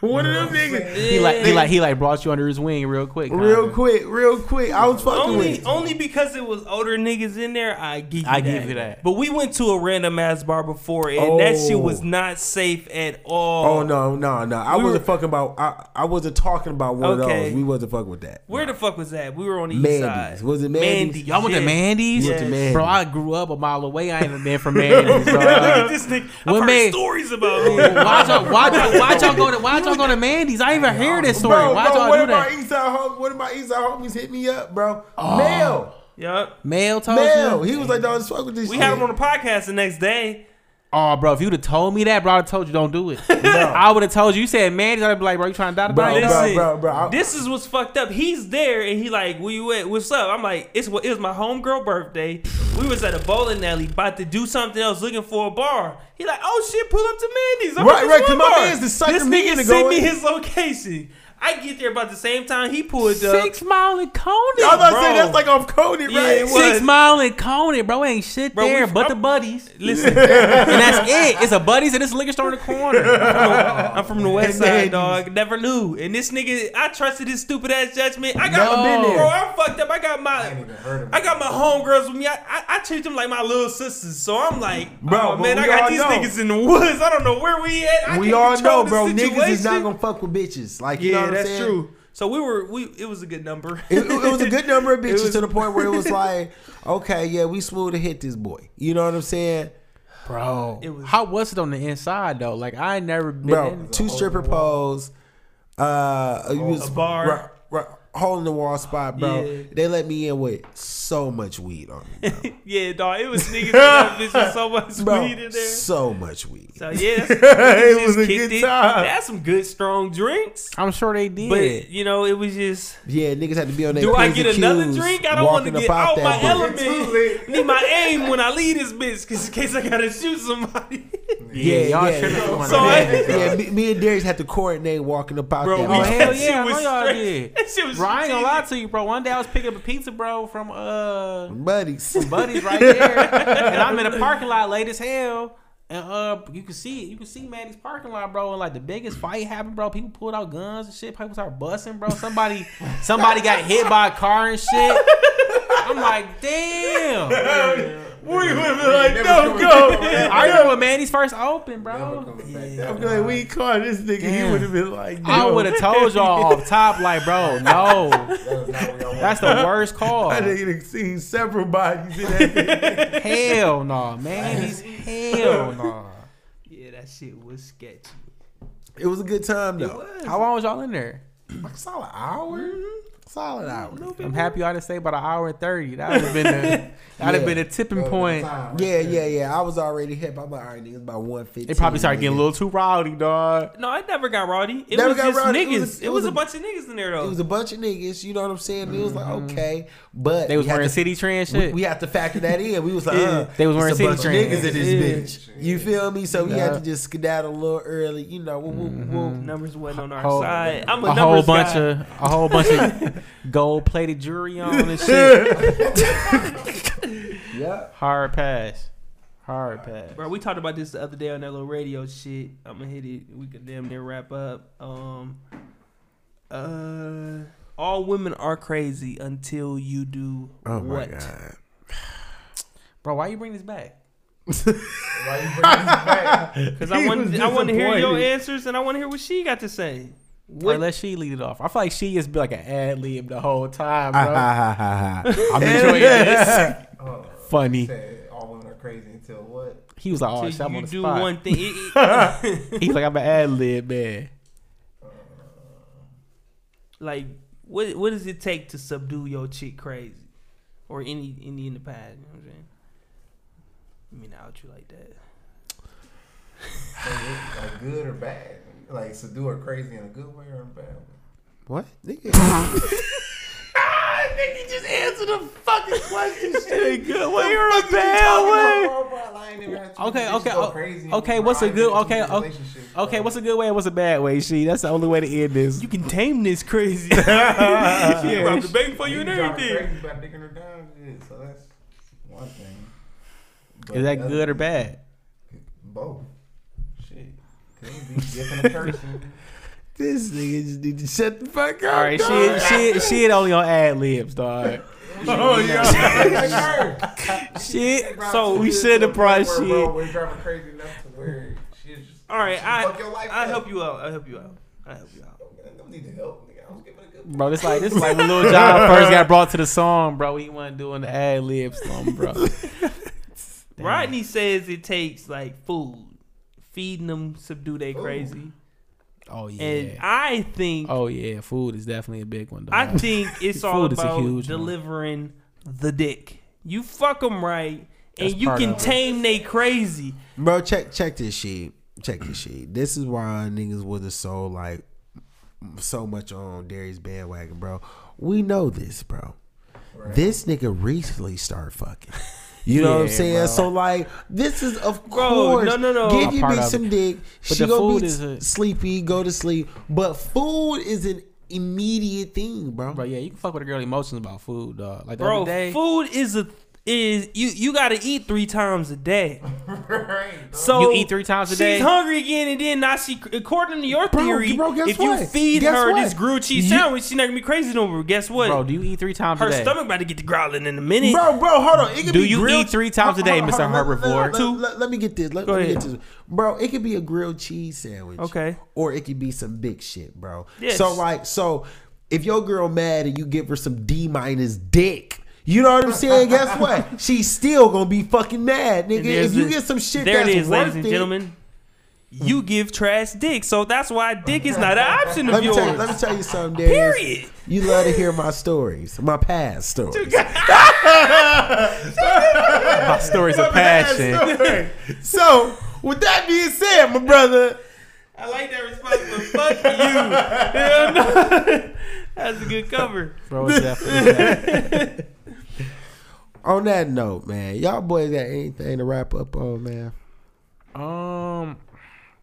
[SPEAKER 1] One of them niggas.
[SPEAKER 4] he like he like he like brought you under his wing real quick.
[SPEAKER 1] Real
[SPEAKER 4] kinda.
[SPEAKER 1] quick, real quick. I was fucking with.
[SPEAKER 3] Only,
[SPEAKER 1] it.
[SPEAKER 3] only because it was older niggas in there, I give you
[SPEAKER 4] I
[SPEAKER 3] that.
[SPEAKER 4] give you that.
[SPEAKER 3] But we went to a random ass bar before, and that shit
[SPEAKER 1] Oh.
[SPEAKER 3] was not safe at all.
[SPEAKER 1] Oh no, no, no! I
[SPEAKER 3] We were-
[SPEAKER 1] wasn't fucking about. I, I wasn't talking about one of
[SPEAKER 3] Okay.
[SPEAKER 1] those. We wasn't fucking with that.
[SPEAKER 3] Where the fuck was that? We were on the east
[SPEAKER 1] Mandy's
[SPEAKER 3] side.
[SPEAKER 1] was it Mandy's?
[SPEAKER 3] Mandy.
[SPEAKER 4] Y'all went to
[SPEAKER 3] Yeah. (laughs)
[SPEAKER 4] Mandy's?
[SPEAKER 1] You went to Yes. Mandy's.
[SPEAKER 4] Bro, I grew up a mile away. I ain't been from Mandy's. dog.
[SPEAKER 3] This nigga, I've
[SPEAKER 4] What
[SPEAKER 3] heard
[SPEAKER 4] man-
[SPEAKER 3] stories
[SPEAKER 4] (laughs)
[SPEAKER 3] about him.
[SPEAKER 4] Why'd y'all, why'd, y'all, why'd y'all go to Why'd y'all go to Mandy's? I even hear this story.
[SPEAKER 1] Bro,
[SPEAKER 4] Why'd
[SPEAKER 1] bro,
[SPEAKER 4] y'all
[SPEAKER 1] one
[SPEAKER 4] do
[SPEAKER 1] of my
[SPEAKER 4] that?
[SPEAKER 1] Eastside hom- one of my Eastside homies hit me up, bro.
[SPEAKER 3] Oh.
[SPEAKER 1] Mel,
[SPEAKER 3] Yup.
[SPEAKER 4] Male told
[SPEAKER 1] Mel,
[SPEAKER 4] you.
[SPEAKER 1] he was like, "Don't fuck with this."
[SPEAKER 3] We
[SPEAKER 1] shit.
[SPEAKER 3] had him
[SPEAKER 1] (laughs)
[SPEAKER 3] on the podcast the next day.
[SPEAKER 4] Oh, bro, if you'd have told me that, bro, I'd have told you don't do it. I would have told you. You said Mandy's. I'd be like, bro, you trying to die
[SPEAKER 1] bro,
[SPEAKER 4] tonight?
[SPEAKER 1] bro,
[SPEAKER 3] Listen,
[SPEAKER 1] bro, bro, I-
[SPEAKER 3] This is what's fucked up. He's there and he like, where you at? What's up? I'm like, it's what it was my homegirl birthday. We was at a bowling alley, about to do something else, looking for a bar. He like, oh shit, pull up to Mandy's. I'm
[SPEAKER 1] Right,
[SPEAKER 3] at this
[SPEAKER 1] right,
[SPEAKER 3] one
[SPEAKER 1] 'cause my
[SPEAKER 3] bar.
[SPEAKER 1] man's decided
[SPEAKER 3] This
[SPEAKER 1] to meet
[SPEAKER 3] nigga
[SPEAKER 1] him to
[SPEAKER 3] sent
[SPEAKER 1] go
[SPEAKER 3] me
[SPEAKER 1] in.
[SPEAKER 3] his location. I get there about the same time he pulled up.
[SPEAKER 4] Six Mile and Coney.
[SPEAKER 1] I was about to say
[SPEAKER 3] bro.
[SPEAKER 1] that's like off Cody,
[SPEAKER 3] Yeah,
[SPEAKER 1] right?
[SPEAKER 3] it was.
[SPEAKER 4] Six Mile and Coney, bro, ain't shit
[SPEAKER 3] Bro, we-
[SPEAKER 4] there but the
[SPEAKER 3] I'm-
[SPEAKER 4] buddies.
[SPEAKER 3] Listen,
[SPEAKER 4] (laughs) And that's it. It's a buddies and it's a liquor store in the corner.
[SPEAKER 3] I'm from the
[SPEAKER 1] (laughs)
[SPEAKER 3] west side, dog. Never knew. And this nigga, I trusted his stupid ass judgment. I got
[SPEAKER 4] No. Been there.
[SPEAKER 3] bro. I'm fucked up. I got my.
[SPEAKER 5] I ain't even heard of
[SPEAKER 3] I got my homegirls with me. I, I, I treat them like my little sisters. So I'm like,
[SPEAKER 1] Bro,
[SPEAKER 3] bro,
[SPEAKER 1] but
[SPEAKER 3] man,
[SPEAKER 1] we
[SPEAKER 3] I got
[SPEAKER 1] all
[SPEAKER 3] these
[SPEAKER 1] know.
[SPEAKER 3] niggas in the woods. I don't know where we at.
[SPEAKER 1] (laughs)
[SPEAKER 3] I
[SPEAKER 1] we
[SPEAKER 3] can't
[SPEAKER 1] all
[SPEAKER 3] control
[SPEAKER 1] know,
[SPEAKER 3] the
[SPEAKER 1] bro. Niggas is not
[SPEAKER 3] situation.
[SPEAKER 1] gonna fuck with bitches. Like, you know
[SPEAKER 3] Yeah,
[SPEAKER 1] what I'm
[SPEAKER 3] that's
[SPEAKER 1] saying?
[SPEAKER 3] true. So we were, we it was a good number.
[SPEAKER 1] It, it- it was a good number of
[SPEAKER 3] It
[SPEAKER 1] bitches
[SPEAKER 3] was-
[SPEAKER 1] to the point where it was like, (laughs) okay, yeah, we smooth to hit this boy. You know what I'm saying?
[SPEAKER 4] Bro,
[SPEAKER 3] It was-
[SPEAKER 4] how was it on the inside though? Like I ain't never been.
[SPEAKER 1] bro.
[SPEAKER 4] in-
[SPEAKER 1] Two stripper poles, uh, you was-
[SPEAKER 3] a bar.
[SPEAKER 1] right, right, hole in the wall spot, bro.
[SPEAKER 3] Yeah.
[SPEAKER 1] They let me in with so much weed on
[SPEAKER 3] (laughs)
[SPEAKER 1] me,
[SPEAKER 3] (laughs) yeah, dog. It was
[SPEAKER 1] (laughs)
[SPEAKER 3] niggas in that bitch with so much
[SPEAKER 1] bro.
[SPEAKER 3] weed in there.
[SPEAKER 1] so much weed. (laughs)
[SPEAKER 3] So yeah, it was a good
[SPEAKER 6] time.
[SPEAKER 3] That's some good strong drinks.
[SPEAKER 4] I'm sure they did.
[SPEAKER 3] But you know, it was just.
[SPEAKER 1] Yeah, niggas had to be on their
[SPEAKER 3] Do I
[SPEAKER 1] pins
[SPEAKER 3] get
[SPEAKER 1] and
[SPEAKER 3] another
[SPEAKER 1] cues
[SPEAKER 3] drink? I don't want
[SPEAKER 1] walking
[SPEAKER 3] to
[SPEAKER 1] up
[SPEAKER 3] get out my
[SPEAKER 1] that bitch.
[SPEAKER 3] element. Need my aim when I leave this bitch, 'cause in case I gotta shoot somebody. (laughs)
[SPEAKER 4] yeah, y'all
[SPEAKER 1] yeah,
[SPEAKER 4] sure
[SPEAKER 1] yeah.
[SPEAKER 4] yeah.
[SPEAKER 3] So I-
[SPEAKER 1] Yeah, me, me and Darius had to coordinate walking up out
[SPEAKER 3] Bro,
[SPEAKER 1] that
[SPEAKER 3] we-
[SPEAKER 4] Oh
[SPEAKER 1] bitch. (laughs)
[SPEAKER 4] hell
[SPEAKER 3] She
[SPEAKER 4] yeah, I
[SPEAKER 3] was
[SPEAKER 4] know y'all
[SPEAKER 3] straight-
[SPEAKER 4] did.
[SPEAKER 3] That shit was
[SPEAKER 4] Bro, I ain't gonna lie
[SPEAKER 3] strategic.
[SPEAKER 4] to you, bro. One day I was picking up a pizza, bro, from uh
[SPEAKER 1] buddies.
[SPEAKER 4] buddies right there, and I'm in a parking lot late as hell. And uh, you can see you can see Manny's parking lot, bro. And like the biggest fight happened, bro. People pulled out guns and shit. People started busting, bro. Somebody somebody got hit by a car and shit. I'm like, damn.
[SPEAKER 6] We would have been like,
[SPEAKER 5] Never
[SPEAKER 6] no,
[SPEAKER 5] coming
[SPEAKER 3] (laughs)
[SPEAKER 6] go.
[SPEAKER 4] I remember when Manny's first open,
[SPEAKER 5] Never
[SPEAKER 4] bro.
[SPEAKER 5] coming back.
[SPEAKER 6] I'm
[SPEAKER 5] That
[SPEAKER 6] glad
[SPEAKER 5] high.
[SPEAKER 6] we caught this nigga. He
[SPEAKER 4] Damn.
[SPEAKER 6] would have been like, no.
[SPEAKER 4] I would have told y'all off top, like, bro, no.
[SPEAKER 5] That was not what y'all wanted.
[SPEAKER 4] That's the worst call.
[SPEAKER 6] I think you'd seen several bodies in
[SPEAKER 1] (laughs)
[SPEAKER 6] that thing.
[SPEAKER 4] Hell no, man. He's hell no.
[SPEAKER 3] Yeah, that shit was sketchy.
[SPEAKER 1] It was a good time
[SPEAKER 3] It
[SPEAKER 1] though.
[SPEAKER 3] was.
[SPEAKER 4] How long was y'all in there?
[SPEAKER 1] Like solid hour. Mm-hmm. Mm, Solid hour.
[SPEAKER 4] I'm happy I didn't say about an hour and thirty. That would have been the (laughs) that'd have been a tipping
[SPEAKER 5] That was
[SPEAKER 4] point.
[SPEAKER 5] the time right
[SPEAKER 1] Yeah,
[SPEAKER 5] there.
[SPEAKER 1] yeah, yeah. I was already hip. I'm like, all right, niggas, about one fifty.
[SPEAKER 4] It probably started getting a little too rowdy, dog.
[SPEAKER 3] No, I never got rowdy. It
[SPEAKER 1] Never
[SPEAKER 3] was
[SPEAKER 1] got
[SPEAKER 3] just
[SPEAKER 1] rowdy. It
[SPEAKER 3] niggas. It
[SPEAKER 1] was
[SPEAKER 3] was,
[SPEAKER 1] a- it was
[SPEAKER 3] a
[SPEAKER 1] a-
[SPEAKER 3] bunch of niggas in there though.
[SPEAKER 1] It was a bunch of niggas. You know what I'm saying? It was like okay, but
[SPEAKER 4] Mm-hmm. They was
[SPEAKER 1] we had
[SPEAKER 4] wearing
[SPEAKER 1] to-
[SPEAKER 4] city trans
[SPEAKER 1] We,
[SPEAKER 4] shit.
[SPEAKER 1] we have to factor that in. We was
[SPEAKER 4] (laughs)
[SPEAKER 1] like, uh,
[SPEAKER 4] They was wearing
[SPEAKER 1] it's a bunch of
[SPEAKER 4] city
[SPEAKER 1] niggas
[SPEAKER 4] trends.
[SPEAKER 1] in this bitch. You feel me? So we had
[SPEAKER 4] Yeah. Mm-hmm.
[SPEAKER 1] to just skedaddle a little early. You know, woo, woo, woo, woo.
[SPEAKER 3] numbers wasn't on our
[SPEAKER 4] Whole-
[SPEAKER 3] side. I'm Mm-hmm. a,
[SPEAKER 4] a whole
[SPEAKER 3] numbers
[SPEAKER 4] bunch
[SPEAKER 3] guy.
[SPEAKER 4] of a whole bunch of gold plated jewelry on and shit.
[SPEAKER 1] yeah.
[SPEAKER 4] Hard pass. Hard pass.
[SPEAKER 3] Bro, we talked about this the other day on that little radio shit. I'm gonna hit it. We could damn near wrap up. Um, uh, all women are crazy until you do
[SPEAKER 1] Oh my
[SPEAKER 3] what? (laughs)
[SPEAKER 1] god.
[SPEAKER 4] Bro, why you bring this back?
[SPEAKER 5] Why you bringing this back?
[SPEAKER 3] Because I want I want to hear your answers and I want to hear what she got to say.
[SPEAKER 4] Or
[SPEAKER 3] What?
[SPEAKER 4] let she lead it off. I feel like she just be like an ad lib the whole time, (laughs)
[SPEAKER 1] Ah,
[SPEAKER 4] bro.
[SPEAKER 1] ha, ha, ha, ha.
[SPEAKER 4] (laughs) I'm enjoying this. (laughs)
[SPEAKER 5] Oh, he
[SPEAKER 4] Funny.
[SPEAKER 5] said all women are crazy until what?
[SPEAKER 4] He was like, "Oh, shit,
[SPEAKER 3] Until
[SPEAKER 4] I'm on
[SPEAKER 3] you
[SPEAKER 4] the
[SPEAKER 3] do
[SPEAKER 4] spot."
[SPEAKER 3] one thing. It-
[SPEAKER 4] (laughs)
[SPEAKER 3] it- (laughs)
[SPEAKER 4] He's like, "I'm an ad lib (laughs) man."
[SPEAKER 3] like, what what does it take to subdue your chick crazy or any any in the past? You know what I'm saying? I mean, out you like that.
[SPEAKER 5] So it- like good or bad? Like subdue or crazy in a good way or a bad way?
[SPEAKER 1] (laughs) What? Nigga.
[SPEAKER 6] Nigga just answered the fucking
[SPEAKER 3] (laughs)
[SPEAKER 6] question.
[SPEAKER 4] Good way or a bad way? Okay, okay, o- okay, what's a good- okay, o- Okay, what's a good way and what's a bad way? She. That's the only way to end this.
[SPEAKER 3] You can tame this
[SPEAKER 4] (laughs)
[SPEAKER 3] crazy. yeah, robbed the bank for Oh, you
[SPEAKER 5] you
[SPEAKER 3] and
[SPEAKER 5] drive her
[SPEAKER 3] everything.
[SPEAKER 5] Crazy by digging her down, good, so that's one thing. But
[SPEAKER 4] Is
[SPEAKER 5] the
[SPEAKER 4] that
[SPEAKER 5] other
[SPEAKER 4] good or
[SPEAKER 5] thing,
[SPEAKER 4] bad?
[SPEAKER 5] Both. Shit. Could
[SPEAKER 4] (laughs)
[SPEAKER 5] be different a person.
[SPEAKER 1] this nigga just need to shut the fuck up.
[SPEAKER 4] All right,
[SPEAKER 1] dog.
[SPEAKER 4] she she she only on ad libs, dog.
[SPEAKER 6] Oh, yeah.
[SPEAKER 3] (laughs)
[SPEAKER 4] Shit.
[SPEAKER 3] So
[SPEAKER 4] we should have probably
[SPEAKER 5] Bro,
[SPEAKER 4] shit.
[SPEAKER 5] we're driving crazy enough to where she is just.
[SPEAKER 3] All right, I
[SPEAKER 5] Fuck your life
[SPEAKER 3] I
[SPEAKER 5] up.
[SPEAKER 3] help you out. I help you out. I help you out.
[SPEAKER 5] I don't need the help, nigga. I was giving a good.
[SPEAKER 4] Bro, this like this is like when Lil John first got brought to the song, bro. He wasn't doing the ad libs song, bro. Damn.
[SPEAKER 3] Rodney says it takes like food, feeding them, subdue they
[SPEAKER 5] Food.
[SPEAKER 3] crazy,
[SPEAKER 4] Oh yeah.
[SPEAKER 3] and I think
[SPEAKER 4] oh yeah. Food is definitely a big one. Dog.
[SPEAKER 3] I
[SPEAKER 1] (laughs)
[SPEAKER 3] think it's all
[SPEAKER 4] Food is a
[SPEAKER 3] about
[SPEAKER 4] huge one.
[SPEAKER 3] delivering the dick. You fuck them right,
[SPEAKER 4] That's
[SPEAKER 3] and you
[SPEAKER 4] part
[SPEAKER 3] can
[SPEAKER 4] of it.
[SPEAKER 3] tame they crazy.
[SPEAKER 1] Bro, check check this shit. Check this shit. This is why niggas wasn't so like so much on Darius bandwagon, bro. We know this, bro. This nigga recently started fucking. You know what I'm
[SPEAKER 4] Yeah,
[SPEAKER 1] saying?
[SPEAKER 4] bro.
[SPEAKER 1] So like, this is of
[SPEAKER 3] Bro,
[SPEAKER 1] course.
[SPEAKER 3] no, no, no.
[SPEAKER 1] Give
[SPEAKER 4] A
[SPEAKER 1] your
[SPEAKER 4] part
[SPEAKER 1] bitch
[SPEAKER 4] of it.
[SPEAKER 1] some dick.
[SPEAKER 4] But
[SPEAKER 1] she
[SPEAKER 4] the
[SPEAKER 1] gonna
[SPEAKER 4] food
[SPEAKER 1] be
[SPEAKER 4] is a-
[SPEAKER 1] sleepy, go to sleep. But food is an immediate thing, bro.
[SPEAKER 4] Bro, yeah, you can fuck with a girl emotions about food, dog. Like the
[SPEAKER 3] Bro,
[SPEAKER 4] other day,
[SPEAKER 3] food is a is you you got to eat three times a day.
[SPEAKER 5] (laughs) Right.
[SPEAKER 3] So
[SPEAKER 4] you eat three times a
[SPEAKER 3] She's
[SPEAKER 4] day.
[SPEAKER 3] hungry again, and then now she, according to your
[SPEAKER 1] Bro,
[SPEAKER 3] theory,
[SPEAKER 1] bro, guess
[SPEAKER 3] if you
[SPEAKER 1] what?
[SPEAKER 3] feed
[SPEAKER 1] Guess
[SPEAKER 3] her
[SPEAKER 1] what?
[SPEAKER 3] this grilled cheese
[SPEAKER 1] You-
[SPEAKER 3] sandwich, she's not gonna be crazy no more. Guess what?
[SPEAKER 4] Bro, do you eat three times
[SPEAKER 3] her
[SPEAKER 4] a day?
[SPEAKER 3] stomach about to get to growling in a minute.
[SPEAKER 1] Bro, bro, hold on. It could
[SPEAKER 4] Do
[SPEAKER 1] be
[SPEAKER 4] you
[SPEAKER 1] grilled-
[SPEAKER 4] eat three times a
[SPEAKER 1] Hold
[SPEAKER 4] day,
[SPEAKER 1] on, hold
[SPEAKER 4] Mr.
[SPEAKER 1] on, let-
[SPEAKER 4] Herbivore?
[SPEAKER 1] let- let-
[SPEAKER 3] Two?
[SPEAKER 1] Let, let me get this. Let,
[SPEAKER 3] Go
[SPEAKER 1] let me
[SPEAKER 3] ahead.
[SPEAKER 1] get this. Bro, it could be a grilled cheese sandwich.
[SPEAKER 3] Okay.
[SPEAKER 1] Or it could be some big shit, bro.
[SPEAKER 3] Yes.
[SPEAKER 1] So like, so if your girl mad and you give her some D minus dick. You know what I'm saying? Guess
[SPEAKER 3] (laughs)
[SPEAKER 1] what? She's still gonna be fucking mad, nigga.
[SPEAKER 3] And there's
[SPEAKER 1] If you
[SPEAKER 3] this-
[SPEAKER 1] get some shit
[SPEAKER 3] there
[SPEAKER 1] that's
[SPEAKER 3] it is,
[SPEAKER 1] worth
[SPEAKER 3] ladies and
[SPEAKER 1] it-
[SPEAKER 3] gentlemen. You give trash dick, so that's why dick is not an option of
[SPEAKER 1] Let me,
[SPEAKER 3] yours.
[SPEAKER 1] tell you, let me tell you something, Darius.
[SPEAKER 3] Period.
[SPEAKER 1] You love to hear my stories, my past stories.
[SPEAKER 4] My stories of passion.
[SPEAKER 1] so, with that being said, my brother,
[SPEAKER 3] I like that response, but fuck you. (laughs) Hell no. (laughs) That's a good cover.
[SPEAKER 4] Bro, it's (laughs) definitely that.
[SPEAKER 1] On that note, man, y'all boys got anything to wrap up on, man?
[SPEAKER 4] Um,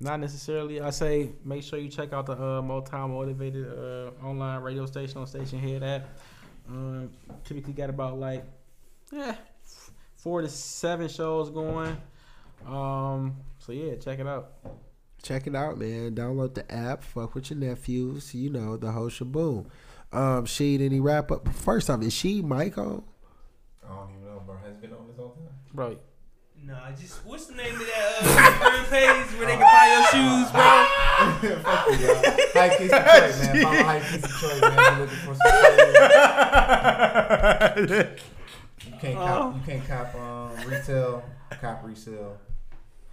[SPEAKER 4] not necessarily. I say make sure you check out the uh, Motown Motivated uh, online radio station on Station Head app. Um, typically got about like yeah, four to seven shows going. Um. So yeah, check it out.
[SPEAKER 1] Check it out, man. Download the app. Fuck with your nephews. You know the whole shaboom. Um, she any wrap up? First off, is she Michael?
[SPEAKER 5] I don't even know, bro. Has it been on this whole time?
[SPEAKER 4] Bro,
[SPEAKER 3] Nah, just what's the name of that uh, page where they can buy your shoes, bro?
[SPEAKER 5] Fuck you, bro. High Kiss Detroit, man.
[SPEAKER 6] (laughs)
[SPEAKER 5] Follow High Kiss Detroit, man. You're looking for some shit.
[SPEAKER 6] (laughs)
[SPEAKER 5] You can't cop, you can't cop um, retail, cop resale.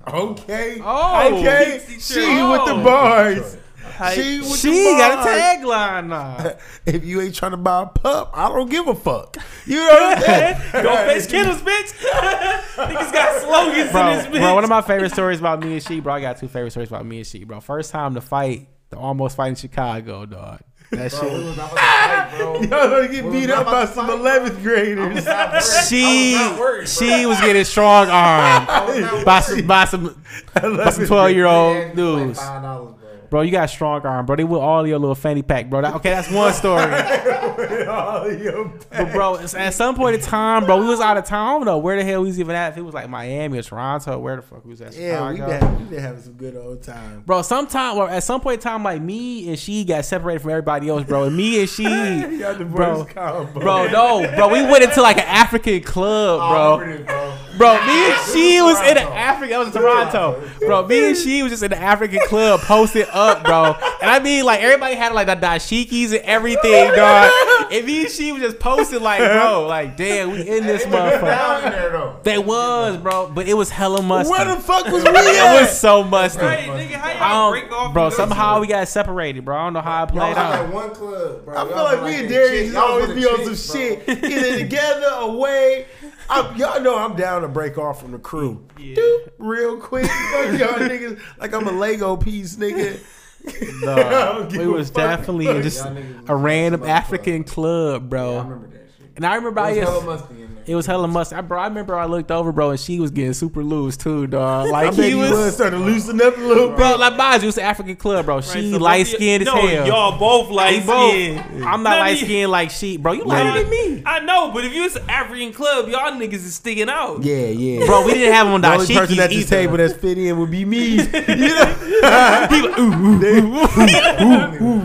[SPEAKER 6] Okay.
[SPEAKER 4] Oh.
[SPEAKER 6] Okay. She with the
[SPEAKER 4] Oh.
[SPEAKER 6] bars.
[SPEAKER 3] Hi-
[SPEAKER 6] She with
[SPEAKER 4] she
[SPEAKER 6] the
[SPEAKER 4] got a
[SPEAKER 6] bars.
[SPEAKER 4] tagline now.
[SPEAKER 6] If you ain't trying to buy a pup, I don't give a fuck. You know what I'm saying?
[SPEAKER 3] (laughs) (laughs) Go
[SPEAKER 4] (laughs)
[SPEAKER 3] face Kittles, bitch. (laughs) Niggas got slogans in
[SPEAKER 4] (laughs) bro,
[SPEAKER 3] this bitch.
[SPEAKER 4] bro, one of my favorite stories about me and she, bro. I got two favorite stories about me and she, bro. First time to fight, the almost fight in Chicago, dog. That
[SPEAKER 5] Bro, we
[SPEAKER 4] shit.
[SPEAKER 5] was not about to fight,
[SPEAKER 6] (laughs)
[SPEAKER 5] bro.
[SPEAKER 6] Y'all gonna get
[SPEAKER 5] Well,
[SPEAKER 6] beat
[SPEAKER 5] not
[SPEAKER 6] up by
[SPEAKER 5] about to
[SPEAKER 6] some
[SPEAKER 5] fight,
[SPEAKER 6] 11th graders.
[SPEAKER 5] I was not worried.
[SPEAKER 4] She
[SPEAKER 5] I was not worried, bro.
[SPEAKER 4] she was getting strong armed
[SPEAKER 5] I was not
[SPEAKER 4] by
[SPEAKER 5] worried.
[SPEAKER 4] some
[SPEAKER 1] (laughs)
[SPEAKER 4] by some by some
[SPEAKER 6] 11th
[SPEAKER 4] twelve year
[SPEAKER 5] They
[SPEAKER 4] old
[SPEAKER 5] asked me for like
[SPEAKER 4] dudes.
[SPEAKER 5] $5, bro.
[SPEAKER 4] Bro, you got strong arm, bro. They with all your little fanny pack, bro. That- okay, that's
[SPEAKER 1] (laughs)
[SPEAKER 4] one story.
[SPEAKER 6] Oh, yo.
[SPEAKER 4] But bro, it's- at some point in time, bro, we was out of town. I don't know where the hell we was even at. If it was like Miami or Toronto, where the fuck we was at?
[SPEAKER 1] Yeah, we
[SPEAKER 4] Chicago.
[SPEAKER 1] been, having, we been having some good old time.
[SPEAKER 4] Bro, sometime or at some point in time, like me and she got separated from everybody else, bro. And me and she,
[SPEAKER 6] (laughs) Y'all the
[SPEAKER 4] Bro.
[SPEAKER 6] worst combo.
[SPEAKER 4] bro, no, bro, we went into like an African club,
[SPEAKER 5] Oh,
[SPEAKER 4] bro.
[SPEAKER 5] I'm pretty, bro.
[SPEAKER 4] Bro, me and she was in an
[SPEAKER 5] Toronto.
[SPEAKER 4] African. I was in Toronto, bro. Me and she was just in the African club, posted up, bro. And I mean, like everybody had like the dashikis and everything, dog. And me and she was just posted, like, bro, like, damn, we in this
[SPEAKER 5] They was
[SPEAKER 4] motherfucker.
[SPEAKER 5] down there, though.
[SPEAKER 4] They was, bro, but it was hella musty.
[SPEAKER 6] Where the fuck was we
[SPEAKER 4] (laughs) it was
[SPEAKER 6] at?
[SPEAKER 4] so musty.
[SPEAKER 3] Hey, nigga, how
[SPEAKER 4] I
[SPEAKER 3] y'all break
[SPEAKER 4] don't,
[SPEAKER 3] off?
[SPEAKER 4] Um, bro,
[SPEAKER 3] the-
[SPEAKER 4] somehow we got separated, bro. I don't know how it
[SPEAKER 5] Y'all
[SPEAKER 4] played
[SPEAKER 5] was
[SPEAKER 4] out.
[SPEAKER 5] at one club, bro.
[SPEAKER 6] I
[SPEAKER 5] Y'all
[SPEAKER 6] feel like
[SPEAKER 5] was
[SPEAKER 6] me and
[SPEAKER 5] at
[SPEAKER 6] Darius should
[SPEAKER 5] chick- y'all was
[SPEAKER 6] always
[SPEAKER 5] at
[SPEAKER 6] be on some
[SPEAKER 5] chick, bro.
[SPEAKER 6] shit. Either together, away. I'm, y'all know I'm down to break off from the crew.
[SPEAKER 3] Yeah.
[SPEAKER 6] Doop, real quick. (laughs) Fuck y'all niggas. Like I'm a Lego piece, nigga. (laughs) I
[SPEAKER 4] No,
[SPEAKER 6] don't give
[SPEAKER 4] we
[SPEAKER 6] a
[SPEAKER 4] was
[SPEAKER 6] fuck.
[SPEAKER 4] definitely in just
[SPEAKER 5] Y'all niggas was
[SPEAKER 4] a random
[SPEAKER 5] messing up,
[SPEAKER 4] African club,
[SPEAKER 5] bro.
[SPEAKER 4] bro.
[SPEAKER 5] Yeah, I remember that shit.
[SPEAKER 4] and I remember I
[SPEAKER 5] It was
[SPEAKER 4] just-
[SPEAKER 5] hella musty in there.
[SPEAKER 4] it was hella must. I, bro, I remember I looked over, bro, and she was getting super loose too, dog.
[SPEAKER 6] I
[SPEAKER 4] Like
[SPEAKER 6] bet
[SPEAKER 4] he
[SPEAKER 6] you was
[SPEAKER 4] was,
[SPEAKER 6] starting to loosen up a little bit.
[SPEAKER 4] bro. Like mind you, it's an African club, bro.
[SPEAKER 3] Right,
[SPEAKER 4] She
[SPEAKER 3] so
[SPEAKER 4] light
[SPEAKER 3] both of
[SPEAKER 4] skinned as
[SPEAKER 3] y-
[SPEAKER 4] hell.
[SPEAKER 3] No, y'all both light
[SPEAKER 4] We both-
[SPEAKER 3] skinned.
[SPEAKER 4] I'm
[SPEAKER 3] None
[SPEAKER 4] not
[SPEAKER 3] of
[SPEAKER 4] light
[SPEAKER 3] you-
[SPEAKER 4] skinned like she, bro. You lighter than me,
[SPEAKER 3] I know, but if you was an African club, y'all niggas is sticking out.
[SPEAKER 1] Yeah, yeah.
[SPEAKER 4] bro. We didn't have on
[SPEAKER 6] The only person at
[SPEAKER 4] dashikis
[SPEAKER 6] this
[SPEAKER 4] either.
[SPEAKER 6] table that's fit in would be me.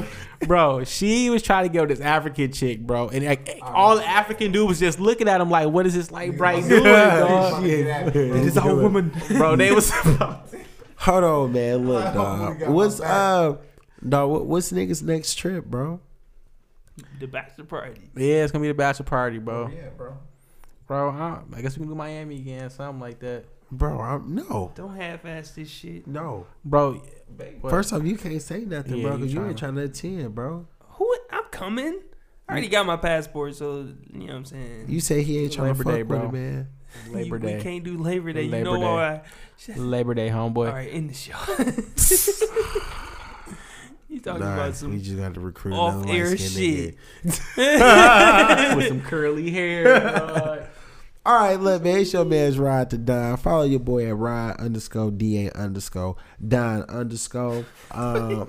[SPEAKER 4] (laughs) Bro, she was trying to go with this African chick, bro, and like all the African dude was just looking at him like, "What is this light bright doing, dog?"
[SPEAKER 5] Shit. (laughs)
[SPEAKER 6] It's a whole woman.
[SPEAKER 4] Bro, they was (laughs)
[SPEAKER 1] Hold on, man. Look,
[SPEAKER 5] hope
[SPEAKER 1] dog.
[SPEAKER 5] we got
[SPEAKER 1] What's
[SPEAKER 5] my
[SPEAKER 1] uh, dog? what- What's niggas next trip, bro?
[SPEAKER 3] The bachelor party.
[SPEAKER 4] yeah, it's gonna be the bachelor party, bro.
[SPEAKER 5] Oh, Yeah, bro.
[SPEAKER 4] Bro, I, I guess we can do Miami again, something like that,
[SPEAKER 1] Bro, I'm no,
[SPEAKER 3] Don't half-ass this shit.
[SPEAKER 1] no.
[SPEAKER 4] bro. What?
[SPEAKER 1] First off, you can't say nothing,
[SPEAKER 4] Yeah,
[SPEAKER 1] bro,
[SPEAKER 4] you
[SPEAKER 1] because you ain't
[SPEAKER 4] tryna-
[SPEAKER 1] trying to attend, bro.
[SPEAKER 3] Who? I'm coming. I already got my passport, so you know what I'm saying.
[SPEAKER 1] You say he ain't trying to
[SPEAKER 4] Labor
[SPEAKER 1] fuck
[SPEAKER 4] Day,
[SPEAKER 1] with
[SPEAKER 4] bro.
[SPEAKER 1] it, man.
[SPEAKER 4] Labor
[SPEAKER 3] You- We
[SPEAKER 4] Day,
[SPEAKER 3] can't do Labor Day. you
[SPEAKER 4] Labor
[SPEAKER 3] know
[SPEAKER 4] Day.
[SPEAKER 3] why?
[SPEAKER 4] Labor Day, homeboy.
[SPEAKER 3] All right, end the show. (laughs) you talking
[SPEAKER 1] Nah,
[SPEAKER 3] about
[SPEAKER 1] we
[SPEAKER 3] some
[SPEAKER 1] just got to recruit another
[SPEAKER 3] off-air
[SPEAKER 1] light-skinned nigga.
[SPEAKER 3] shit?
[SPEAKER 4] (laughs) (laughs) With some curly hair. dog.
[SPEAKER 1] All right, look, man, it's your man's Rod to Don. Follow your boy at Rod underscore DA underscore Don underscore. (laughs) Um,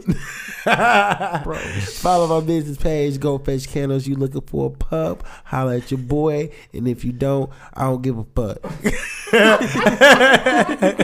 [SPEAKER 1] follow my business page, Go Fetch Candles. You looking for a pub? Holla at your boy. And if you don't, I don't give a fuck.
[SPEAKER 4] with,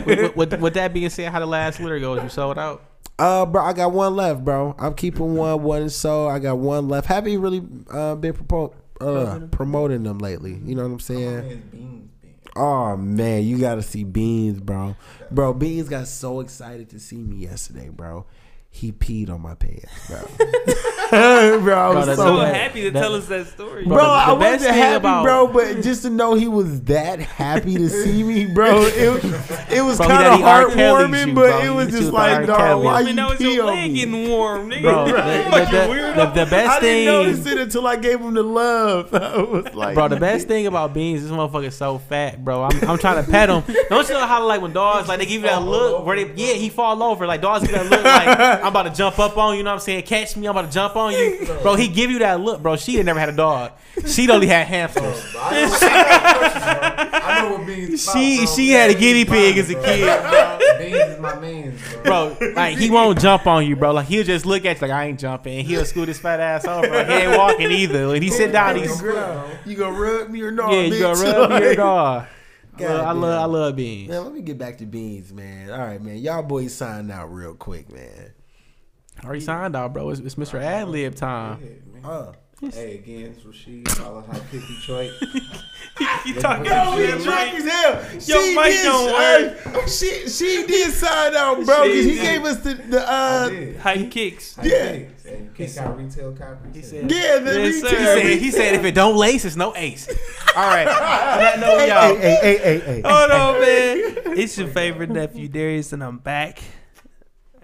[SPEAKER 4] with- with- with that being said, how the last litter goes? You sold out.
[SPEAKER 1] Uh, bro, I got one left, bro. I'm keeping one, one and so I got one left. Haven't you really uh, been propo- uh, promoting them lately. You know what I'm saying?
[SPEAKER 5] His beans, beans.
[SPEAKER 1] Oh man, you gotta see Beans, bro. Bro, Beans got so excited to see me yesterday, bro. He peed on my pants,
[SPEAKER 4] (laughs)
[SPEAKER 1] bro. bro, I was
[SPEAKER 4] Bro, that's
[SPEAKER 1] so,
[SPEAKER 3] (laughs) so
[SPEAKER 4] that-
[SPEAKER 3] happy to
[SPEAKER 4] that-
[SPEAKER 3] tell us that story.
[SPEAKER 1] bro.
[SPEAKER 4] Bro, the-
[SPEAKER 1] I
[SPEAKER 4] the best
[SPEAKER 1] wasn't
[SPEAKER 4] thing
[SPEAKER 1] happy,
[SPEAKER 4] about-
[SPEAKER 1] bro, but just to know he was that happy to see me, bro.
[SPEAKER 4] (laughs)
[SPEAKER 1] It, it was
[SPEAKER 4] Bro, he
[SPEAKER 1] kind of
[SPEAKER 4] got the R. Kelly
[SPEAKER 1] heartwarming,
[SPEAKER 4] shoe,
[SPEAKER 1] but
[SPEAKER 4] bro.
[SPEAKER 1] it
[SPEAKER 4] He
[SPEAKER 1] was
[SPEAKER 4] shoot
[SPEAKER 1] just
[SPEAKER 4] the
[SPEAKER 1] like,
[SPEAKER 4] R.
[SPEAKER 1] dog,
[SPEAKER 4] Kelly.
[SPEAKER 1] why
[SPEAKER 3] I
[SPEAKER 1] you
[SPEAKER 3] mean, that was
[SPEAKER 1] pee
[SPEAKER 3] your
[SPEAKER 1] on
[SPEAKER 3] leg
[SPEAKER 1] me?
[SPEAKER 3] getting warm, nigga. (laughs)
[SPEAKER 4] Bro, the, the, the, the best
[SPEAKER 6] I didn't notice
[SPEAKER 4] thing,
[SPEAKER 6] it until I gave him the
[SPEAKER 1] (laughs)
[SPEAKER 6] love. I was like,
[SPEAKER 4] bro. The best thing about beans, this motherfucker's so fat, bro. I'm, I'm trying to pet him. Don't you know how like when dogs like they give you that look where they yeah he fall over like dogs give that look like I'm about to jump up on you. you know what I'm saying catch me I'm about to jump on you, bro. He give you that look, bro. She had never had a dog. She only had hamsters.
[SPEAKER 5] Bro,
[SPEAKER 6] (laughs)
[SPEAKER 5] I know- I know what beans. is about,
[SPEAKER 4] She-
[SPEAKER 5] bro.
[SPEAKER 4] she had a
[SPEAKER 5] Beans
[SPEAKER 4] guinea
[SPEAKER 5] is
[SPEAKER 4] pig
[SPEAKER 5] mine,
[SPEAKER 4] as a
[SPEAKER 5] bro.
[SPEAKER 4] kid,
[SPEAKER 5] Beans is my man's, bro.
[SPEAKER 4] bro. Like he won't jump on you, bro. Like he'll just look at you like I ain't jumping. He'll scoot his fat ass over. He ain't walking either. When he sit down, he's
[SPEAKER 5] Bro,
[SPEAKER 6] You gonna rub me or not?
[SPEAKER 4] yeah, you
[SPEAKER 6] bitch?
[SPEAKER 1] (laughs)
[SPEAKER 4] gonna rub your
[SPEAKER 6] Like,
[SPEAKER 4] dog.
[SPEAKER 1] God
[SPEAKER 4] I love, I
[SPEAKER 1] damn.
[SPEAKER 4] love beans.
[SPEAKER 1] Man, let me get back to beans, man. All right, man. Y'all boys signed out real quick, man.
[SPEAKER 4] Already signed out, bro. It's, it's Mr. Ad Lib time.
[SPEAKER 5] man.
[SPEAKER 1] Oh,
[SPEAKER 5] Hey, again, it's Rasheed. Holla, how
[SPEAKER 4] (laughs)
[SPEAKER 5] Pick Detroit.
[SPEAKER 4] You
[SPEAKER 5] talking
[SPEAKER 1] yo, we
[SPEAKER 5] shit,
[SPEAKER 1] drunk as hell.
[SPEAKER 4] Oh, Yo,
[SPEAKER 1] she
[SPEAKER 4] Mike
[SPEAKER 1] did,
[SPEAKER 4] don't
[SPEAKER 1] uh, She she did sign out, bro. 'cause
[SPEAKER 4] She
[SPEAKER 1] he
[SPEAKER 4] did.
[SPEAKER 1] gave us the the uh,
[SPEAKER 5] I did.
[SPEAKER 3] Hype kicks.
[SPEAKER 5] I
[SPEAKER 1] Yeah.
[SPEAKER 5] did. And you can't got retail copies.
[SPEAKER 4] He
[SPEAKER 5] He
[SPEAKER 4] said-
[SPEAKER 5] said,
[SPEAKER 1] yeah the
[SPEAKER 3] Yes,
[SPEAKER 1] retail.
[SPEAKER 3] sir.
[SPEAKER 4] He said, (laughs) he said if it don't lace, it's no ace. All right. On that note,
[SPEAKER 1] Hey, hey,
[SPEAKER 4] y'all. Oh,
[SPEAKER 1] hey, hey, hey, hey. (laughs)
[SPEAKER 3] Hold on, man. It's your favorite nephew, Darius, and I'm back.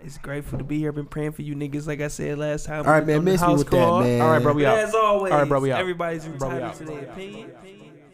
[SPEAKER 3] It's grateful to be here. I've been praying for you niggas, like I said last time.
[SPEAKER 1] All right, man.
[SPEAKER 3] On the
[SPEAKER 1] Miss me
[SPEAKER 3] house
[SPEAKER 1] with that,
[SPEAKER 3] call.
[SPEAKER 1] man.
[SPEAKER 4] All right, bro. We out.
[SPEAKER 3] As always,
[SPEAKER 4] All right, bro, we out.
[SPEAKER 3] everybody's entitled
[SPEAKER 4] out.
[SPEAKER 3] to their opinion.